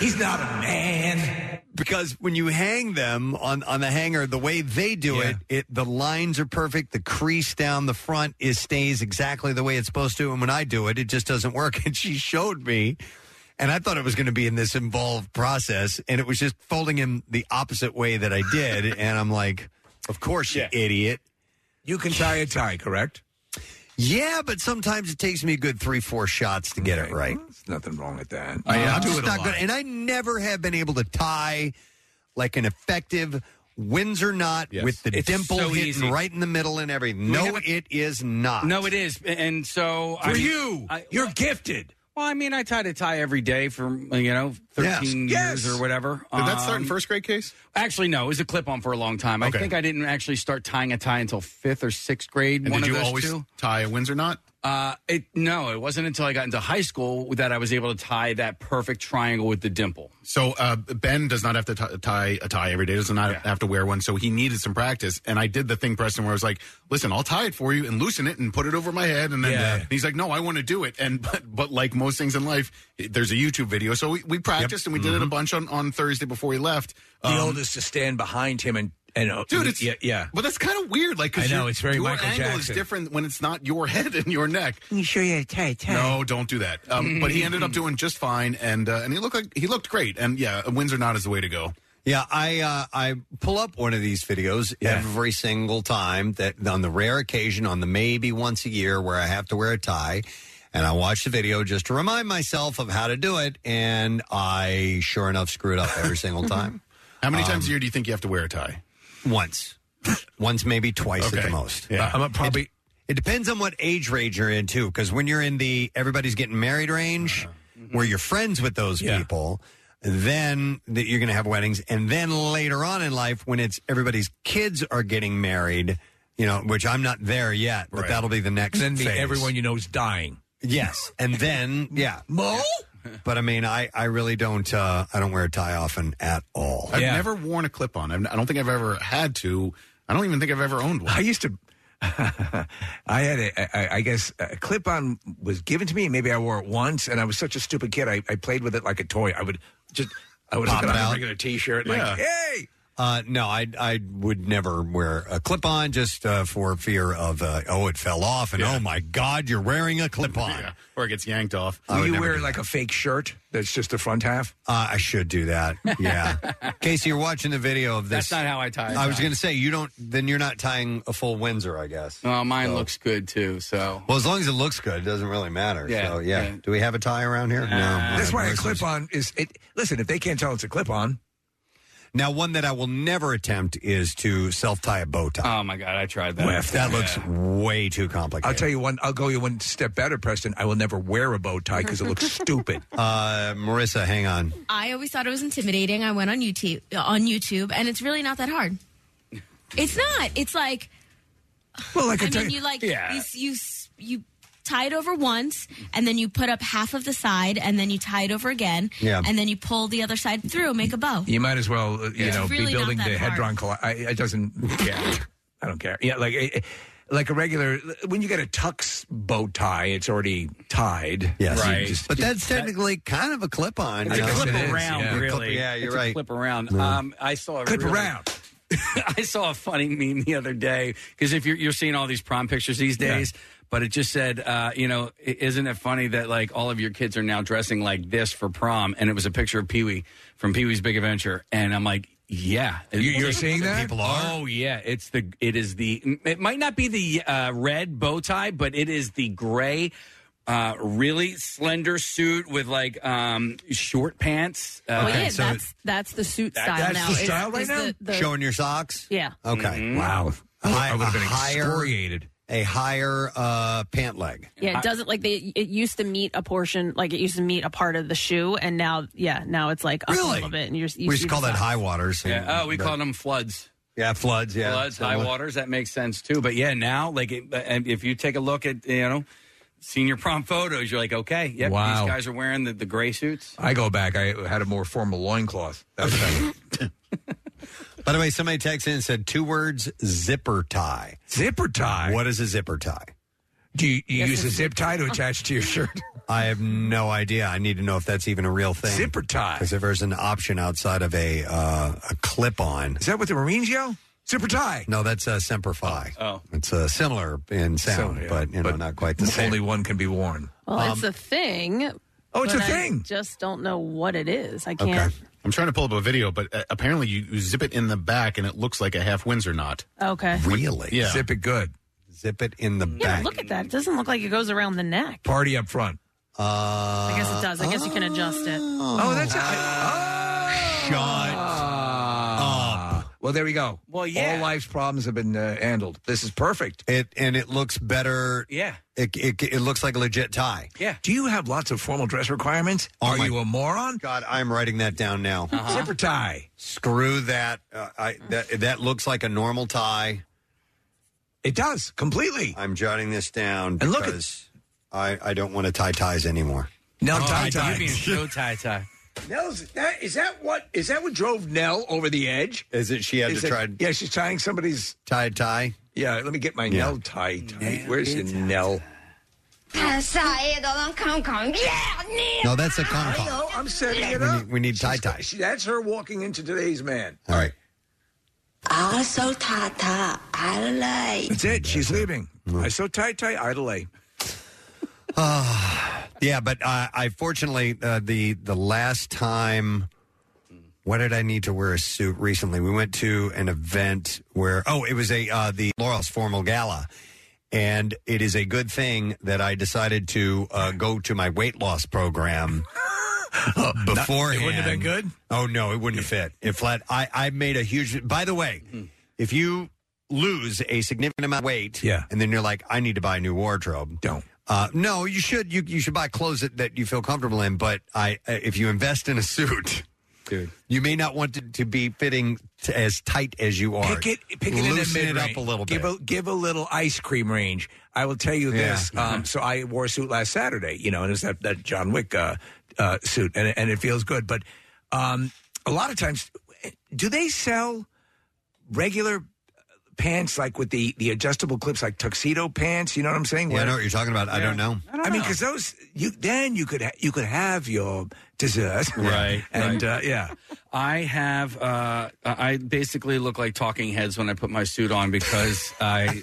E: He's not a man.
C: because when you hang them on, on the hanger, the way they do it, it the lines are perfect. The crease down the front is stays exactly the way it's supposed to. And when I do it, it just doesn't work. And she showed me, and I thought it was going to be in this involved process, and it was just folding him the opposite way that I did. and I'm like, of course, you idiot.
E: You can tie a tie, correct?
C: Yeah, but sometimes it takes me a good three, four shots to get it right.
E: There's nothing wrong with that.
C: I,
E: Uh,
C: am
E: do
C: just
E: it a
C: not
E: lot.
C: good, and I never have been able to tie like an effective Windsor knot
G: Yes.
C: with the
G: It's
C: dimple
G: so
C: hitting
G: easy.
C: right in the middle and everything.
G: We
C: No,
G: haven't-
C: it is not.
G: No, it is. And so
C: For
G: I,
C: you.
E: you're gifted.
G: Well, I mean, I tied a tie every day for you know thirteen
M: Yes.
G: years or whatever.
M: Did that start in
G: Um,
M: first grade case?
G: Actually, no. It was a clip-on for a long time.
M: Okay.
G: I think I didn't actually start tying a tie until fifth or sixth grade.
M: And
G: one
M: did
G: of
M: you
G: those
M: always
G: two.
M: tie a Windsor knot?
G: Uh, it no, it wasn't until I got into high school that I was able to tie that perfect triangle with the dimple.
M: So uh, Ben does not have to t- tie a tie every day. Does not have to wear one. So he needed some practice, and I did the thing, Preston, where I was like, "Listen, I'll tie it for you and loosen it and put it over my head." And then
E: Yeah.
M: and he's like, "No, I want to do it." And but, but like most things in life, there's a YouTube video. So we, we practiced and we did it a bunch on, on Thursday before he left.
E: Mm-hmm. the
M: Um,
E: oldest to stand behind him and and uh,
M: Dude, it's-
E: yeah, yeah.
M: But that's kind of weird. Like, 'cause
E: I know,
M: your-
E: it's very
M: your
E: Michael
M: angle is
E: Jackson.
M: different when it's not your head and your neck.
E: You sure you had a tie? tie?
M: No, don't do that. Um, but he ended up doing just fine, and uh, and he looked like he looked great. And yeah, a wins or not is the way to go.
C: Yeah, I uh, I pull up one of these videos every single time that on the rare occasion, on the maybe once a year where I have to wear a tie, and I watch the video just to remind myself of how to do it, and I sure enough screwed up every single time.
M: How many
C: Um,
M: times a year do you think you have to wear a tie?
C: Once, once maybe twice at
M: Okay.
C: the most.
M: Yeah. I'm a
C: probably. It, it depends on what age range you're in too, because when you're in the everybody's getting married range, Mm-hmm. where you're friends with those people, then that you're going to have weddings, and then later on in life when it's everybody's kids are getting married, you know, which I'm not there yet, but that'll be the next.
E: And then the,
C: phase.
E: everyone you know is dying.
C: Yes, and then yeah,
E: Mo?
C: But I mean, I, I really don't uh, I don't wear a tie often at all.
M: I've never worn a clip on. I don't think I've ever had to. I don't even think I've ever owned one.
E: I used to. I had a, I, I guess a clip on was given to me. Maybe I wore it once, and I was such a stupid kid. I, I played with it like a toy. I would just I would
C: Pop
E: put
C: it
E: on a
C: out.
E: regular T-shirt. Like,
C: Yeah.
E: hey,
C: Uh, no, I I would never wear a clip on just uh, for fear of uh, oh it fell off and oh my god you're wearing a clip on
M: or it gets yanked off.
C: I would
E: will you
C: never
E: wear
C: do
E: like a fake shirt that's just the front half?
C: Uh, I should do that. Yeah, Casey, you're watching the video of this.
G: That's not how I tie a
C: I was
G: tie.
C: going to say you don't. Then you're not tying a full Windsor, I guess.
G: Well, mine
C: So-
G: looks good too. So
C: Well, as long as it looks good, it doesn't really matter.
G: Yeah,
C: so, yeah.
G: yeah. Uh,
C: Do we have a tie around here? no.
E: That's
C: All
E: why
C: right,
E: a
C: listeners.
E: clip on is. It, listen, if they can't tell it's a clip on,
C: Now, one that I will never attempt is to self tie a bow tie.
G: Oh my god, I tried that.
C: Whiff. That looks way too complicated.
E: I'll tell you one. I'll go you one step better, Preston. I will never wear a bow tie because it looks stupid.
C: Uh, Marissa, hang on.
O: I always thought it was intimidating. I went on YouTube on YouTube, and it's really not that hard. It's not. It's like
E: well, like
O: I
E: a tie-
O: mean, you like
E: Yeah.
O: you, you you tie it over once, and then you put up half of the side, and then you tie it over again,
E: Yeah.
O: and then you pull the other side through, make a bow.
E: You might as well, uh, you
O: It's
E: know,
O: really
E: be
O: not
E: building the
O: that hard.
E: hedron colli I, it doesn't. Yeah, I don't care. Yeah, like eh, eh, like a regular when you get a tux bow tie, it's already tied.
C: Yes.
E: You
C: Right.
E: just-
C: But that's technically kind of a clip on.
G: It's a clip
E: It is,
G: around,
E: yeah.
G: really.
C: Yeah, you're
G: It's a
C: right.
G: clip around.
C: Yeah.
G: Um, I saw a
C: Clip
G: really-
C: around.
G: I saw a funny meme the other day because if you're you're seeing all these prom pictures these days, but it just said, uh, you know, i- isn't it funny that like all of your kids are now dressing like this for prom? And it was a picture of Pee Wee from Pee Wee's Big Adventure, and I'm like. Yeah,
E: You- you're seeing that? People are?
G: Oh yeah, it's the it is the it might not be the uh, red bow tie, but it is the gray, uh, really slender suit with like um, short pants. Uh,
D: well, yeah, that's that's the suit
G: That-
D: style
G: that's
D: now.
G: the
D: is-
G: style right
D: is
G: now?
D: the- the-
C: Showing your socks?
D: Yeah.
C: Okay.
G: Mhm.
E: Wow. I
C: Hi-
E: would've
C: a
E: been
C: higher-
E: excoriated.
C: A higher uh, pant leg.
D: Yeah, it doesn't like they. It used to meet a portion, like it used to meet a part of the shoe, and now, yeah, now it's like up a little bit, and you're.
C: We
D: You
C: used
D: see
C: to call
D: the
C: that
D: socks.
C: high waters.
G: Yeah. Oh, we called them floods.
C: Yeah, floods. Yeah,
G: floods,
C: So,
G: high
C: uh,
G: waters. That makes sense too. But yeah, now like, it, uh, and if you take a look at you know senior prom photos, you're like, okay, yep,
E: Wow.
G: these guys are wearing the, the gray suits.
E: I go back. I had a more formal loincloth.
C: By the way, somebody texted in and said two words: zipper tie.
E: Zipper tie.
C: What is a zipper tie?
E: Do you, you use a zip tie to attach to your shirt?
C: I have no idea. I need to know if that's even a real thing. Zipper
E: tie.
C: Because if there's an option outside of a uh, a clip on,
E: is that what the Marines yell? Zipper tie.
C: No, that's uh, Semper Fi.
G: Oh.
C: It's uh, similar in sound,
E: Similar, yeah.
C: but you know, not quite the same.
E: Only one can be worn.
D: Well,
C: Um,
D: it's a thing.
E: Oh,
M: it's a
D: but I
M: thing.
D: just don't know what it is. I can't.
M: I'm trying to pull up a video, but uh, apparently you, you zip it in the back and it looks like a half Windsor knot.
D: Okay.
C: Really?
M: Yeah.
E: Zip it good.
C: Zip it in the
D: Yeah, look at that. It doesn't look like it goes around the neck.
E: Party up front.
C: Uh,
D: I guess it does. I guess you can adjust it.
E: Oh, that's a,
C: shot.
E: Ah.
C: Ah.
E: Well, there we go.
G: Well, yeah.
E: All life's problems have been uh, handled. This is perfect.
C: It and it looks better.
G: Yeah.
C: It, it, it looks like a legit tie. Oh,
G: Yeah.
E: Do you have lots of formal dress requirements? Are you a moron?
C: God, I'm writing that down now.
E: Zipper tie.
C: Screw that. Uh, I that that looks like a normal tie.
E: It does completely.
C: I'm jotting this down
E: And look at-
C: because I I don't want to tie ties anymore.
E: Nell
C: Oh,
E: tie tie.
G: You mean show tie tie?
E: Nell's that is that what is that what drove Nell over the edge?
C: Is it she had
E: Is
C: to
E: it-
C: try?
E: Yeah, she's tying somebody's
C: tied tie.
E: Yeah, let me get my Nell tie tie. Where's the Nell?
C: No, that's a con
E: I know. I'm setting it
C: We
E: up.
C: need, we need tie tie.
E: See, that's her walking into today's man.
C: All right.
F: Oh,
E: Also, Tata Adelaide. That's it. She's leaving. I saw Tai Tai Adelaide.
C: Ah, yeah, but uh, I fortunately uh, the the last time. What did I need to wear a suit recently? We went to an event where oh, it was a uh, the Laurel's formal gala, and it is a good thing that I decided to uh, go to my weight loss program uh, beforehand.
E: it wouldn't have been good?
C: Oh no, it wouldn't fit. It flat. I I made a huge. By the way, if you lose a significant amount of weight, yeah. and then you're like, I need to buy a new wardrobe.
E: Don't.
C: Uh, no, you should. You you should buy clothes that, that you feel comfortable in. But I, uh, if you invest in a suit,
G: dude,
C: you may not want it to be fitting t- as tight as you are.
E: Pick it, pick it in the
C: Loosen
E: mid
C: it up a little
E: give
C: bit.
E: A, give a little ice cream range. I will tell you
C: Yeah.
E: this.
C: Mm-hmm.
E: Um, so I wore a suit last Saturday, you know, and it was that, that John Wick uh, uh, suit, and and it feels good. But um, a lot of times, do they sell regular pants like with the the adjustable clips, like tuxedo pants? You know what I'm saying?
C: Yeah, I know what you're talking about. I don't know.
E: I, mean, because those you then you could ha- you could have your dessert,
G: Right.
E: and
G: right.
E: Uh, yeah,
G: I have. Uh, I basically look like Talking Heads when I put my suit on because I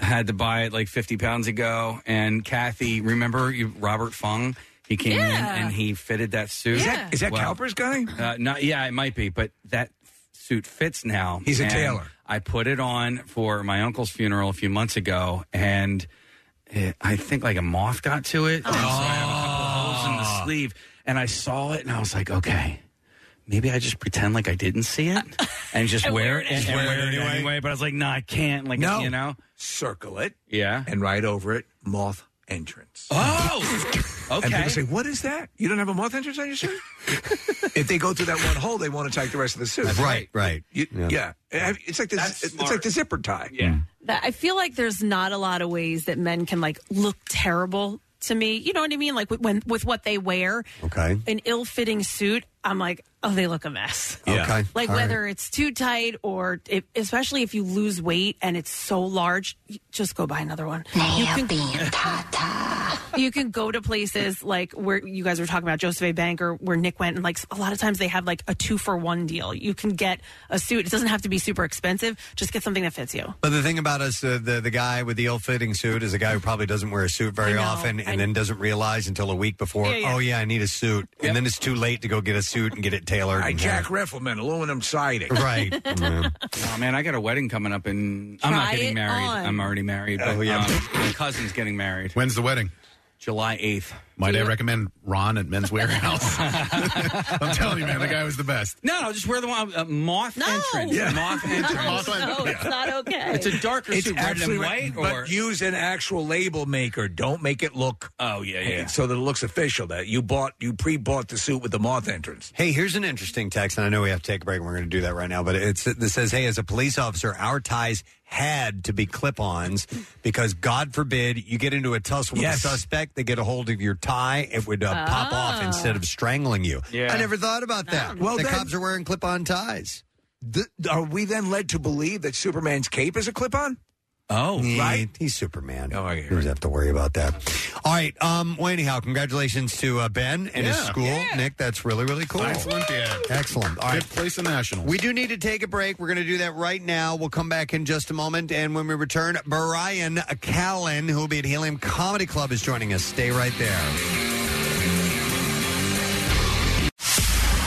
G: had to buy it like 50 pounds ago. And Kathy, remember you, Robert Fung? He came
E: Yeah.
G: in and he fitted that suit.
E: Is that- is that Cowper's guy?
G: Uh, not, yeah, it might be, but that f- suit fits now.
E: He's a
G: And
E: tailor.
G: I put it on for my uncle's funeral a few months ago, and it, I think like a moth got to it. And so I have a couple holes in
E: Ah.
G: the sleeve, and I saw it, and I was like, okay. Maybe I just pretend like I didn't see it and just wear it and, and wear it anyway. But I was like, no, I can't. Like,
E: no,
G: you know,
E: circle it,
G: yeah,
E: and right over it, moth entrance.
G: Oh,
E: And people say, "What is that? You don't have a moth entrance on your suit?" if they go through that one hole, they want to take the rest of the suit.
C: Right, right.
E: You- yeah. it's like the it's like the zipper tie.
G: Yeah,
D: That- I feel like there's not a lot of ways that men can like look terrible to me. You know what I mean? Like with- when with what they wear,
C: Okay.
D: an ill-fitting suit, I'm like, oh, they look a mess.
C: Yeah. Okay.
D: Like
C: All right.
D: whether it's too tight or if, especially if you lose weight and it's so large, you- just go buy another one. You can, you can go to places like where you guys were talking about Joseph A. Banker, where Nick went, and like a lot of times they have like a two for one deal. You can get a suit. It doesn't have to be super expensive. Just get something that fits you.
C: But the thing about us, uh, the the guy with the ill-fitting suit is a guy who probably doesn't wear a suit very
D: I know.
C: often, and then doesn't realize until a week before.
E: Yeah, yeah.
C: Oh yeah, I need a suit, and then it's too late to go get a suit and get it tailored.
E: I
C: and
E: jack
C: have-
E: Riffelman, aluminum siding.
C: Mm. Right.
G: Oh man, I got a wedding coming up, and I'm
E: Try
G: not
E: it
G: getting married.
E: on.
G: I'm already married.
E: Uh,
M: Oh,
G: but,
M: yeah.
G: um, my cousin's getting married.
M: When's the wedding?
G: July eighth.
M: Might I recommend Ron at Men's Warehouse? I'm telling you, man, the guy was the best.
G: No, no, just wear the one uh, moth entrance.
M: Yeah.
G: Moth entrance.
D: No, it's not okay.
G: It's a darker
E: It's
G: suit, red and
E: absolutely
G: white,
E: right,
G: or
E: but use an actual label maker. Don't make it look.
G: Oh yeah, yeah.
E: So that it looks official. That you bought, you pre-bought the suit with the moth entrance.
C: Hey, here's an interesting text, and I know we have to take a break. and We're going to do that right now, but it's it says, "Hey, as a police officer, our ties had to be clip-ons because, God forbid, you get into a tussle with
E: Yes.
C: a suspect, they get a hold of your tie, it would uh, pop off
E: Ah.
C: instead of strangling you." I never thought about that.
E: Well,
C: the
E: then-
C: cops are wearing clip-on ties.
E: Th- are we then led to believe that Superman's cape is a clip-on?
G: Oh,
E: right.
C: He's Superman.
E: Oh, I
C: You have to worry about that. All right. Um, well, anyhow, congratulations to uh, Ben and his
M: Yeah.
C: school. Nick, that's really, really cool.
M: Science Olympiad.
C: Excellent. All right.
M: Fifth place in nationals.
C: We do need to take a break. We're going to do that right now. We'll come back in just a moment. And when we return, Brian Callen, who will be at Helium Comedy Club, is joining us. Stay right there.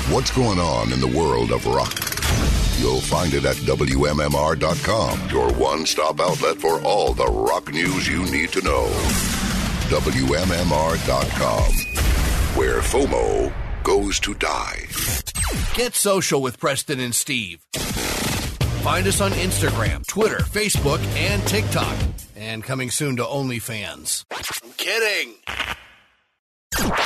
B: What's going on in the world of rock? You'll find it at WMMR.com, your one stop outlet for all the rock news you need to know. WMMR.com, where FOMO goes to die.
J: Get social with Preston and Steve. Find us on Instagram, Twitter, Facebook, and TikTok. And coming soon to OnlyFans. I'm kidding.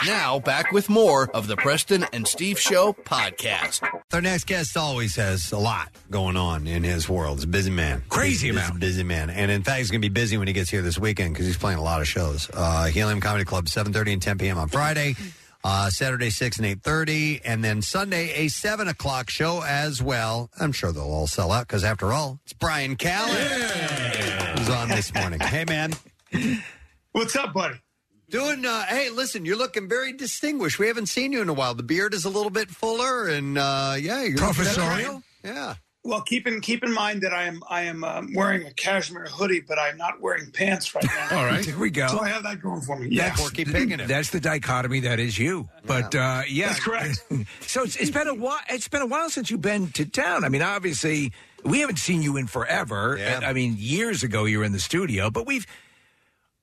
J: Now, back with more of the Preston and Steve Show podcast.
C: Our next guest always has a lot going on in his world. He's a busy man.
E: Crazy
C: He's- he's
E: amount.
C: a busy man. And in fact, he's going to be busy when he gets here this weekend because he's playing a lot of shows. Uh, Helium Comedy Club, 7.30 and 10 p.m. on Friday. Uh, Saturday, 6 and 8.30. And then Sunday, a 7 o'clock show as well. I'm sure they'll all sell out because after all, it's Brian Callen who's on this morning. hey, man.
N: What's up, buddy?
C: Doing, uh, hey, listen, you're looking very distinguished. We haven't seen you in a while. The beard is a little bit fuller, and uh, yeah, you're looking- Yeah.
N: Well, keep in keep in mind that I am I am um, wearing a cashmere hoodie, but I'm not wearing pants right now.
E: All right. There we go.
N: So I have that going for me. Yes.
E: That's the dichotomy that is you. But uh, yeah,
N: That's correct.
E: so it's, it's been a while. It's been a while since you've been to town. I mean, obviously, we haven't seen you in forever. And, I mean, years ago you were in the studio, but we've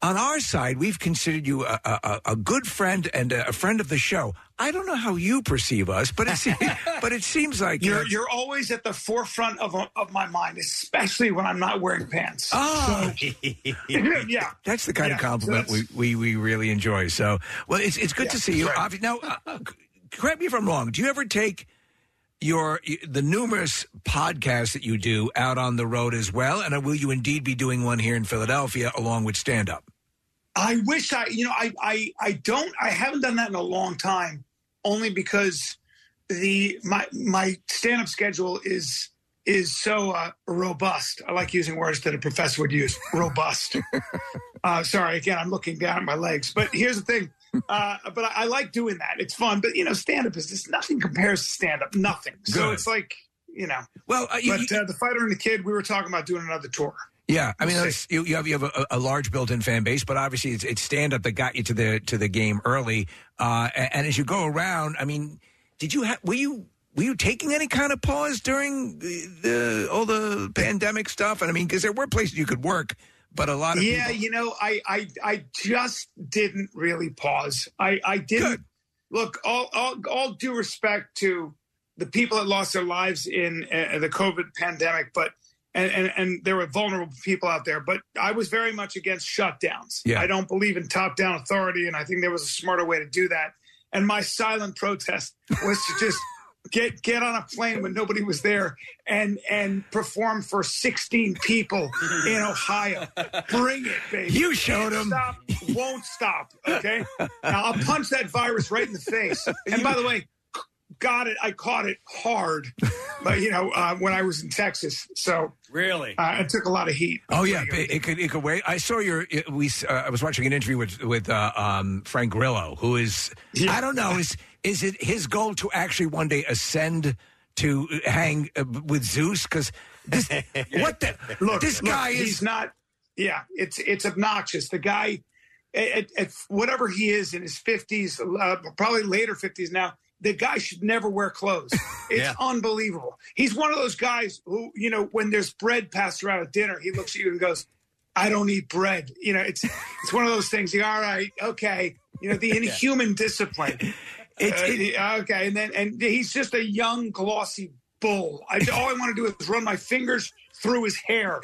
E: on our side we've considered you a, a, a- a good friend and a, a friend of the show. I don't know how you perceive us, but it seems, but it seems like
N: You're
E: uh,
N: you're always at the forefront of of my mind, especially when I'm not wearing pants.
E: Oh,
N: So- yeah.
E: That's the kind of
N: Yeah, so
E: compliment
N: that's-
E: we, we, we really enjoy. So, well, it's, it's good
N: Yeah,
E: to see you.
N: that's right.
E: Obvi- Now, uh, correct me if I'm wrong. Do you ever take your the numerous podcasts that you do uh, out on the road as well? And will you indeed be doing one here in Philadelphia along with stand up?
N: I wish I, you know, I, I, I don't, I haven't done that in a long time, only because the my my stand up schedule is is so uh, robust. I like using words that a professor would use. Robust. uh, sorry, again, I'm looking down at my legs. But here's the thing. Uh, but I, I like doing that. It's fun. But you know, stand up is just nothing compares to stand up. Nothing. So
E: Good.
N: it's like you know.
E: Well, uh, you-
N: but uh, the fighter and the kid. We were talking about doing another tour.
E: Yeah, I mean, that's, you, you have you have a, a large built-in fan base, but obviously it's, it's stand-up that got you to the to the game early. Uh, and, and as you go around, I mean, did you have were you were you taking any kind of pause during the, the all the pandemic stuff? And I mean, because there were places you could work, but a lot of
N: yeah,
E: people-
N: you know, I, I I just didn't really pause. I I didn't look. All all all due respect to the people that lost their lives in uh, the COVID pandemic, but and, and and there were vulnerable people out there. But I was very much against shutdowns.
P: Yeah.
N: I don't believe in top down authority, and I think there was a smarter way to do that. And my silent protest was to just. Get get on a plane when nobody was there and and perform for 16 people in Ohio. Bring it, baby.
E: You showed 'em.
N: Stop, won't stop. Okay. Now I'll punch that virus right in the face. And by the way, c- got it. I caught it hard, but you know, uh, when I was in Texas. So
G: really,
N: uh, it took a lot of heat.
E: Oh yeah, it, it could it could wait. I saw your it, we. s- Uh, I was watching an interview with with uh, um, Frank Grillo, who is I don't know is is it his goal to actually one day ascend to hang uh, with Zeus? Because this what the
N: look,
E: this guy
N: look,
E: is
N: he's not. Yeah, it's it's obnoxious. The guy, at, at- at whatever he is in his fifties, uh, probably later fifties now. The guy should never wear clothes. It's unbelievable. He's one of those guys who, you know, when there's bread passed around at dinner, he looks at you and goes, "I don't eat bread." You know, it's it's one of those things. You all right? Okay. You know, the
E: Yeah.
N: inhuman discipline.
E: It's-
N: Uh,
E: it-
N: okay, and then and he's just a young glossy bull. I, all I want to do is run my fingers through his hair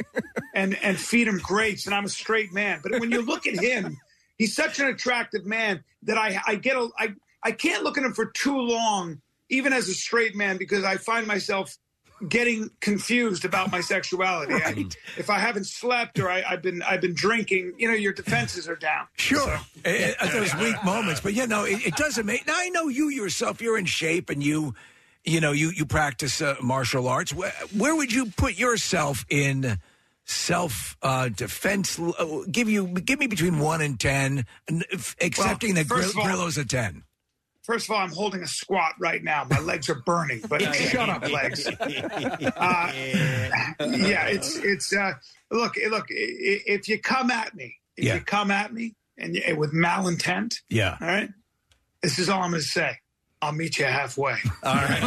N: and and feed him grapes, and I'm a straight man. But when you look at him, he's such an attractive man that I I get a I I can't look at him for too long, even as a straight man, because I find myself getting confused about my sexuality. I, if I haven't slept or I, I've been I've been drinking, you know, your defenses are down.
E: Sure, Eh, eh, those weak moments, but you know it, it doesn't make. Now I know you yourself, you're in shape, and you, you know, you you practice uh, martial arts. Where, where would you put yourself in self uh, defense? l- uh, Give you give me between one and ten, n- f- accepting that
N: first
E: Grill,
N: of all-
E: Grillo's a ten.
N: First of all, I'm holding a squat right now. My legs are burning, but shut up, legs. Uh, yeah, it's it's uh, look look. i- i- If you come at me, if
E: Yeah.
N: you come at me, and you, with malintent,
E: Yeah.
N: all right. This is all I'm going to say. I'll meet you halfway.
E: All right.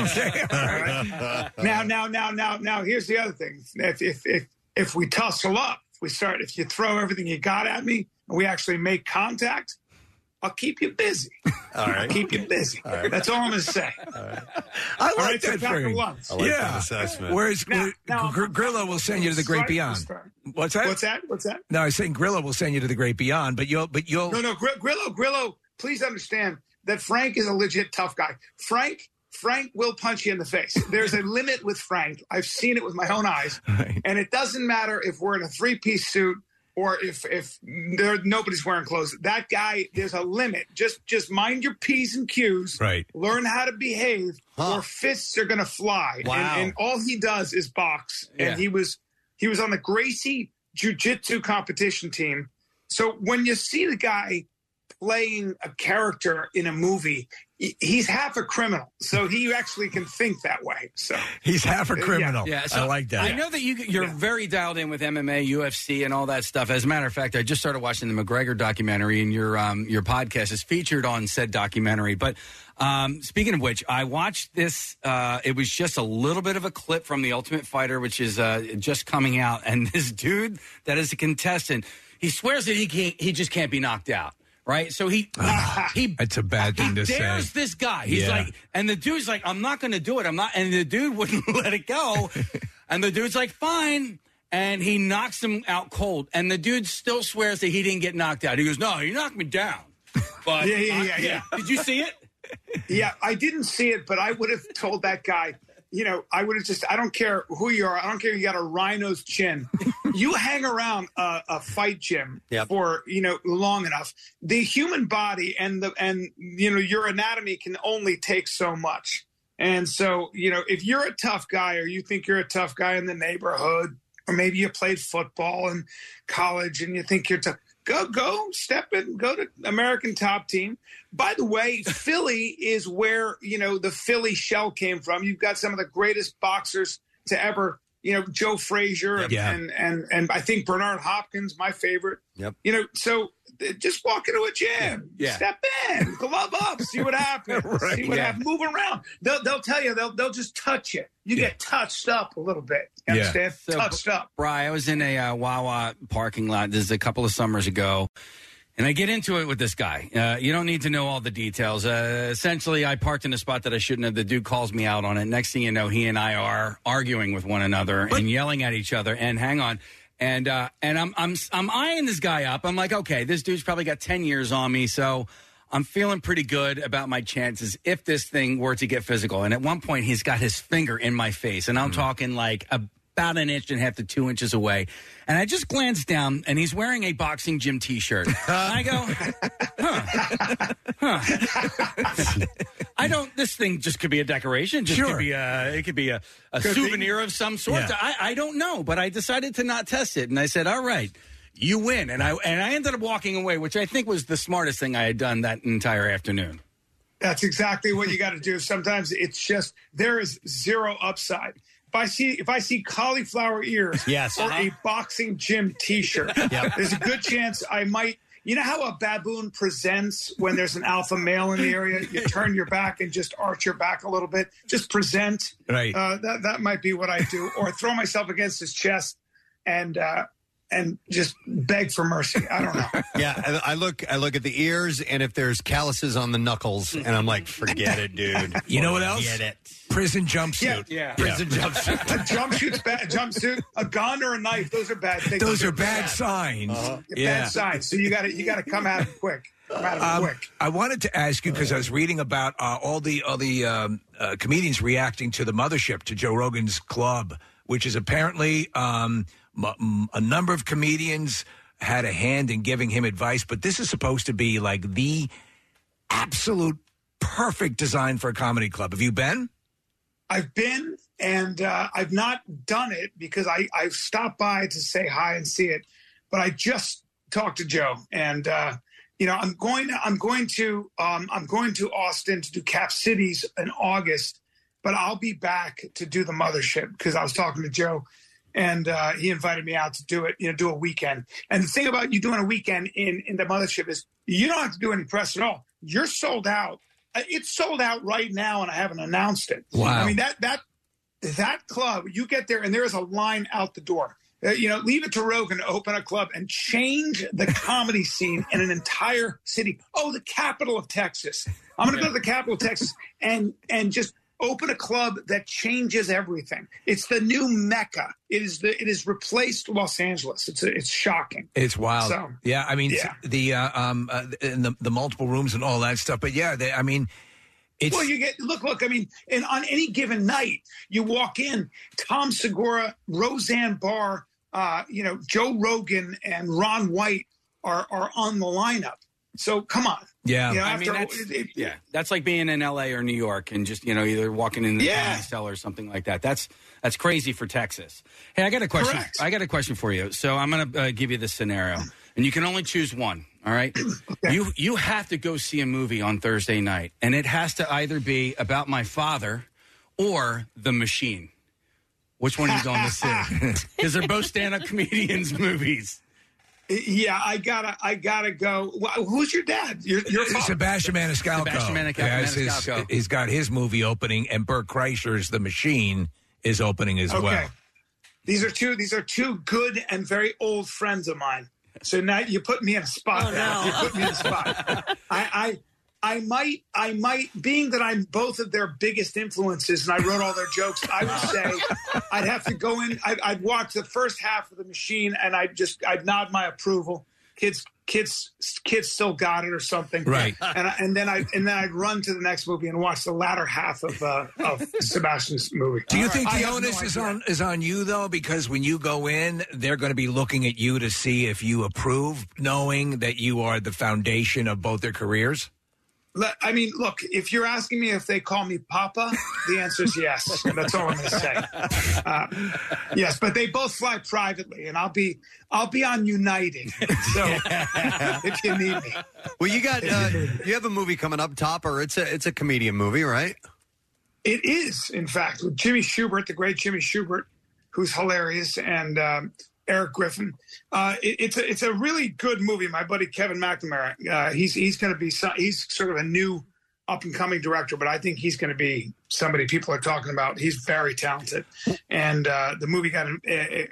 N: now, now, now, now, now. Here's the other thing. If if if if we tussle up, if we start, if you throw everything you got at me, and we actually make contact, I'll keep you busy.
C: All right.
N: I'll keep you busy.
C: All right.
N: That's all I'm going to say.
E: I
N: All
E: like
N: right, so
E: that
N: back to
E: theory.
N: lunch.
E: yeah. Whereas
N: Now-
E: where-
N: now-
E: Gr- Grillo will send you to the great
N: Sorry,
E: beyond.
N: sorry.
E: What's that?
N: What's that? What's that?
E: No, I was saying Grillo will send you to the great beyond, but you'll but you'll
N: No, no, Gr- Grillo, Grillo. Please understand that Frank is a legit tough guy. Frank, Frank will punch you in the face. There's a limit with Frank. I've seen it with my own eyes, and it doesn't matter if we're in a three-piece suit or if if there nobody's wearing clothes. That guy, there's a limit. Just just mind your p's and q's.
E: Right.
N: Learn how to behave, or fists are gonna fly. And-
E: Wow.
N: And, all he does is box,
E: Yeah.
N: and he was he was on the Gracie Jiu-Jitsu competition team. So when you see the guy playing a character in a movie, he- he's half a criminal. So he actually can think that way. So Uh,
E: He's half a
N: Yeah.
E: criminal. I like that.
G: I know that you you're very dialed in with MMA, UFC, and all that stuff. As a matter of fact, I just started watching the McGregor documentary, and your um, your podcast is featured on said documentary. But um, speaking of which, I watched this. Uh, it was just a little bit of a clip from The Ultimate Fighter, which is uh, just coming out, and this dude that is a contestant, he swears that he can't, he just can't be knocked out. Right, so he
M: Ah.
G: he
E: That's a bad thing to say.
G: dares this guy. He's
E: Yeah.
G: like, and the dude's like, I'm not going to do it. I'm not. And the dude wouldn't let it go. and the dude's like, fine. And he knocks him out cold. And the dude still swears that he didn't get knocked out. He goes, no, you knocked me down. But
N: Yeah, yeah, yeah, yeah.
G: Did you see it?
N: Yeah, I didn't see it, but I would have told that guy, you know, I would have just, I don't care who you are. I don't care if you got a rhino's chin. you hang around a, a fight gym
C: Yep.
N: for you know long enough, the human body and the and you know your anatomy can only take so much. And so you know if you're a tough guy or you think you're a tough guy in the neighborhood, or maybe you played football in college and you think you're tough. Go, go, step in, go to American Top Team. By the way, Philly is where, you know, the Philly shell came from. You've got some of the greatest boxers to ever, you know, Joe Frazier and,
P: Yeah.
N: and, and, and I think Bernard Hopkins, my favorite.
C: Yep.
N: You know, so uh, just walk into a gym,
P: Yeah.
N: step in, glove up, see what happens,
P: Right,
N: see what
P: yeah.
N: happens, move around. They'll, they'll tell you, they'll, they'll just touch you. You get touched up a little bit. You understand? touched up.
G: Bry, I was in a uh, Wawa parking lot. This is a couple of summers ago. And I get into it with this guy. Uh, you don't need to know all the details. Uh, essentially, I parked in a spot that I shouldn't have. The dude calls me out on it. Next thing you know, he and I are arguing with one another and yelling at each other. And hang on. And uh, and I'm I'm I'm eyeing this guy up. I'm like, okay, this dude's probably got ten years on me, so I'm feeling pretty good about my chances if this thing were to get physical. And at one point, he's got his finger in my face, and I'm talking like about an inch and a half to two inches away. And I just glanced down, and he's wearing a boxing gym T-shirt. And I go, I don't. This thing just could be a decoration. Just
P: Sure.
G: could be a. It could be a, a
P: Could be.
G: souvenir of some sort.
P: Yeah.
G: I, I don't know, but I decided to not test it, and I said, "All right, you win." And I and I ended up walking away, which I think was the smartest thing I had done that entire afternoon.
N: That's exactly what you got to do. Sometimes it's just there is zero upside. If I see if I see cauliflower ears,
P: Yes.
N: or
P: Uh-huh.
N: a boxing gym T-shirt,
P: Yep.
N: there's a good chance I might. You know how a baboon presents when there's an alpha male in the area? You turn your back and just arch your back a little bit, just present.
E: Right.
N: Uh, that that might be what I do, or throw myself against his chest and uh, and just beg for mercy. I don't know.
C: yeah, I I look I look at the ears, and if there's calluses on the knuckles, and I'm like, forget it, dude.
E: You know what else?
C: Forget it.
E: Prison jumpsuit.
N: Yeah.
C: Prison jumpsuit.
N: a jumpsuit's bad. A jumpsuit, a gun, or a knife. Those are bad things.
E: Those are bad signs.
N: Bad
E: Yeah.
N: signs. So you got to you got to come at them quick. Come at 'em
E: Um,
N: quick.
E: I wanted to ask you because I was reading about uh, all the all the um, uh, comedians reacting to the mothership to Joe Rogan's Club, which is apparently um, m- m- a number of comedians had a hand in giving him advice, but this is supposed to be like the absolute perfect design for a comedy club. Have you been?
N: I've been and uh, I've not done it because I I've stopped by to say hi and see it, but I just talked to Joe and uh, you know I'm going I'm going to um, I'm going to Austin to do Cap Cities in August, but I'll be back to do the mothership because I was talking to Joe. And uh, he invited me out to do it, you know, do a weekend. And the thing about you doing a weekend in in the mothership is you don't have to do any press at all. You're sold out. Uh, It's sold out right now, and I haven't announced it.
P: Wow.
N: I mean that that that club. You get there, and there is a line out the door. Uh, you know, leave it to Rogan to open a club and change the comedy scene in an entire city. Oh, the capital of Texas. I'm going to go to the capital of Texas and and just open a club that changes everything. It's the new mecca. It is the it is replaced Los Angeles. It's it's shocking.
E: It's wild.
N: So-
E: yeah, I mean
N: Yeah.
E: the uh, um uh, and the the multiple rooms and all that stuff. But yeah, they, I mean it's
N: well, you get look, look. I mean, and on any given night, you walk in, Tom Segura, Roseanne Barr, uh, you know, Joe Rogan, and Ron White are are on the lineup. So come on, You know,
G: I mean,
N: after-
G: that's,
N: it- it-
G: yeah, that's like being in L.A. or New York, and just you know, either walking in the comedy cellar or something like that. That's that's crazy for Texas. Hey, I got a question. I got a question for you. So I'm going to uh, give you this scenario, and you can only choose one. All right, you you have to go see a movie on Thursday night, and it has to either be about my father or The Machine. Which one are you going to see? Because they're both stand-up comedians movies.
N: yeah, I gotta, I gotta go. Wh- Who's your dad? Your, your father.
E: Sebastian Maniscalco.
N: Sebastian Maniscalco.
E: has his-
N: Maniscalco.
E: he's got his movie opening, and Burt Kreischer's The Machine is opening as
N: Okay.
E: well.
N: These are two. These are two good and very old friends of mine. So now you put me in a spot.
P: Oh,
N: there.
P: no.
N: You put me in a spot. I, I, I might, I might, being that I'm both of their biggest influences, and I wrote all their jokes. I would say I'd have to go in. I'd, I'd watch the first half of the machine, and I'd just, I'd nod my approval. Kids kids kids still got it or something,
E: Right.
N: And I, and then I and then I'd run to the next movie and watch the latter half of uh, of Sebastian's movie.
E: Do you think
N: I
E: the
N: have
E: onus
N: no
E: is
N: idea.
E: on is on you though? Because when you go in, they're going to be looking at you to see if you approve, knowing that you are the foundation of both their careers.
N: Le- I mean, look, if you're asking me if they call me Papa, the answer is yes. That's all I'm going to say. Uh, yes, but they both fly privately, and I'll be I'll be on United. So if you need me,
C: Well, you got uh, you have a movie coming up, Topper. It's a it's a comedian movie, right?
N: it is in fact with Jimmy Schubert, the great Jimmy Schubert, who's hilarious, and um, Eric Griffin. Uh, it- it's a, it's a really good movie. My buddy Kevin McNamara. Uh, he's he's going to be some, he's sort of a new up and coming director, but I think he's going to be somebody people are talking about. He's very talented, and uh, the movie got uh,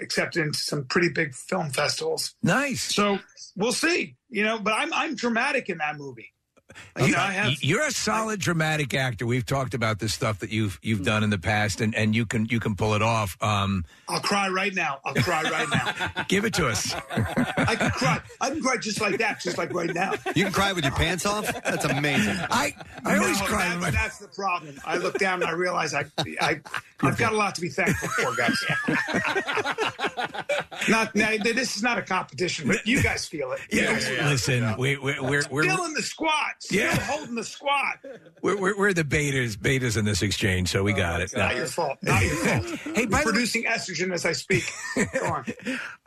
N: accepted into some pretty big film festivals.
E: Nice.
N: So we'll see, you know. But I'm I'm dramatic in that movie. You know, Oh, I have-
E: You, are a solid dramatic actor. We've talked about this stuff that you've you've done in the past, and, and you can you can pull it off. Um,
N: I'll cry right now. I'll cry right now.
E: give it to us.
N: I can cry. I can cry just like that, just like right now.
C: You can cry with your pants off. That's amazing.
E: I
N: I always cry. That's, that's the problem. I look down and I realize I, I I've got a lot to be thankful for, guys. not now, this is not a competition, but you guys feel it. You guys feel it.
E: Listen, we, we, we're we're
N: still in the squat. Still
E: Yeah.
N: holding the squat.
E: we're, we're, we're the betas betas in this exchange, so we got it.
N: Not your fault. Not your fault. hey, by producing estrogen as I speak. Go on.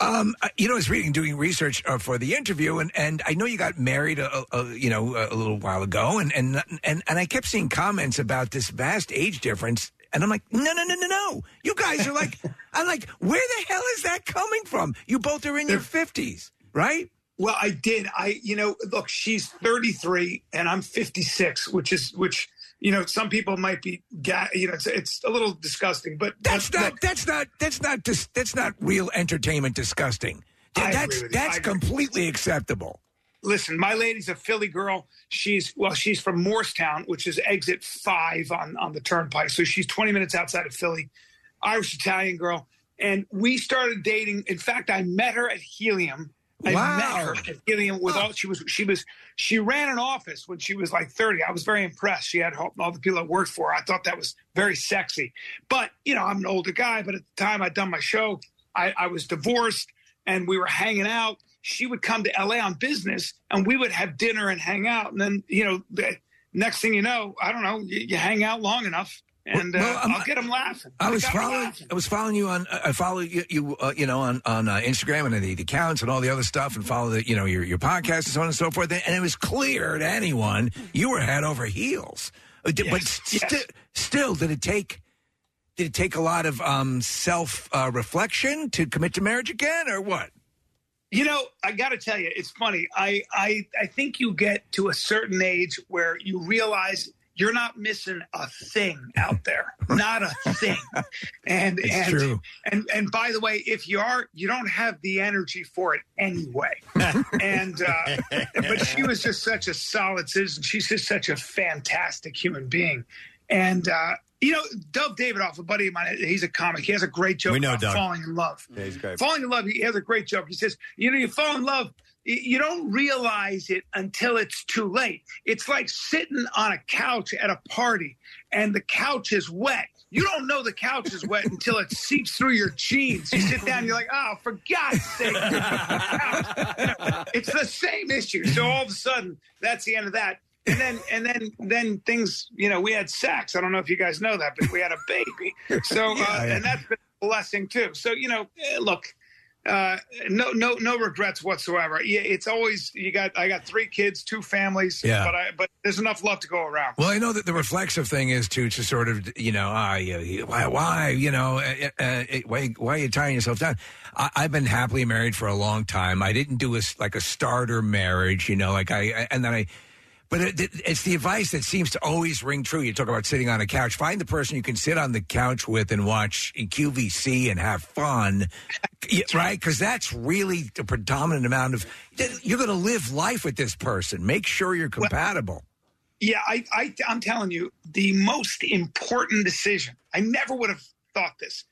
E: Um, uh, you know, I was reading, doing research uh, for the interview, and, and I know you got married, a, a, a- you know, a, a little while ago, and, and and and I kept seeing comments about this vast age difference, and I'm like, no, no, no, no, no, you guys are like, I'm like, where the hell is that coming from? You both are in your fifties, right?
N: Well, I did. I, you know, look, she's 33 and I'm 56, which is, which, you know, some people might be, ga- you know, it's, it's a little disgusting, but
E: That's not that's not that's not dis, that's not real entertainment. Disgusting. Th-
N: I agree
E: that's
N: with you.
E: that's
N: I agree.
E: completely acceptable.
N: listen, my lady's a Philly girl. She's well, she's from Morristown, which is exit five on on the turnpike. So she's 20 minutes outside of Philly. Irish Italian girl, and we started dating. In fact, I met her at Helium. I met her
E: Wow.
N: at Helium with all she was. She was she ran an office when she was like 30. I was very impressed. She had all, all the people that worked for her. I thought that was very sexy. But you know, I'm an older guy. But at the time, I'd done my show. I, I was divorced and we were hanging out. She would come to LA on business, and we would have dinner and hang out. And then, you know, the next thing you know, I don't know, you, you hang out long enough, and
E: Well,
N: uh,
E: I'm-
N: I'll get them laughing.
E: I was
N: got 'em
E: following.
N: laughing.
E: I was following you on. I follow you, you uh, you know, on on uh, Instagram and the accounts and all the other stuff, and follow the, you know, your your podcast and so on and so forth. And it was clear to anyone you were head over heels. Uh, di- But st- still, did it take? Did it take a lot of um, self uh, reflection to commit to marriage again, or what?
N: You know, I got to tell you, it's funny. I, I I think you get to a certain age where you realize you're not missing a thing out there, not a thing. And
E: It's
N: and,
E: true.
N: and and by the way, if you are, you don't have the energy for it anyway. and uh, but she was just such a solid citizen. She's just such a fantastic human being. And uh, you know, Dove Davidoff, a buddy of mine, he's a comic. He has a great joke
C: We know
N: about
C: Doug.
N: falling in love.
C: Yeah, he's great.
N: Falling in love, he has a great joke. He says, You know, you fall in love, y- you don't realize it until it's too late. It's like sitting on a couch at a party and the couch is wet. You don't know the couch is wet until it seeps through your jeans. You sit down, you're like, oh, for God's sake. it's the same issue. So all of a sudden, that's the end of that. And then, and then, then things. You know, we had sex. I don't know if you guys know that, but we had a baby. So, uh, and that's been a blessing too. So, you know, eh, look, uh, no, no, no regrets whatsoever. Yeah, it's always you got. I got three kids, two families.
E: Yeah.
N: But I, but there's enough love to go around.
E: Well, I know that the reflexive thing is to to sort of you know ah, you- you- why why you know uh, uh, uh, why why are you tying yourself down? I, I've been happily married for a long time. I didn't do a s- like a starter marriage, you know, like I I- and then I. But it, it- it's the advice that seems to always ring true. You talk about sitting on a couch. Find the person you can sit on the couch with and watch QVC and have fun, Yeah, right? Because that's really the predominant amount of. You're going to live life with this person. Make sure you're compatible.
N: Yeah, I, I, I'm telling you, the most important decision. I never would have thought this.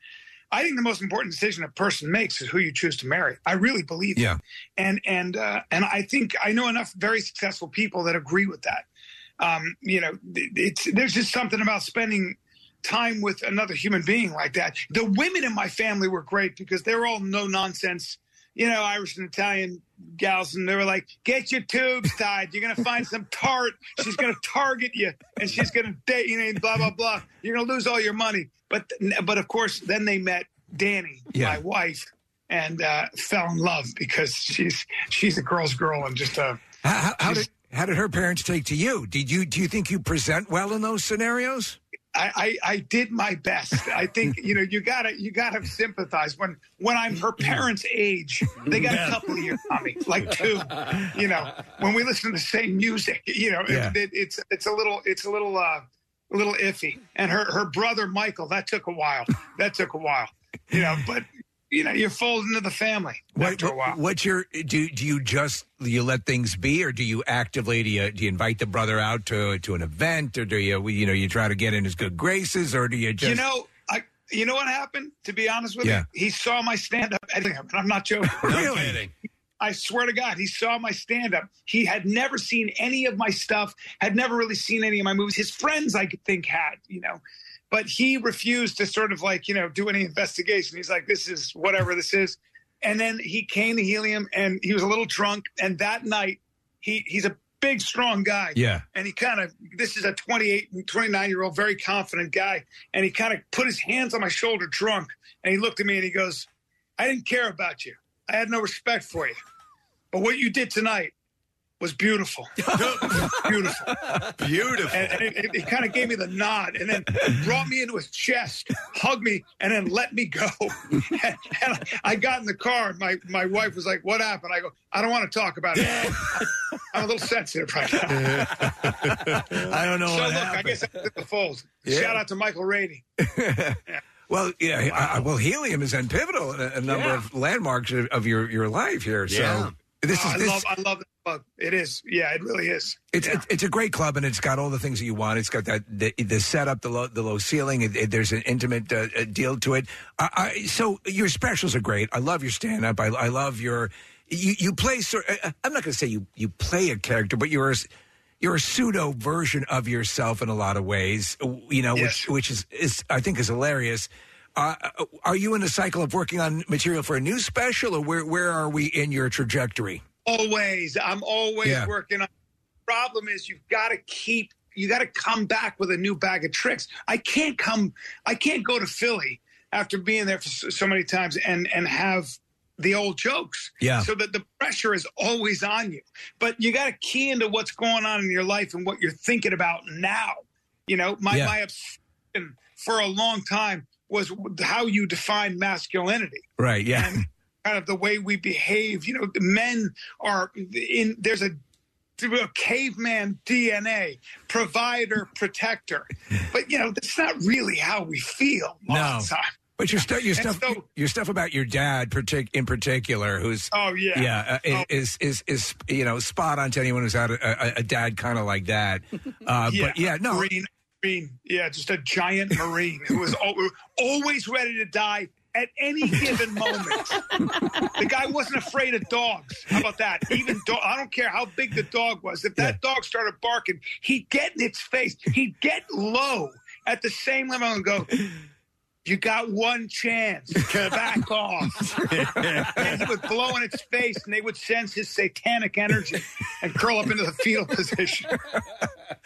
N: I think the most important decision a person makes is who you choose to marry. I really believe
E: Yeah.
N: and and uh, and I think I know enough very successful people that agree with that. Um, you know, th- it's there's just something about spending time with another human being like that. The women in my family were great because they were all no nonsense, you know, Irish and Italian gals, and they were like, "Get your tubes tied. You're gonna find some tart. She's gonna target you, and she's gonna date you, and blah blah blah. You're gonna lose all your money." But but of course, then they met Danny,
E: Yeah.
N: my wife, and uh, fell in love because she's she's a girl's girl and just a
E: How, how did how did her parents take to you? Did you do you think you present well in those scenarios?
N: I, I, I did my best. I think you know you gotta you gotta sympathize when when I'm her parents' age. They got
P: Yeah.
N: a couple of years on me, like two. You know, when we listen to the same music, you know,
P: Yeah.
N: it, it's it's a little it's a little uh, a little iffy. And her her brother Michael, that took a while. That took a while. You know, but you know you fold into the family.
E: What, what what's your do do you just you let things be or do you actively do you, do you invite the brother out to to an event or do you you know you try to get in his good graces or do you just
N: you know, I you know what happened? To be honest with
E: Yeah.
N: you, he saw my stand up. I'm not joking. really? I swear to God, he saw my stand up. He had never seen any of my stuff, had never really seen any of my movies. His friends, I could think, had, you know, but he refused to sort of like, you know, do any investigation. He's like, this is whatever this is. And then he came to Helium and he was a little drunk. And that night, he he's a big, strong guy.
E: Yeah.
N: And he kind of, this is a 28, and 29 year old, very confident guy. And he kind of put his hands on my shoulder drunk. And he looked at me and he goes, I didn't care about you. I had no respect for you. But what you did tonight was beautiful. beautiful.
P: Beautiful.
N: And, and it, it, kind of gave me the nod and then brought me into his chest, hugged me, and then let me go. and, and I got in the car. and My, my wife was like, What happened? I go, I don't want to talk about it. I'm a little sensitive right now.
E: I don't know
N: So,
E: what
N: look, I
E: happened.
N: guess I took the fold.
E: Yeah.
N: Shout out to Michael Rady.
E: well, yeah, I, I- well, helium has been pivotal in a, a number
N: Yeah.
E: of landmarks of, of your, your life here. So
N: Yeah.
E: this
N: Oh,
E: is
N: I
E: this,
N: love I love that club. It is. Yeah, it really is.
E: It's, it's it's a great club and it's got all the things that you want. It's got that the, the setup, the low the low ceiling. It, it- there's an intimate uh, uh, deal to it. I, I, so your specials are great. I love your stand up. I, I love your you you play. sor- uh, I'm not going to say you you play a character, but you're a, s- you're a pseudo version of yourself in a lot of ways. You know, which which is, is I think is hilarious. Uh, uh, are you in a cycle of working on material for a new special, or where where are we in your trajectory?
N: always i'm always
E: Yeah.
N: working on problem is you've got to keep you got to come back with a new bag of tricks i can't come i can't go to philly after being there for so, so many times and and have the old jokes
E: Yeah.
N: so that the pressure is always on you but you got to key into what's going on in your life and what you're thinking about now you know my
E: Yeah.
N: my obsession for a long time was how you define masculinity
E: Right. Yeah.
N: kind of the way we behave. You know, the men are in. There's a, a caveman DNA: provider, protector. But you know, that's not really how we feel. a lot
E: No.
N: of the time.
E: But your stuff, your
N: And
E: stuff,
N: so-
E: your stuff about your dad, partic- in particular, who's
N: Oh, yeah.
E: yeah, uh, is, is is you know spot on to anyone who's had a, a, a dad kind of like that. Uh, But yeah, no,
N: Marine, Marine. Yeah, just a giant Marine who was al- always ready to die at any given moment. the guy wasn't afraid of dogs. How about that? Even dog, I don't care how big the dog was. If that dog started barking, he'd get in its face. He'd get low at the same level and go. You got one chance. Back off. and he would blow in its face, and they would sense his satanic energy and curl up into the fetal position.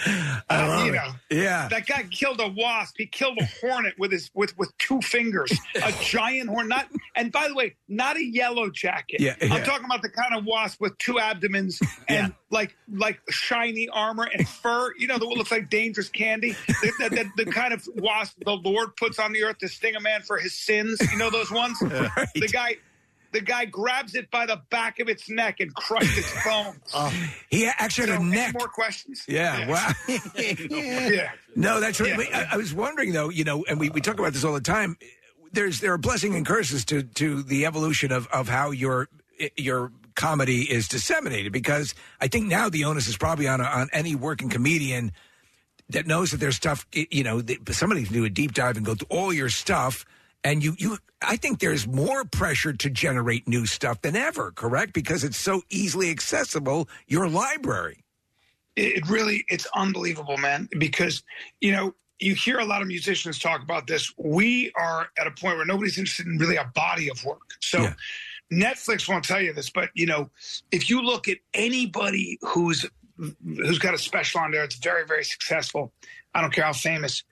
E: I
N: Uh,
E: love
N: you
E: it.
N: know,
E: Yeah.
N: That guy killed a wasp. He killed a hornet with his with with two fingers. A giant hornet. Not, and by the way, not a yellow jacket.
E: Yeah, yeah.
N: I'm talking about the kind of wasp with two abdomens and like like shiny armor and fur. You know, that looks like dangerous candy. The, the- the- the kind of wasp the Lord puts on the earth to sting a man for his sins. You know those ones. The guy. The guy grabs it by the back of its neck and crushed its bones.
E: he actually had Oh. a
N: any
E: neck.
N: More questions?
E: Yeah, wow.
N: yeah.
E: No, that's right.
N: Yeah.
E: But I, I was wondering though, you know, and we, we talk about this all the time. There's there are blessing and curses to to the evolution of of how your your comedy is disseminated because I think now the onus is probably on on any working comedian that knows that there's stuff. You know, that somebody can do a deep dive and go through all your stuff and you you I think there's more pressure to generate new stuff than ever, correct? Because it's so easily accessible, your library.
N: it it really it's unbelievable man because you know you hear a lot of musicians talk about this we are at a point where nobody's interested in really a body of work so netflix won't tell you this but you know if you look at anybody who's who's got a special on there it's very very successful i don't care how famous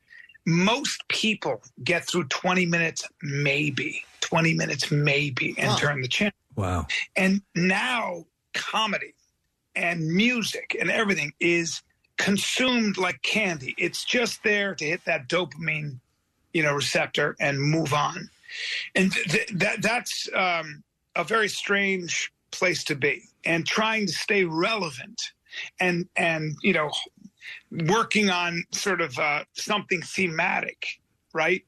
N: most people get through 20 minutes maybe 20 minutes maybe and
E: Huh.
N: turn the channel
E: Wow.
N: and now comedy and music and everything is consumed like candy. It's just there to hit that dopamine, you know, receptor and move on. And th- th- that that's um, a very strange place to be. And trying to stay relevant and and you know working on sort of uh, something thematic, right?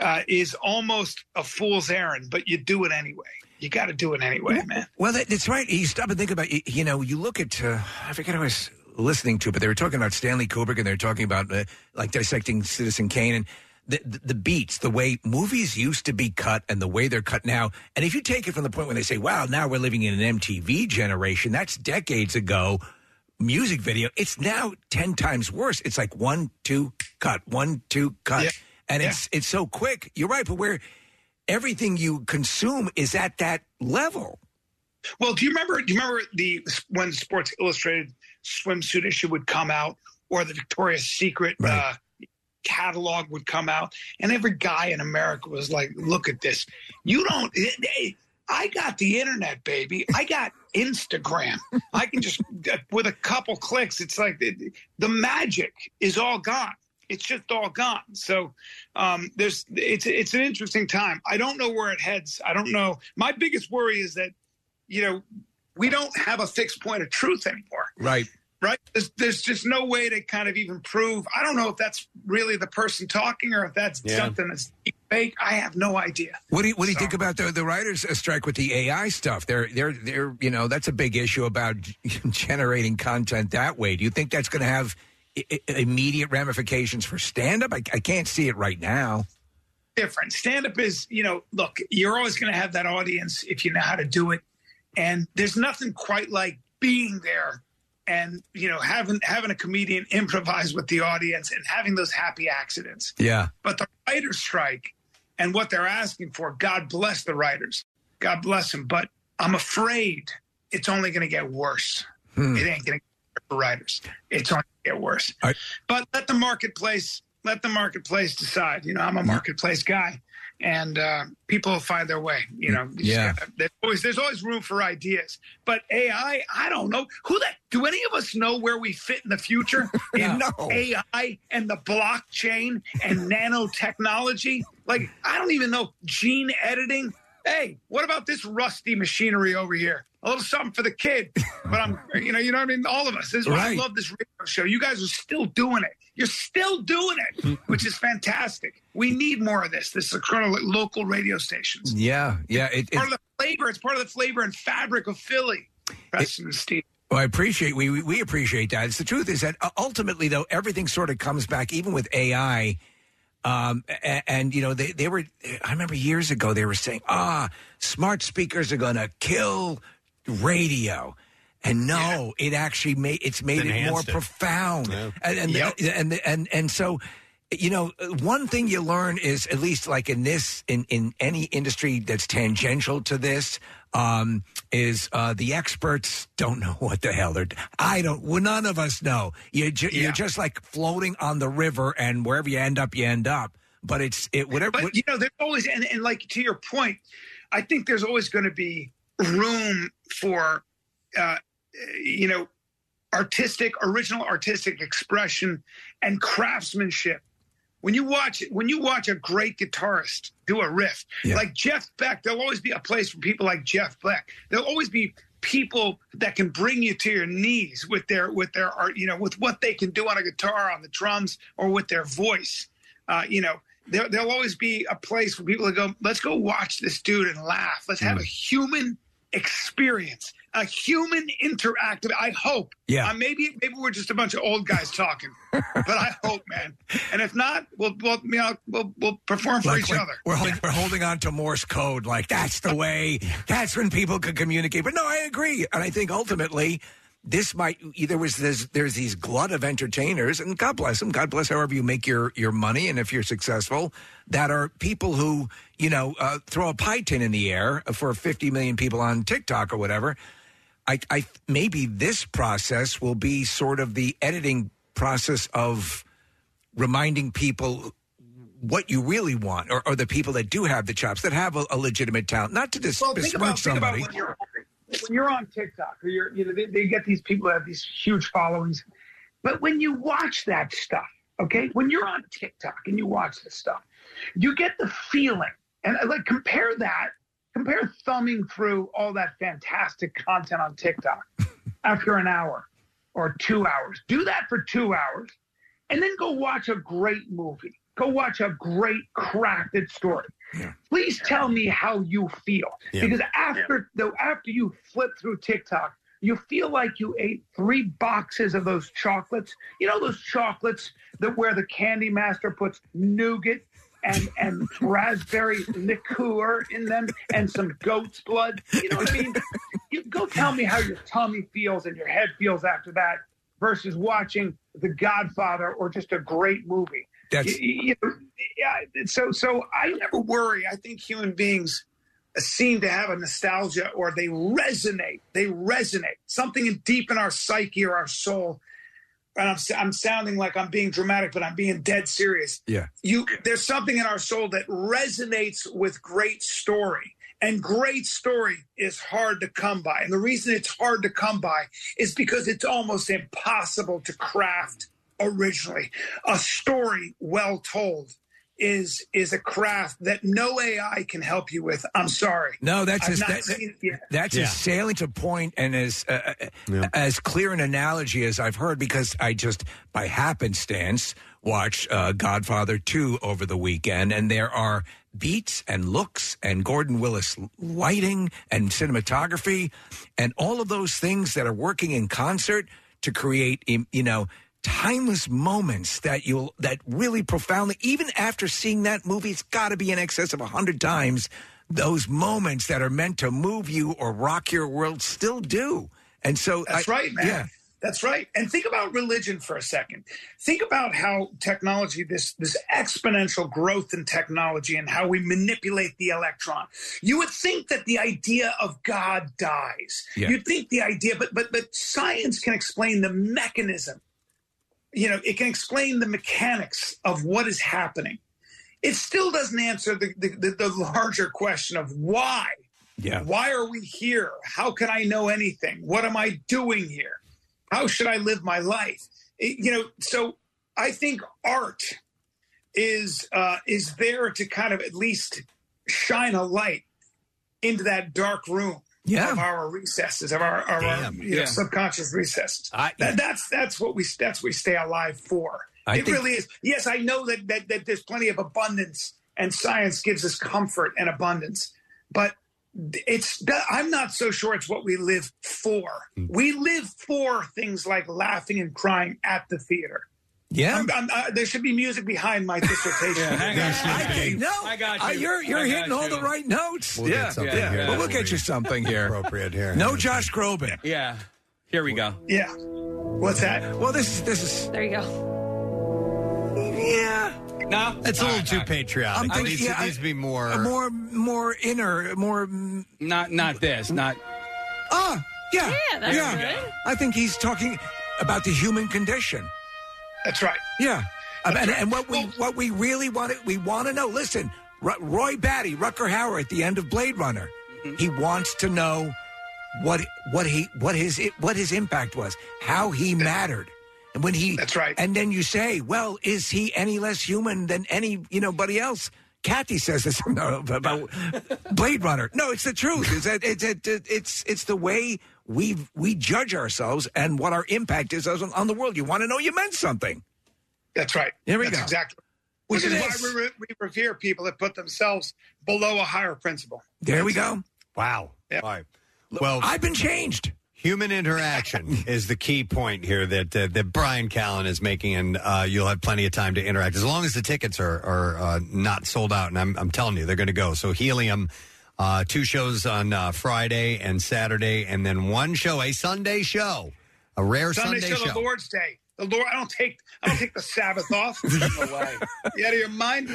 N: Uh, is almost a fool's errand, but you do it anyway. You got to do it anyway, man.
E: Well, that, that's right. You stop and think about you, you know, you look at uh, I forget who I was listening to, but they were talking about Stanley Kubrick and they were talking about uh, like dissecting Citizen Kane and the, the the beats, the way movies used to be cut and the way they're cut now. And if you take it from the point when they say, "Wow, now we're living in an MTV generation," that's decades ago. Music video, it's now ten times worse. It's like one, two, cut, one, two, cut, and it's it's so quick. You're right, but where everything you consume is at that level.
N: Well, do you remember? Do you remember the when Sports Illustrated swimsuit issue would come out, or the Victoria's Secret uh, catalog would come out, and every guy in America was like, "Look at this! You don't." eh, eh, I got the internet, baby. I got Instagram. I can just uh, with a couple clicks. It's like the, the magic is all gone. It's just all gone. So um, there's it's it's an interesting time. I don't know where it heads. I don't know. My biggest worry is that you know, we don't have a fixed point of truth anymore,
E: Right.
N: right? There's, there's just no way to kind of even prove. I don't know if that's really the person talking or if that's
E: Yeah.
N: something that's fake. I have no idea.
E: What do you, what do you
N: So-
E: think about the the writers' uh, strike with the AI stuff? They're they're they're you know that's a big issue about g- generating content that way. Do you think that's going to have I- I- immediate ramifications for stand up? I, I can't see it right now.
N: different. Stand up is, you know, look, you're always going to have that audience if you know how to do it. And there's nothing quite like being there and, you know, having having a comedian improvise with the audience and having those happy accidents.
E: Yeah.
N: But the writer's strike and what they're asking for, God bless the writers. God bless them, but I'm afraid it's only going to get worse.
E: Hmm.
N: It ain't going to get better for writers. It's only going to get worse. But let the marketplace let the marketplace decide. You know, I'm a marketplace guy, and uh, people will find their way. You know, You just
E: Yeah.
N: gotta- there's always there's always room for ideas. But AI, I don't know who that. Do any of us know where we fit in the future in
E: No.
N: AI and the blockchain and nanotechnology? Like, I don't even know gene editing. Hey, what about this rusty machinery over here? A little something for the kid, but I'm, you know, you know what I mean. All of us. This is why I
E: Right.
N: love this radio show. You guys are still doing it. You're still doing
E: Mm.
N: it, which is fantastic. We need more of this. This is a kind of like local radio stations.
E: Yeah, yeah. It,
N: part of the flavor. It's part of the flavor and fabric of Philly. Preston and Steve.
E: Well, I appreciate we we- we appreciate that. It's the truth is that uh, ultimately, though, everything sort of comes back, even with AI. Um, and, and you know, they they were. I remember years ago they were saying, "Ah, smart speakers are going to kill radio." And no, it actually made it's made it more
H: Enhanced it.
E: profound. And and, and and and so, you know, one thing you learn is at least like in this in in any industry that's tangential to this um, is uh, the experts don't know what the hell they're. I don't. Well, none of us know. You ju- you're just like floating on the river, and wherever you end up, you end up. But it's it whatever.
N: But you know, there's always and, and like to your point, I think there's always going to be room for, uh, you know, artistic, original artistic expression and craftsmanship. When you watch when you watch a great guitarist do a riff like Jeff Beck, there'll always be a place for people like Jeff Beck. There'll always be people that can bring you to your knees with their with their art, you know, with what they can do on a guitar, on the drums, or with their voice. Uh, you know, there, there'll always be a place for people to go. Let's go watch this dude and laugh. Let's have a human experience, a human interactive. I hope.
E: Yeah.
N: Uh, maybe maybe we're just a bunch of old guys talking, but I hope, man. And if not, we'll we'll you know, we'll, we'll perform for
E: Like-
N: each
E: like,
N: other.
E: We're, hol- we're holding on to Morse code. Like, that's the way, that's when people could communicate. But no, I agree. And I think ultimately, this might there was there's, there's these glut of entertainers and god bless them god bless however you make your your money and if you're successful that are people who you know uh, throw a pie tin in the air for 50 million people on tiktok or whatever I, I maybe this process will be sort of the editing process of reminding people what you really want, or, or the people that do have the chops that have a, a legitimate talent, not to dis-
N: Well, think
E: besmirch
N: about, think about
E: somebody.
N: when you're when you're on TikTok or you're you know they, they get these people that have these huge followings, but when you watch that stuff, okay, when you're on TikTok and you watch this stuff, you get the feeling and uh, like compare that compare thumbing through all that fantastic content on TikTok after an hour or two hours. Do that for two hours, and then go watch a great movie. Go watch a great crafted story. Please tell me how you feel
P: Yeah.
N: because after though after you flip through TikTok, you feel like you ate three boxes of those chocolates. You know those chocolates that where the candy master puts nougat and and raspberry liqueur in them and some goat's blood. You know what I mean? You, go tell me how your tummy feels and your head feels after that versus watching The Godfather or just a great movie.
E: That's-
N: You- you- yeah, so so I never worry. I think human beings seem to have a nostalgia or they resonate. They resonate something in- deep in our psyche or our soul. And I'm, s- I'm sounding like I'm being dramatic, but I'm being dead serious.
E: Yeah.
N: You there's something in our soul that resonates with great story. And great story is hard to come by. And the reason it's hard to come by is because it's almost impossible to craft originally. A story well told is is a craft that no AI can help you with. I'm sorry.
E: No, that's
N: I've
E: as,
N: not
E: that,
N: seen it yet.
E: that's as salient a point and as uh, uh, as clear an analogy as I've heard because I just by happenstance watched uh, Godfather Two over the weekend, and there are beats and looks and Gordon Willis lighting and cinematography and all of those things that are working in concert to create im- you know timeless moments that you'll that really profoundly even after seeing that movie it's got to be in excess of 100 times those moments that are meant to move you or rock your world still do and so
N: That's
E: I-
N: right, man.
E: yeah
N: That's right. And think about religion for a second. Think about how technology, this this exponential growth in technology and how we manipulate the electron. You would think that the idea of God dies.
P: Yeah.
N: You'd think the idea, but but but science can explain the mechanism. You know, it can explain the mechanics of what is happening. It still doesn't answer the, the, the, the larger question of why.
E: Yeah.
N: Why are we here? How can I know anything? What am I doing here? How should I live my life? It- you know, so I think art is uh, is there to kind of at least shine a light into that dark room
E: Yeah.
N: of our recesses, of our, of our
E: Damn,
N: you know,
E: yeah.
N: subconscious recesses.
E: I-
N: That- that's that's what we that's what we stay alive for.
E: I
N: it
E: think-
N: really is. Yes, I know that, that that there's plenty of abundance, and science gives us comfort and abundance, but it's I'm not so sure it's what we live for.
E: Hmm.
N: We live for things like laughing and crying at the theater.
E: Yeah.
N: I'm, I'm, uh, there should be music behind my dissertation.
E: no, uh, you're you're hitting all the right notes.
G: We'll get
E: yeah,
G: something
E: yeah.
G: here
E: But we'll
G: that
E: get
G: will
E: you
G: be
E: something here
G: appropriate here.
E: No, Josh Groban.
G: Yeah. Here we go.
N: Yeah. What's that?
E: Well, this is this is.
D: There you go.
E: Yeah.
G: No,
C: It's a little too patriotic.
E: I'm
C: It
E: thinking-
C: needs- it
E: yeah, I-
C: needs to be more.
E: Uh, more more inner more mm,
G: Not not this. Not
E: ah yeah
G: Yeah, that's good.
E: i think he's talking about the human condition
N: that's right
E: yeah Um, and, and what we what we really want to we want to know listen Ro- roy batty rucker hauer at the end of blade runner
N: Mm-hmm.
E: he wants to know what what he what his what his impact was how he mattered and when he that's right and then you say well is he any less human than any you know buddy else Kathy says this no, about Blade Runner. No, it's the truth. It's that it's it, it's it's the way we we judge ourselves and what our impact is on, on the world. You want to know you meant something.
N: That's right.
E: There we
N: That's
E: go.
N: Exactly. Which
E: Look
N: is
E: at
N: why
E: this.
N: we, re- we revere people that put themselves below a higher principle.
E: There we go.
C: Wow.
N: Yep.
C: All right. Well,
E: I've been changed.
C: Human interaction is the key point here that uh, that Brian Callen is making, and uh, you'll have plenty of time to interact as long as the tickets are are uh, not sold out. And I'm I'm telling you, they're going to go. So Helium, uh, two shows on uh, Friday and Saturday, and then one show, a Sunday show, a rare Sunday,
N: show, the Lord's Day. The Lord, I don't take, I don't take the Sabbath off. No way. You out of your mind?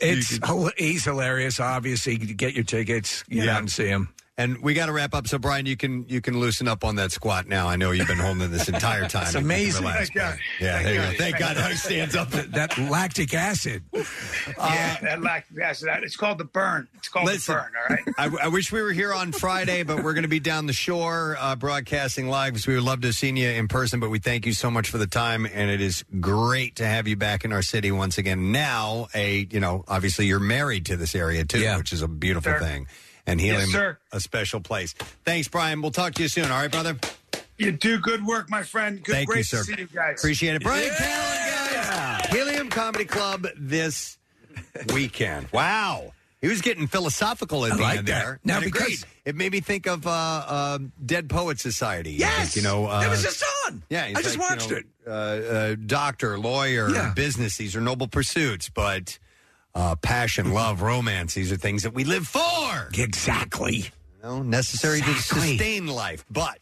E: It's hila- he's hilarious. Obviously, You get your tickets. You yeah, and see him.
C: And we got to wrap up. So Brian, you can you can loosen up on that squat now. I know you've been holding it this entire time.
E: It's
C: You can
E: amazing.
C: relax. Yeah, there you go. Thank God how he stands up.
E: That, that lactic acid.
N: yeah, Uh, that lactic acid. that- It's called the burn. It's called
C: Listen.
N: the burn. All right.
C: I, I wish we were here on Friday, but we're going to be down the shore uh, broadcasting live. So we would love to have seen you in person, but we thank you so much for the time, and it is great to have you back in our city once again. Now, a you know, obviously you're married to this area too, which is a beautiful
N: Sure.
C: thing, and
N: Yes,
C: Helium
N: sir.
C: a special place. Thanks, Brian. We'll talk to you soon. All right, brother.
N: You do good work, my friend. Good,
C: Thank
N: great
C: you, sir.
N: to see you guys.
C: Appreciate it, Brian Callen, guys. Helium Comedy Club this weekend. Wow. He was getting philosophical at
E: I
C: the
E: like
C: end
E: that.
C: there.
E: Now,
C: And it
E: because-
C: great. it made me think of uh, uh, Dead Poet Society. I think, you know, uh,
E: that was just on.
C: yeah, he's
E: I just
C: like, you
E: watched
C: know,
E: it.
C: Uh, uh, doctor, lawyer, business. These are noble pursuits, but uh, passion, love, romance. These are things that we live for.
E: Exactly.
C: No, necessary to sustain life, but.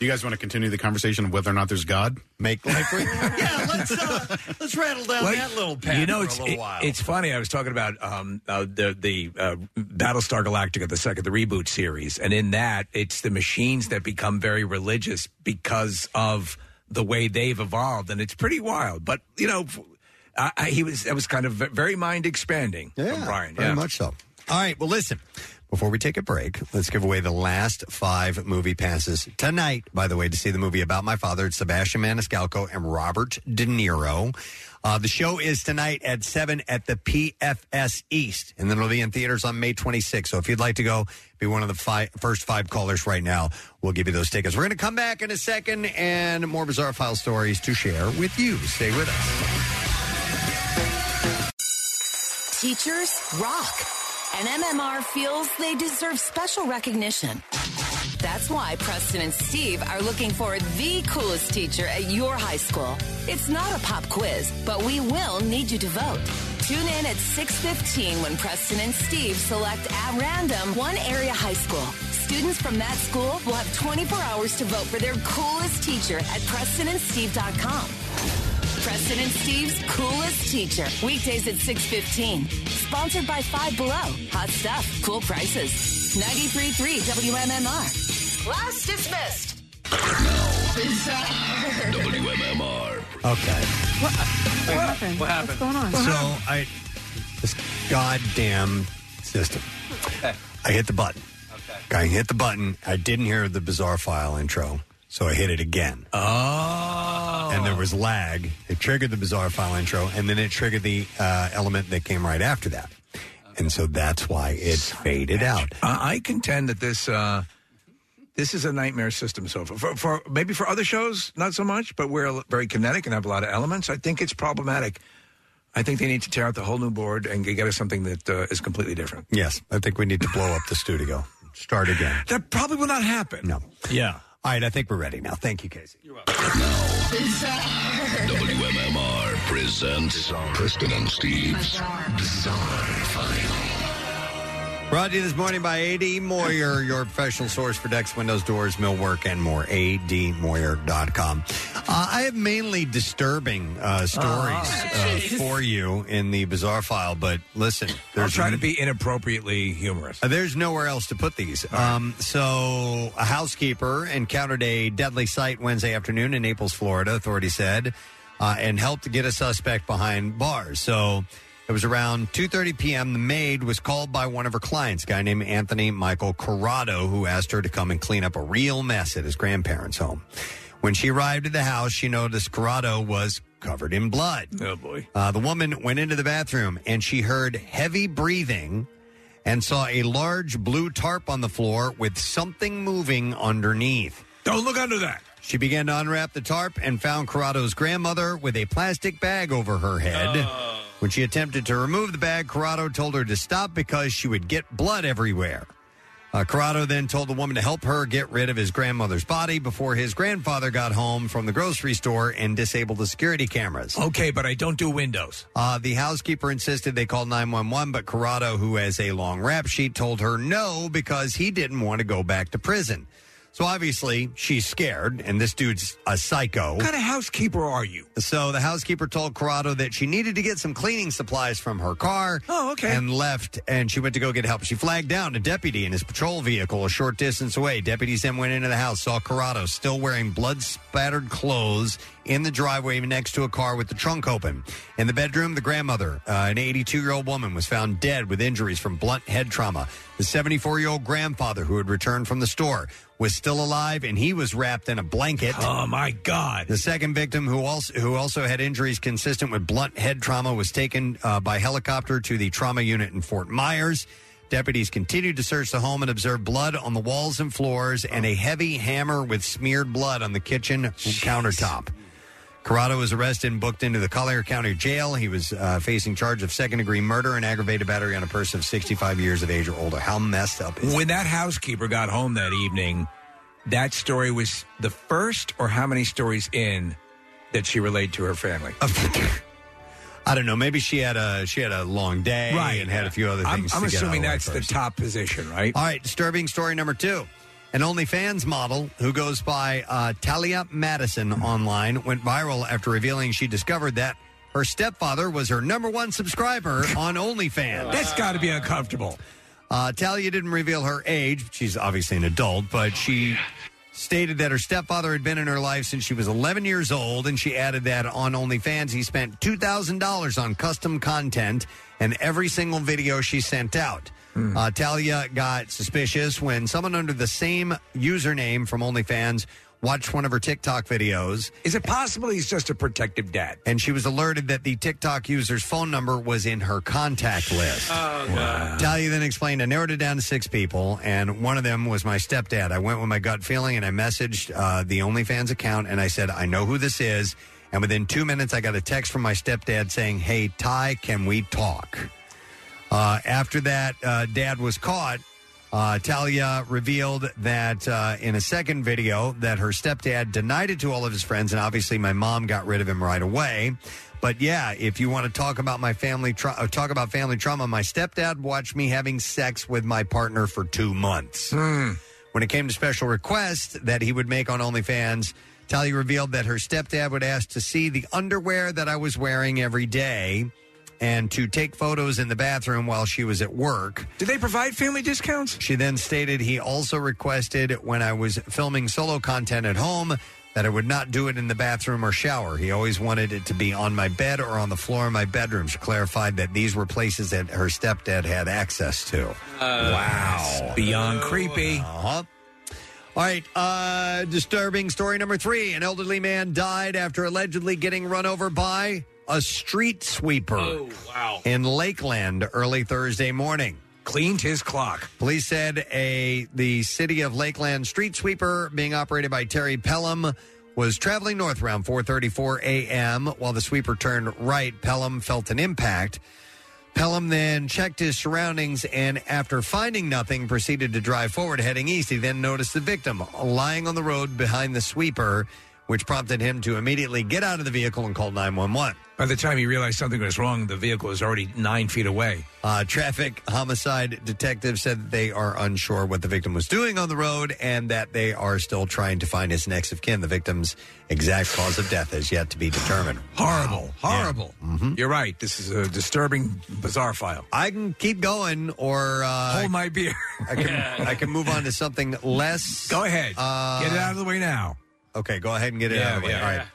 M: Do you guys want to continue the conversation of whether or not there's God?
C: Make life. yeah, let's uh, let's rattle down
E: Well,
C: that little path
E: You know,
C: for
E: it's
C: a little
E: it-
C: while.
E: it's funny. I was talking about um, uh, the the uh, Battlestar Galactica, the second, the reboot series, and in that, it's the machines that become very religious because of the way they've evolved, and it's pretty wild. But you know, f- I, I, he was that was kind of ve- very mind expanding. from Brian,
C: very
E: yeah.
C: much so. All right, well, listen. Before we take a break, let's give away the last five movie passes tonight. By the way, to see the movie about my father, it's Sebastian Maniscalco and Robert De Niro. Uh, the show is tonight at seven at the PFS East, and then it'll be in theaters on May 26th. So if you'd like to go, be one of the fi first five callers right now. We'll give you those tickets. We're going to come back in a second and more bizarre file stories to share with you. Stay with us.
K: Teachers rock, and MMR feels they deserve special recognition. That's why Preston and Steve are looking for the coolest teacher at your high school. It's not a pop quiz, but we will need you to vote. Tune in at 6:15 when Preston and Steve select at random one area high school. Students from that school will have 24 hours to vote for their coolest teacher at prestonandsteve.com. Preston and Steve's coolest teacher. Weekdays at 615. Sponsored by Five Below. Hot stuff, cool prices. 93.3 WMMR. Class dismissed.
H: WMMR.
C: Okay.
H: What,
C: happened?
H: What happened? What's going on?
C: So I, this goddamn system. I hit the button. Okay. I hit the button. I didn't hear the bizarre file intro, so I hit it again.
E: Oh.
C: And there was lag. It triggered the bizarre file intro, and then it triggered the uh, element that came right after that. And so that's why it faded out.
E: I, I contend that this uh, this is a nightmare system so far. For, for maybe for other shows, not so much, but we're very kinetic and have a lot of elements. I think it's problematic. I think they need to tear out the whole new board and get us something that uh, is completely different.
C: Yes, I think we need to blow up the studio. Start again.
E: That probably will not happen.
C: No.
E: Yeah.
C: All right, I think we're ready now. Thank you, Casey.
B: WMMR presents Kristen and Steve's Bizarre File.
C: Brought to you this morning by A.D. Moyer, your professional source for decks, windows, doors, millwork, and more. ADMoyer.com. Uh, I have mainly disturbing uh, stories
E: Ah,
C: uh, for you in the bizarre file, but listen,
E: They're
C: there's
E: trying to be inappropriately humorous.
C: uh, There's nowhere else to put these. Um, so, a housekeeper encountered a deadly sight Wednesday afternoon in Naples, Florida, authorities said, uh, and helped get a suspect behind bars. So, it was around 2:30 p.m. The maid was called by one of her clients, a guy named Anthony Michael Corrado, who asked her to come and clean up a real mess at his grandparents' home. When she arrived at the house, she noticed Corrado was covered in blood.
E: Oh boy!
C: Uh, the woman went into the bathroom and she heard heavy breathing and saw a large blue tarp on the floor with something moving underneath.
E: Don't look under that.
C: She began to unwrap the tarp and found Corrado's grandmother with a plastic bag over her head.
E: Oh.
C: When she attempted to remove the bag, Corrado told her to stop because she would get blood everywhere. Uh, Corrado then told the woman to help her get rid of his grandmother's body before his grandfather got home from the grocery store and disabled the security cameras.
E: Okay, but I don't do windows.
C: Uh, the housekeeper insisted they call 911, but Corrado, who has a long rap sheet, told her no because he didn't want to go back to prison. So obviously she's scared, and this dude's a psycho. What
E: kind of housekeeper are you?
C: So the housekeeper told Corrado that she needed to get some cleaning supplies from her car.
E: Oh, okay.
C: And left, and she went to go get help. She flagged down a deputy in his patrol vehicle a short distance away. Deputies then went into the house, saw Corrado still wearing blood spattered clothes in the driveway next to a car with the trunk open. In the bedroom, the grandmother, uh, an 82 year old woman, was found dead with injuries from blunt head trauma. The 74 year old grandfather, who had returned from the store, was still alive and he was wrapped in a blanket.
E: Oh my God!
C: The second victim, who also who also had injuries consistent with blunt head trauma, was taken uh, by helicopter to the trauma unit in Fort Myers. Deputies continued to search the home and observed blood on the walls and floors and a heavy hammer with smeared blood on the kitchen countertop. Corrado was arrested and booked into the Collier County Jail. He was uh, facing charge of second degree murder and aggravated battery on a person of 65 years of age or older. How messed up is
E: When that housekeeper got home that evening, that story was the first or how many stories in that she relayed to her family?
C: I don't know. Maybe she had a she had a long day
E: Right.
C: and had a few other
E: I'm-
C: things.
E: I'm
C: to get out of
E: assuming
C: way
E: that's the
C: first.
E: top position, right?
C: All right. Disturbing story number two. An OnlyFans model who goes by uh, Talia Madison online went viral after revealing she discovered that her stepfather was her number one subscriber on OnlyFans.
E: That's got to be uncomfortable.
C: Uh, Talia didn't reveal her age. She's obviously an adult, but she stated that her stepfather had been in her life since she was 11 years old, and she added that on OnlyFans he spent $2,000 on custom content and every single video she sent out. Uh, Talia got suspicious when someone under the same username from OnlyFans watched one of her TikTok videos.
E: Is it possible he's just a protective dad?
C: And she was alerted that the TikTok user's phone number was in her contact list.
H: Oh, God.
C: Talia then explained, I narrowed it down to six people, and one of them was my stepdad. I went with my gut feeling and I messaged uh, the OnlyFans account and I said, I know who this is. And within two minutes, I got a text from my stepdad saying, Hey, Ty, can we talk? Uh, after that, uh, dad was caught. Uh, Talia revealed that uh, in a second video that her stepdad denied it to all of his friends, and obviously my mom got rid of him right away. But yeah, if you want to talk about my family, tra- uh, talk about family trauma. My stepdad watched me having sex with my partner for two months. When it came to special requests that he would make on OnlyFans, Talia revealed that her stepdad would ask to see the underwear that I was wearing every day and to take photos in the bathroom while she was at work.
E: Did they provide family discounts?
C: She then stated he also requested when I was filming solo content at home that I would not do it in the bathroom or shower. He always wanted it to be on my bed or on the floor in my bedroom. She clarified that these were places that her stepdad had access to. wow.
E: Beyond creepy.
C: Uh-huh. All right, uh, disturbing story number three. An elderly man died after allegedly getting run over by a street sweeper
E: Oh,
H: wow.
C: in Lakeland early Thursday morning.
E: Cleaned his clock.
C: Police said a the city of Lakeland street sweeper being operated by Terry Pelham was traveling north around 4:34 a.m. while the sweeper turned right. Pelham felt an impact. Pelham then checked his surroundings and, after finding nothing, proceeded to drive forward, heading east. He then noticed the victim lying on the road behind the sweeper, which prompted him to immediately get out of the vehicle and call 911.
E: By the time he realized something was wrong, the vehicle was already nine feet away.
C: Uh, traffic homicide detectives said that they are unsure what the victim was doing on the road and that they are still trying to find his next of kin. The victim's exact cause of death is yet to be determined.
E: Horrible, horrible. You're right. This is a disturbing, bizarre file.
C: Mm-hmm. I can keep going, or uh,
E: hold my beer.
C: I can, I can move on to something less. uh, Go
E: ahead. Get it out of the way now.
C: Okay, go ahead and get
E: Oh.
C: it
E: Yeah,
C: out of the way.
E: yeah.
C: All right.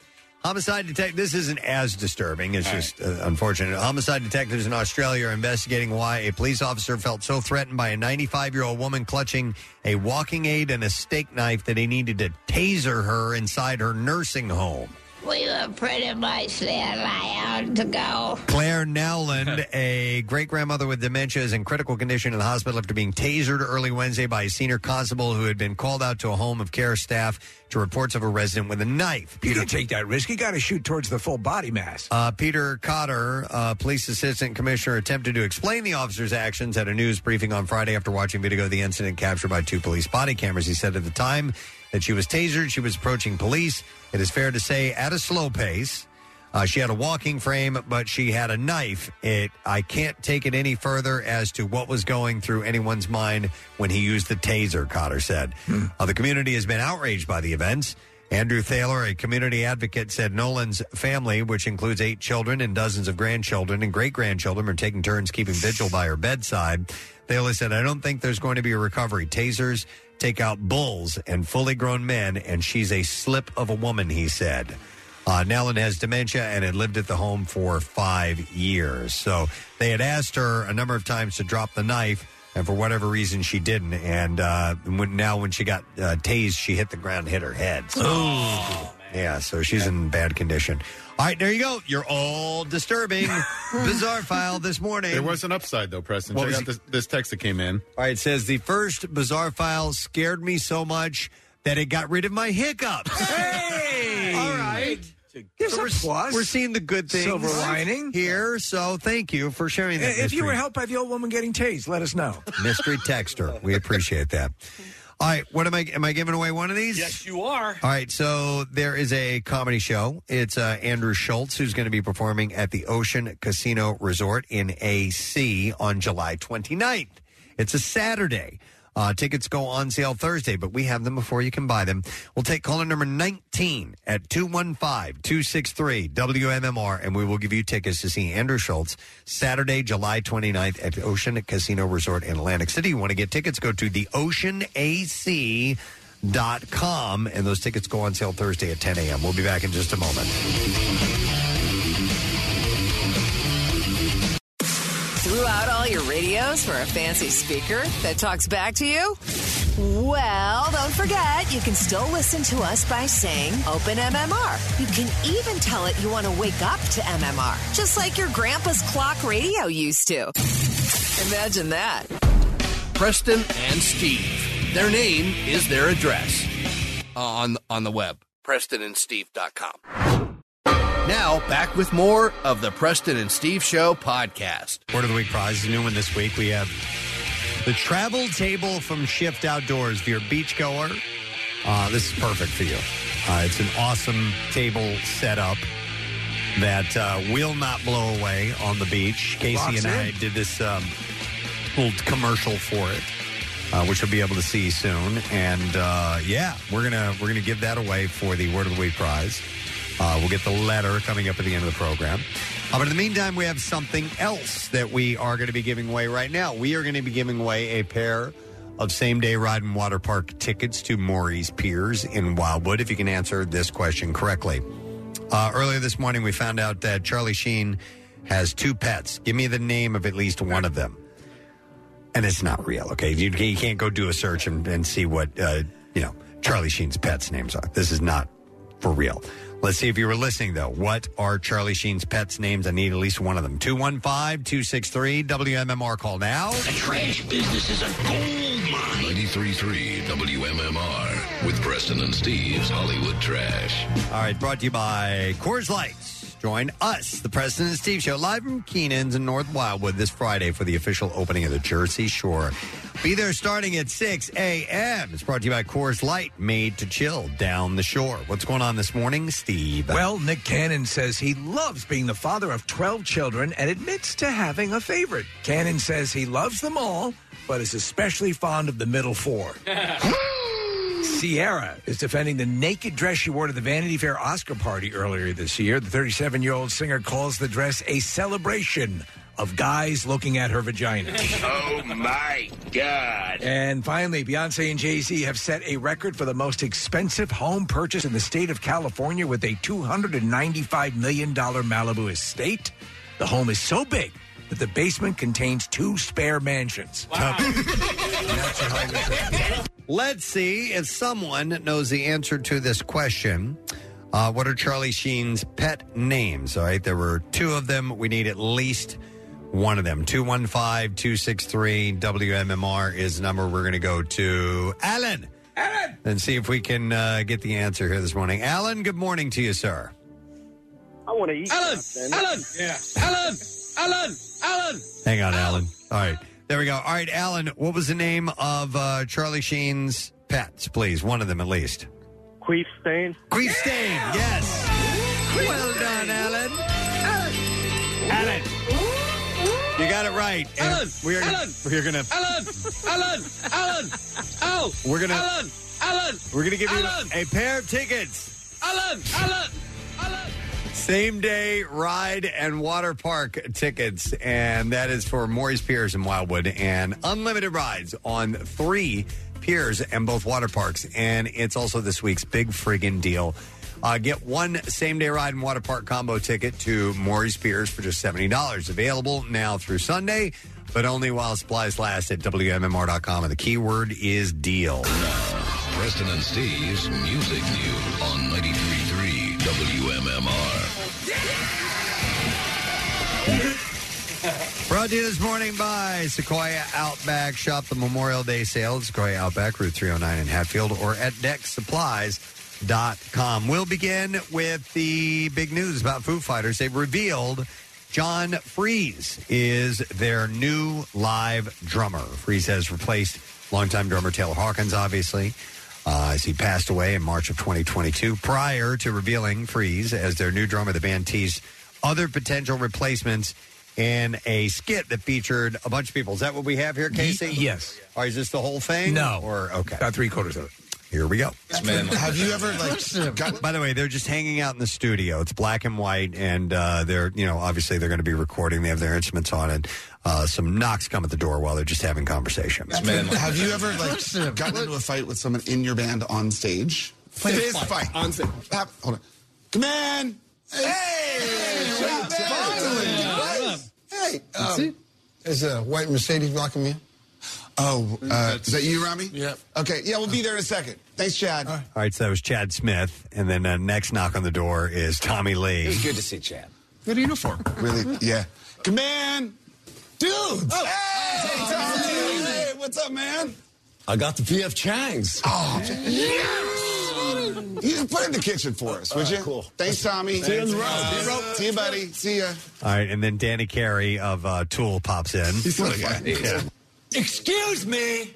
C: Homicide detective. This isn't as disturbing. It's
E: All right.
C: just uh, unfortunate. Homicide detectives in Australia are investigating why a police officer felt so threatened by a 95 year old woman clutching a walking aid and a steak knife that he needed to taser her inside her nursing home.
P: We were pretty much there allowed to go.
C: Claire Nowland, a great grandmother with dementia, is in critical condition in the hospital after being tasered early Wednesday by a senior constable who had been called out to a home of care staff to reports of a resident with a knife.
E: You don't take that risk. You got to shoot towards the full body mass.
C: Uh, Peter Cotter, uh, police assistant commissioner, attempted to explain the officer's actions at a news briefing on Friday after watching video of the incident captured by two police body cameras. He said at the time that she was tasered, she was approaching police. It is fair to say at a slow pace. Uh, she had a walking frame, but she had a knife. It I can't take it any further as to what was going through anyone's mind when he used the taser. Cotter said. Uh, the community has been outraged by the events. Andrew Thaler, a community advocate, said Nolan's family, which includes eight children and dozens of grandchildren and great grandchildren, are taking turns keeping vigil by her bedside. Thaler said, I don't think there's going to be a recovery. Tasers take out bulls and fully grown men, and she's a slip of a woman, he said. Uh, Nellen has dementia and had lived at the home for five years. So they had asked her a number of times to drop the knife, and for whatever reason, she didn't. And uh, when, now, when she got uh, tased, she hit the ground, and hit her head. So, yeah, so she's in bad condition. All right, there you go. You're all disturbing. Bizarre file this morning.
M: There was an upside though, Preston.
C: What
M: Check
C: was
M: out
C: it?
M: this, this text that came in.
C: All right, it says the first bizarre file scared me so much that it got rid of my hiccups. Hey! All right.
E: There's
C: So
E: a
C: we're, s-
E: plus.
C: we're seeing the good things.
E: Silver lining.
C: Here, so thank you for sharing that.
E: If you were
C: mystery.
E: helped by the old woman getting tased, let us know.
C: mystery texter, we appreciate that. All right, what am I am I giving away one of these?
G: Yes, you are.
C: All right, so there is a comedy show. It's uh, Andrew Schultz who's going to be performing at the Ocean Casino Resort in AC on July 29th. It's a Saturday. Uh, tickets go on sale Thursday, but we have them before you can buy them. We'll take caller number 19 at 215 263 WMMR, and we will give you tickets to see Andrew Schultz Saturday, July 29th at the Ocean Casino Resort in Atlantic City. You want to get tickets? Go to the Ocean AC dot com and those tickets go on sale Thursday at 10 a.m. We'll be back in just a moment.
I: Threw out all your radios for a fancy speaker that talks back to you? Well, don't forget, you can still listen to us by saying Open MMR. You can even tell it you want to wake up to MMR, just like your grandpa's clock radio used to. Imagine that.
J: Preston and Steve. Their name is their address uh, on on the web. PrestonandSteve.com. Now back with more of the Preston and Steve Show podcast.
C: Word of the week prize is new one this week. We have the travel table from Shift Outdoors. If you're a beachgoer, uh, this is perfect for you. Uh, it's an awesome table setup that uh, will not blow away on the beach. Casey
H: Locks
C: and I
H: in.
C: did this um, little commercial for it, uh, which you'll be able to see soon. And uh, yeah, we're gonna we're gonna give that away for the Word of the Week prize. Uh, we'll get the letter coming up at the end of the program. Uh, but in the meantime, we have something else that we are going to be giving away right now. We are going to be giving away a pair of same day ride and water park tickets to Maury's Piers in Wildwood if you can answer this question correctly. Uh, earlier this morning, we found out that Charlie Sheen has two pets. Give me the name of at least one of them. And it's not real, okay? You, you can't go do a search and, and see what, uh, you know, Charlie Sheen's pets' names are. This is not for real. Let's see if you were listening, though. What are Charlie Sheen's pets' names? I need at least one of them. 215 263 WMMR. Call now.
H: Trash business is a gold mine.
B: 933 WMMR with Preston and Steve's Hollywood Trash.
C: All right, brought to you by Coors Lights. Join us, the President and Steve Show, live from Keenan's in North Wildwood this Friday for the official opening of the Jersey Shore. Be there starting at 6 a.m. It's brought to you by Coors Light, made to chill down the shore. What's going on this morning, Steve?
E: Well, Nick Cannon says he loves being the father of 12 children and admits to having a favorite. Cannon says he loves them all, but is especially fond of the middle four. Sierra is defending the naked dress she wore to the Vanity Fair Oscar party earlier this year. The 37 year old singer calls the dress a celebration of guys looking at her vagina.
H: Oh my god.
E: And finally, Beyonce and Jay Z have set a record for the most expensive home purchase in the state of California with a $295 million Malibu estate. The home is so big that the basement contains two spare mansions.
C: Let's see if someone knows the answer to this question. Uh, what are Charlie Sheen's pet names? All right, there were two of them. We need at least one of them. 215 263 WMMR is the number. We're going to go to Alan. Alan! And see if we can uh, get the answer here this morning. Alan, good morning to you, sir.
Q: I want to eat.
H: Alan, Alan,
Q: yeah.
H: Alan, Alan, Alan.
C: Hang on, Alan. All right. There we go. All right, Alan, what was the name of uh, Charlie Sheen's pets, please? One of them at least.
Q: Queef stain.
C: Queef stain, yes. well done, Alan. Alan. You got it right. And
H: Alan,
C: we're gonna,
H: Alan,
C: we're gonna
H: Alan, Alan, Alan, Al.
C: We're gonna-
H: Alan, Alan.
C: we're gonna give
H: Alan,
C: you a pair of tickets.
H: Alan, Alan.
C: Same day ride and water park tickets, and that is for Morris Piers in Wildwood, and unlimited rides on three piers and both water parks. And it's also this week's big friggin' deal. Uh, get one same day ride and water park combo ticket to Morris Piers for just $70. Available now through Sunday, but only while supplies last at WMMR.com. And the keyword is deal.
B: Preston and Steve's Music News on 93.3 WMMR.
C: Brought to you this morning by Sequoia Outback. Shop the Memorial Day sale at Sequoia Outback, Route 309 in Hatfield, or at decksupplies.com. We'll begin with the big news about Foo Fighters. They've revealed John Freeze is their new live drummer. Freeze has replaced longtime drummer Taylor Hawkins, obviously uh, as he passed away in March of 2022. Prior to revealing Freeze as their new drummer, the band teased other potential replacements in a skit that featured a bunch of people. Is that what we have here, Casey? yes. Or is this the whole thing? No. Or okay, about
E: three quarters of it.
C: Here we go.
E: Have you ever,
C: like? Got, by the way, they're just hanging out in the studio. It's black and white, and uh, they're you know obviously they're going to be recording. They have their instruments on, and uh, some knocks come at the door while they're just having conversation.
R: Have you ever like gotten into a fight with someone in your band on stage?
C: Play a
R: Fist
C: fight.
R: on stage. Hap- hold on. Come on.
H: Hey,
R: shout out. Hey, um, is a white Mercedes blocking me? Oh, uh, is that you, Rami? Yeah. Okay. Yeah, we'll be there in a second. Thanks, Chad.
C: All right, so that was Chad Smith, and then uh, next knock on the door is Tommy Lee.
R: It was good to
C: see Chad.
R: Good uniform. really? Yeah. Come on, dudes. hey, Tommy. Hey, what's up, man?
U: I got the PF Chang's.
R: Oh, yes! You can put it in the kitchen for us, would
U: All
R: you?
U: right, cool.
R: Thanks, Tommy.
U: See you on the road.
R: Thanks.
U: See you, bro.
R: See you, buddy. See ya.
C: All right, and then Danny Carey of uh, Tool pops in. Yeah.
U: Excuse me.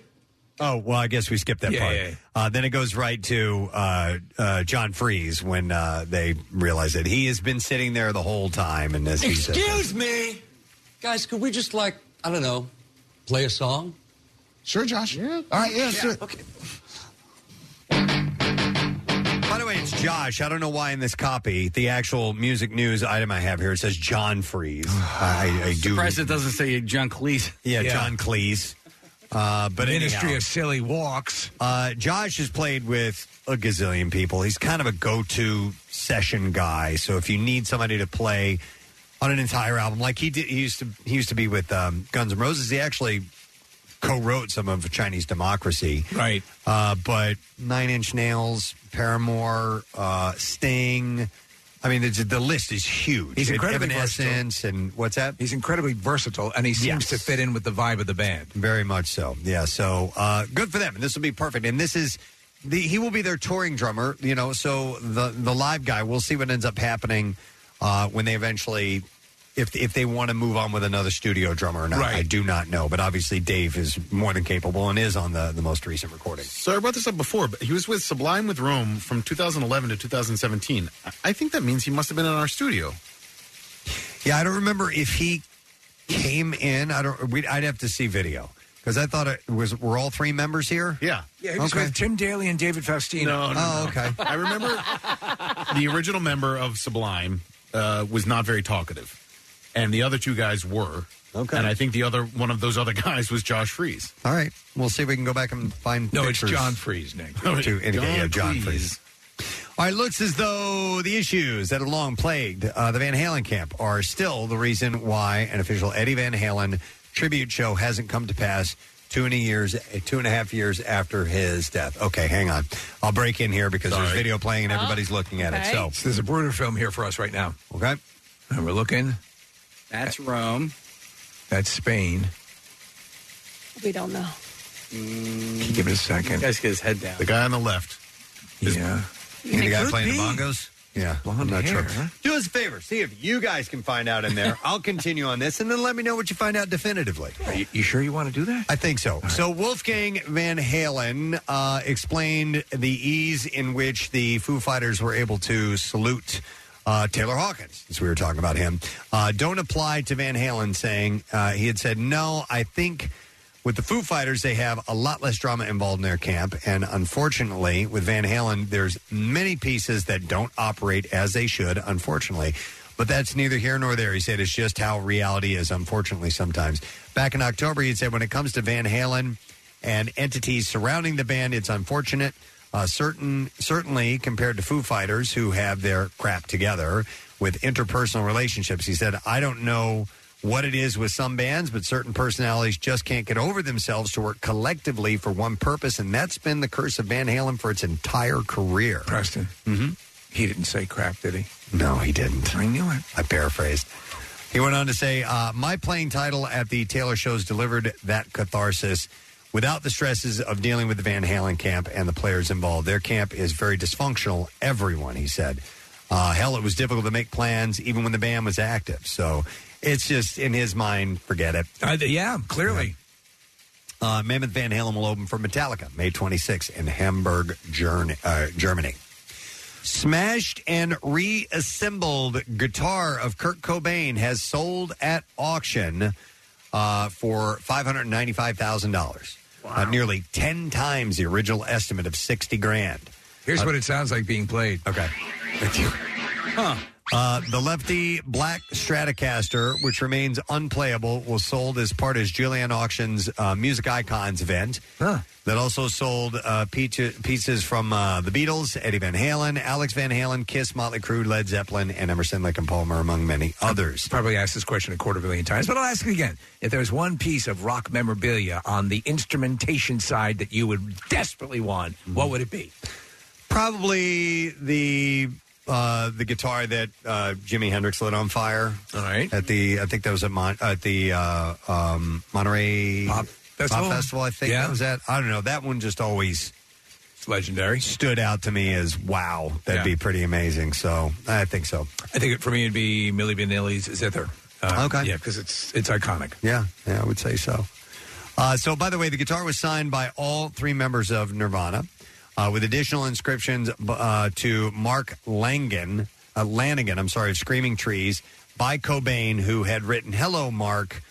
C: Oh well, I guess we skipped that
U: Yeah,
C: part.
U: yeah, yeah.
C: Uh, then it goes right to uh, uh, John Freeze when uh, they realize that he has been sitting there the whole time, and as he says,
U: Excuse me. Guys, could we just, like, I don't know, play a song?
R: Sure, Josh. Yeah. All right, yeah, sure.
U: Okay.
C: By the way, it's Josh. I don't know why in this copy, the actual music news item I have here, it says John Freeze. I, I do.
G: Surprised it doesn't say John Cleese.
C: Yeah, John Cleese. Uh, but
E: Ministry
C: anyhow,
E: of Silly Walks.
C: Uh, Josh has played with a gazillion people. He's kind of a go-to session guy. So if you need somebody to play on an entire album, like he did, he used to he used to be with um, Guns N' Roses. He actually co-wrote some of Chinese Democracy,
E: right?
C: Uh, but Nine Inch Nails, Paramore, uh, Sting. I mean, the, the list is huge.
E: He's
C: It-
E: incredibly
C: Evanescence and what's that?
E: He's incredibly versatile, and he seems to fit in with the vibe of the band.
C: Very much so. Yeah. So uh, good for them. And this will be perfect. And this is the he will be their touring drummer. You know, so the the live guy. We'll see what ends up happening uh, when they eventually. If, if they want to move on with another studio drummer or not, I do not know. But obviously, Dave is more than capable and is on the, the most recent recording.
M: So I brought this up before, but he was with Sublime with Rome from 2011 to 2017. I- I think that means he must have been in our studio.
C: Yeah, I don't remember if he came in. I don't. We'd, I'd have to see video because I thought it was. Were all three members here?
M: Yeah.
E: Yeah, he was with Tim Daly and David Faustino.
M: No, no,
C: Oh, okay.
M: I remember the original member of Sublime uh, was not very talkative, and the other two guys were. Okay. And I think the other one of those other guys was Josh Freeze.
C: All right. We'll see if we can go back and find.
E: No,
C: pictures.
E: it's John Freeze, Nick.
C: To indicate,
E: John
C: yeah, John
E: Freeze.
C: Freeze. All right, looks as though the issues that have long plagued uh, the Van Halen camp are still the reason why an official Eddie Van Halen tribute show hasn't come to pass two and a years, two and a half years after his death. Okay, hang on. I'll break in here because there's
E: Sorry.
C: video playing
M: Oh,
C: and everybody's looking at it. So
E: there's a Bruder film here for us right now.
C: Okay,
E: and we're looking.
G: That's Rome.
E: That's Spain.
D: We don't know.
E: Give it a second.
G: Guys, get his head down.
M: The guy on the left.
E: Yeah.
C: You the guy
M: Could
C: playing
M: be.
C: the bongos? Yeah, I'm not
M: hair,
C: sure. Do us a favor. See if you guys can find out in there. I'll continue on this, and then let me know what you find out definitively.
E: Are you, you sure you want to do that?
C: I think so. So Wolfgang Van Halen uh, explained the ease in which the Foo Fighters were able to salute uh, Taylor Hawkins, since we were talking about him. Uh, don't apply to Van Halen saying uh, he had said, "No, I think." With the Foo Fighters, they have a lot less drama involved in their camp. And unfortunately, with Van Halen, there's many pieces that don't operate as they should, unfortunately. But that's neither here nor there. He said it's just how reality is, unfortunately, sometimes. Back in October, he said when it comes to Van Halen and entities surrounding the band, it's unfortunate. Uh, certain certainly compared to Foo Fighters, who have their crap together with interpersonal relationships. He said, "I don't know what it is with some bands, but certain personalities just can't get over themselves to work collectively for one purpose, and that's been the curse of Van Halen for its entire career."
E: Preston,
C: mm-hmm.
E: he didn't say crap, did he?
C: No, he didn't.
E: I knew it.
C: I paraphrased. He went on to say, uh, My playing title at the Taylor shows delivered that catharsis without the stresses of dealing with the Van Halen camp and the players involved. Their camp is very dysfunctional, everyone, he said. Uh, hell, it was difficult to make plans even when the band was active. So it's just, in his mind, forget it.
E: Uh, yeah, clearly.
C: Uh, Mammoth Van Halen will open for Metallica May 26th in Hamburg, Ger- uh, Germany. Smashed and reassembled guitar of Kurt Cobain has sold at auction uh, for $595,000. Uh, nearly 10 times the original estimate of 60 grand.
E: Here's
C: Uh,
E: what it sounds like being played.
C: Okay. Huh. Uh, the lefty black Stratocaster, which remains unplayable, was sold as part of Julian Auction's uh, Music Icons event. That also sold uh, peach- pieces from uh, the Beatles, Eddie Van Halen, Alex Van Halen, Kiss, Motley Crue, Led Zeppelin, and Emerson, Lake and Palmer, among many others.
E: Probably asked this question a quarter million times, but I'll ask it again. If there's one piece of rock memorabilia on the instrumentation side that you would desperately want, what would it be?
C: Probably the uh, the guitar that uh, Jimi Hendrix lit on fire.
E: All right.
C: At the I think that was at Mon- at the uh, um, Monterey Pop
E: Festival?
C: I think
E: Yeah.
C: that was at. I don't know. That one just always
E: it's legendary.
C: Stood out to me as wow. That'd
E: Yeah.
C: be pretty amazing. So I think so.
E: I think for me it'd be Millie Vanilli's Zither. Uh,
C: Okay.
E: Yeah, because it's it's iconic.
C: Yeah, yeah, I would say so. Uh, so, by the way, the guitar was signed by all three members of Nirvana, uh, with additional inscriptions uh, to Mark Langan, uh, Lanigan, I'm sorry, of Screaming Trees, by Cobain, who had written, "Hello, Mark,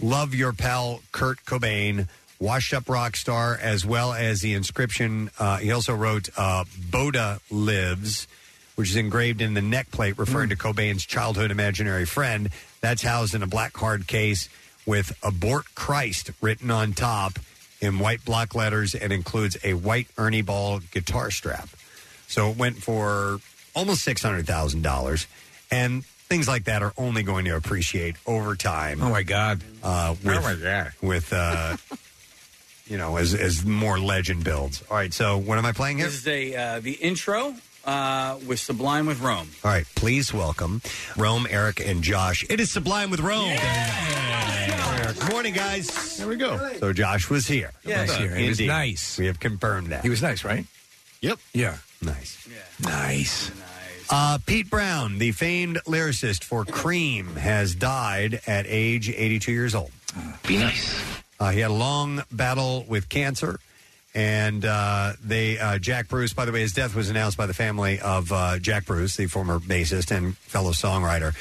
C: love your pal Kurt Cobain." Washed up rock star, as well as the inscription. Uh, he also wrote, uh, Boda lives, which is engraved in the neck plate, referring to Cobain's childhood imaginary friend. That's housed in a black hard case with Abort Christ written on top in white block letters and includes a white Ernie Ball guitar strap. So it went for almost $600,000. And things like that are only going to appreciate over time.
E: Oh, my God.
C: Uh, with,
E: Oh, my God.
C: With, uh, you know, as, as more legend builds. All right, so what am I playing here?
G: This is a uh, the intro uh, with Sublime with Rome.
C: All right, please welcome Rome, Eric, and Josh. It is Sublime with Rome. Good morning, guys. There we go. So Josh was here.
E: Yeah, he was here. He was nice.
C: We have confirmed that.
E: He was nice, right?
M: Yep.
E: Yeah.
C: Nice.
E: Nice.
C: Uh, Pete Brown, the famed lyricist for Cream, has died at age 82 years old.
A: Be nice.
C: Uh, he had a long battle with cancer, and uh, they uh, Jack Bruce. By the way, his death was announced by the family of uh, Jack Bruce, the former bassist and fellow songwriter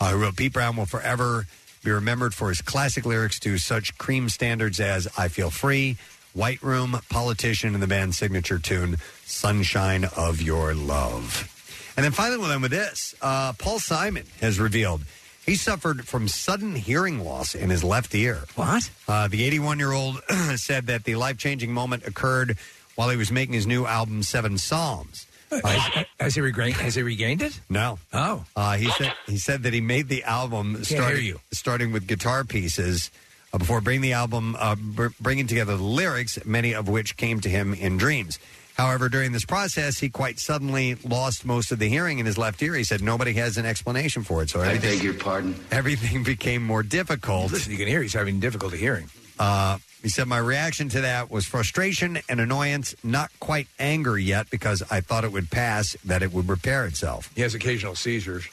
C: uh, who wrote Pete Brown will forever be remembered for his classic lyrics to such cream standards as "I Feel Free." White Room, Politician, and the band's signature tune, Sunshine of Your Love. And then finally, we'll end with this. Uh, Paul Simon has revealed he suffered from sudden hearing loss in his left ear.
E: What?
C: Uh, the 81 year old said that the life changing moment occurred while he was making his new album, Seven Psalms.
E: Uh, Has he regained? Has he regained it?
C: No.
E: Oh.
C: Uh, he said he said that he made the album
E: hear
C: starting
E: you.
C: starting with guitar pieces uh, before bringing the album, uh, br- bringing together the lyrics, many of which came to him in dreams. However, during this process, he quite suddenly lost most of the hearing in his left ear. He said nobody has an explanation for it, so
A: I
C: everything
A: beg your pardon.
C: everything became more difficult.
E: Listen, you can hear he's having difficulty hearing.
C: Uh, he said, My reaction to that was frustration and annoyance, not quite anger yet, because I thought it would pass, that it would repair itself.
E: He has occasional seizures.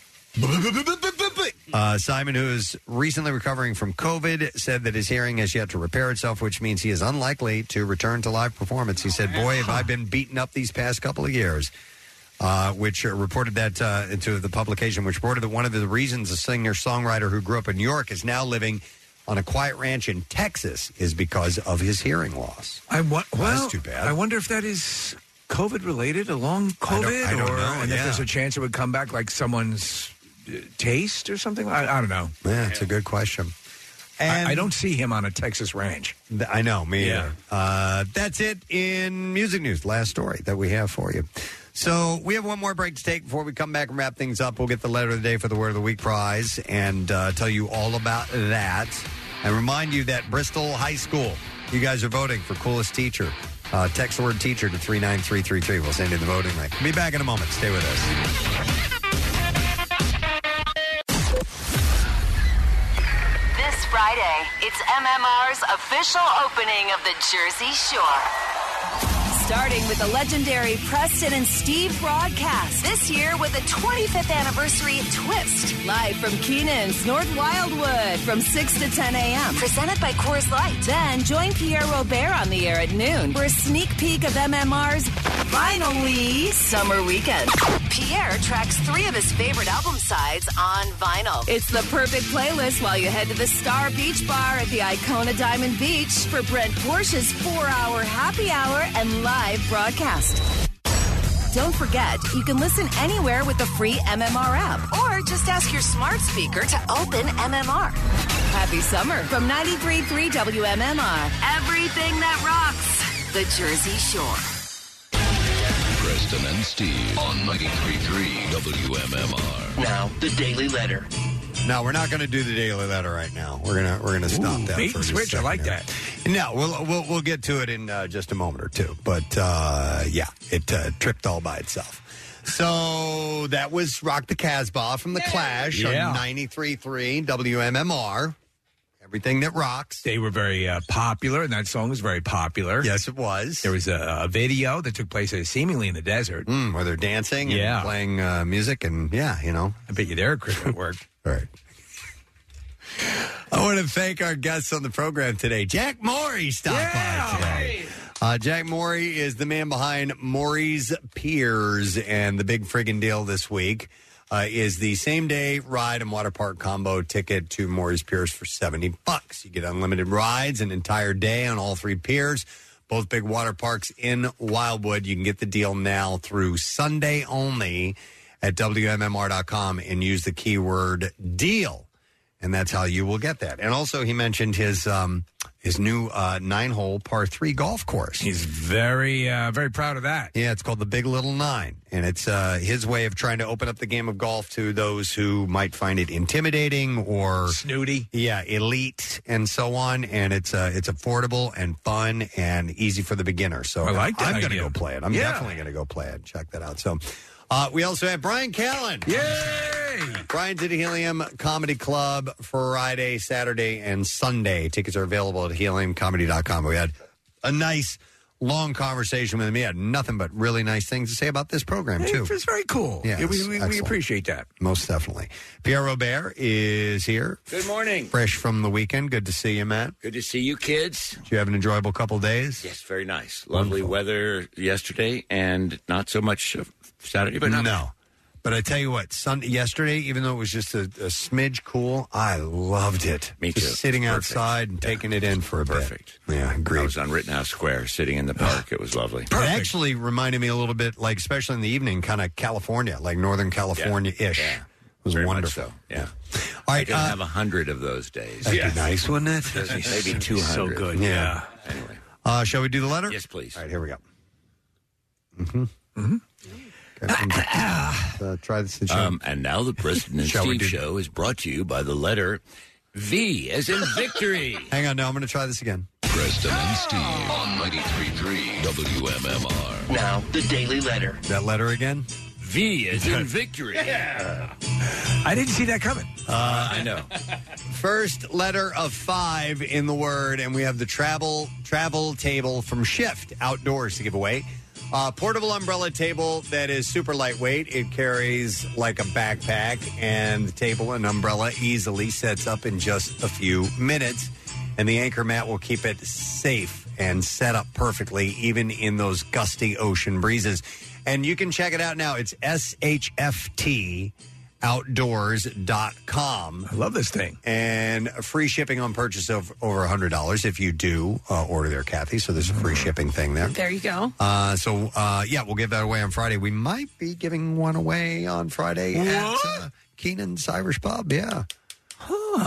C: Uh, Simon, who is recently recovering from COVID, said that his hearing has yet to repair itself, which means he is unlikely to return to live performance. He said, Boy, have I been beaten up these past couple of years. Uh, which uh, reported that uh, into the publication, which reported that one of the reasons a singer songwriter who grew up in New York is now living on a quiet ranch in Texas is because of his hearing loss.
E: I wa- well,
C: that's too bad.
E: I wonder if that is COVID related, a long
C: I don't-
E: COVID,
C: I don't
E: or
C: know,
E: and
C: yeah.
E: if there's a chance it would come back like someone's uh, taste or something. I, I don't know.
C: Yeah, it's a good question. And
E: I, don't see him on a Texas ranch.
C: Th- I know, me
E: Yeah.
C: either. Uh, that's it in music news. Last story that we have for you. So we have one more break to take before we come back and wrap things up. We'll get the letter of the day for the Word of the Week prize and uh, tell you all about that. And remind you that Bristol High School, you guys are voting for coolest teacher. Uh, text the word teacher to 39333. We'll send you the voting link. Be back in a moment. Stay with us.
I: This Friday, it's MMR's official opening of the Jersey Shore. Starting with the legendary Preston and Steve broadcast this year with a 25th anniversary twist. Live from Keenan's North Wildwood from 6 to 10 a.m. Presented by Coors Light. Then join Pierre Robert on the air at noon for a sneak peek of MMR's Finally Summer Weekend. Pierre tracks three of his favorite album sides on vinyl. It's the perfect playlist while you head to the Star Beach Bar at the Icona Diamond Beach for Brent Porsche's four hour happy hour and live broadcast. Don't forget, you can listen anywhere with the free MMR app or just ask your smart speaker to open MMR. Happy summer from 93.3 WMMR. Everything that rocks, the Jersey Shore.
A: Preston and Steve on 93.3 WMMR.
C: Now, the Daily Letter. No, we're not going to do the Daily Letter right now. We're gonna we're gonna stop
E: Ooh,
C: that.
E: bait
C: for
E: and
C: just a
E: switch. I
C: second
E: like
C: here. No, we'll we'll we'll get to it in uh, just a moment or two. But uh, yeah, it uh, tripped all by itself. So that was Rock the Casbah from the Clash
E: Yeah.
C: on 93.3 WMMR. Everything that rocks.
E: They were very uh, popular, and that song was very popular.
C: Yes, it was.
E: There was a, a video that took place uh, seemingly in the desert.
C: Mm, where they're dancing and
E: yeah.
C: playing uh, music, and yeah, you know.
E: I bet you there, Chris, it worked.
C: All right. I want to thank our guests on the program today. Jack Morey stopped by today. Uh, Jack Morey is the man behind Morey's Piers, and the big friggin' deal this week uh, is the same day ride and water park combo ticket to Morey's Piers for 70 bucks. You get unlimited rides, an entire day on all three piers, both big water parks in Wildwood. You can get the deal now through Sunday only at WMMR.com and use the keyword deal and that's how you will get that. And also, he mentioned his um, his new uh, nine hole par three golf course.
E: He's very uh, very proud of that.
C: Yeah, it's called the Big Little Nine, and it's uh, his way of trying to open up the game of golf to those who might find it intimidating or
E: snooty.
C: Yeah, elite and so on. And it's uh, it's affordable and fun and easy for the beginner. So
E: I like that
C: I'm going to
E: idea.
C: go play it. I'm
E: Yeah.
C: definitely going to go play it. Check that out. So. Uh, we also have Brian Callen.
E: Yay!
C: Brian's at Helium Comedy Club Friday, Saturday, and Sunday. Tickets are available at heliumcomedy.com. We had a nice, long conversation with him. He had nothing but really nice things to say about this program, too.
E: It's very cool.
C: Yeah,
E: we-
C: it's
E: we- we
C: excellent.
E: appreciate that.
C: Most definitely. Pierre Robert is here,
A: Good morning.
C: fresh from the weekend. Good to see you, Matt.
A: Good to see you, kids.
C: Did you have an enjoyable couple days?
A: Yes, very nice. Lovely weather yesterday, and not so much of Saturday, but not
C: no. But I tell you what, Sunday yesterday, even though it was just a, a smidge cool, I loved it.
A: Me
C: Just
A: too.
C: sitting
A: Perfect.
C: outside and taking it in for a bit.
A: Perfect.
C: Yeah, agreed.
A: I was on Rittenhouse Square, sitting in the park. it was lovely.
C: It actually reminded me a little bit, like especially in the evening, kind of California, like Northern California ish. It was
A: Very much
C: wonderful.
A: so, Yeah.
C: All right,
A: I didn't
C: uh,
A: have a hundred of those days.
C: That'd be nice, wouldn't it?
A: Maybe two hundred. Anyway.
C: Uh, shall we do the letter?
A: Yes, please.
C: All right, here we go. Mm-hmm. Mm-hmm. try this.
A: Um, and now the President and
C: Shall we
A: Steve
C: do-
A: show is brought to you by the letter V as in victory.
C: Hang on, now I'm going to try this again.
B: Preston and Steve on 93.3 WMMR.
C: Now, the Daily Letter. That letter again?
A: V is in victory.
C: I didn't see that coming. Uh,
A: I know.
C: First letter of five in the word, and we have the travel travel table from Shift Outdoors to give away. A portable umbrella table that is super lightweight. It carries like a backpack, and the table and umbrella easily sets up in just a few minutes. And the anchor mat will keep it safe and set up perfectly, even in those gusty ocean breezes. And you can check it out now. It's SHFT outdoors.com. I
E: love this thing.
C: And free shipping on purchase of over $100 if you do uh, order there, Kathy. So there's a
E: Mm-hmm.
C: free shipping thing there.
D: There you go.
C: Uh, so, uh, yeah, we'll give that away on Friday. We might be giving one away on Friday at uh, Keenan's Irish Pub. Yeah.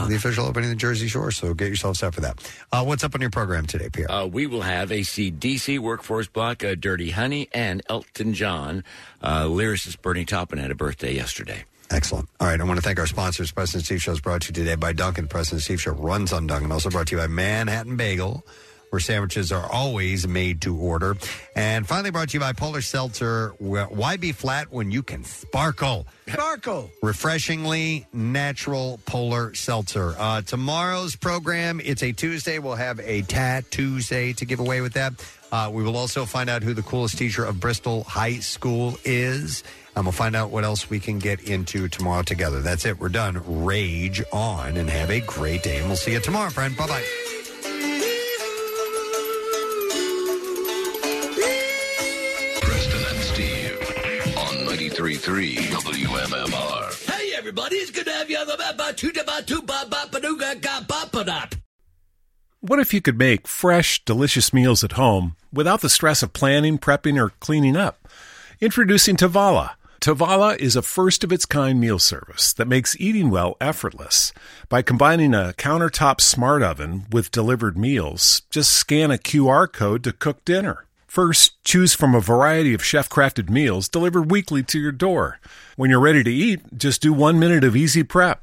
C: The official opening of the Jersey Shore. So get yourself set for that. Uh, what's up on your program today, Pierre?
A: Uh, we will have a CDC workforce block, uh, Dirty Honey, and Elton John. Uh, lyricist Bernie Taupin had a birthday yesterday.
C: Excellent. All right. I want to thank our sponsors. President Steve Show is brought to you today by Duncan. President Steve Show runs on Duncan. Also brought to you by Manhattan Bagel, where sandwiches are always made to order. And finally brought to you by Polar Seltzer. wh- Why be flat when you can sparkle?
E: Sparkle.
C: Refreshingly natural polar seltzer. Uh, tomorrow's program, it's a Tuesday. We'll have a Tat Tuesday to give away with that. Uh, we will also find out who the coolest teacher of Bristol High School is. And we'll find out what else we can get into tomorrow together. That's it. We're done. Rage on and have a great day. And we'll see you tomorrow, friend. Bye bye.
B: Preston and Steve on 93.3 WMMR.
H: Hey, everybody, it's good to have you on the map. Ba- choo- da- ba- choo- ba- ba- ba- doo- ga- ga- ba- ba- da.
S: What if you could make fresh, delicious meals at home without the stress of planning, prepping, or cleaning up? Introducing Tavala. Tavala is a first of its kind meal service that makes eating well effortless. By combining a countertop smart oven with delivered meals, just scan a QR code to cook dinner. First, choose from a variety of chef crafted meals delivered weekly to your door. When you're ready to eat, just do one minute of easy prep.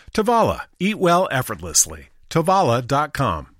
S: Tavala. Eat well effortlessly. Tavala.com.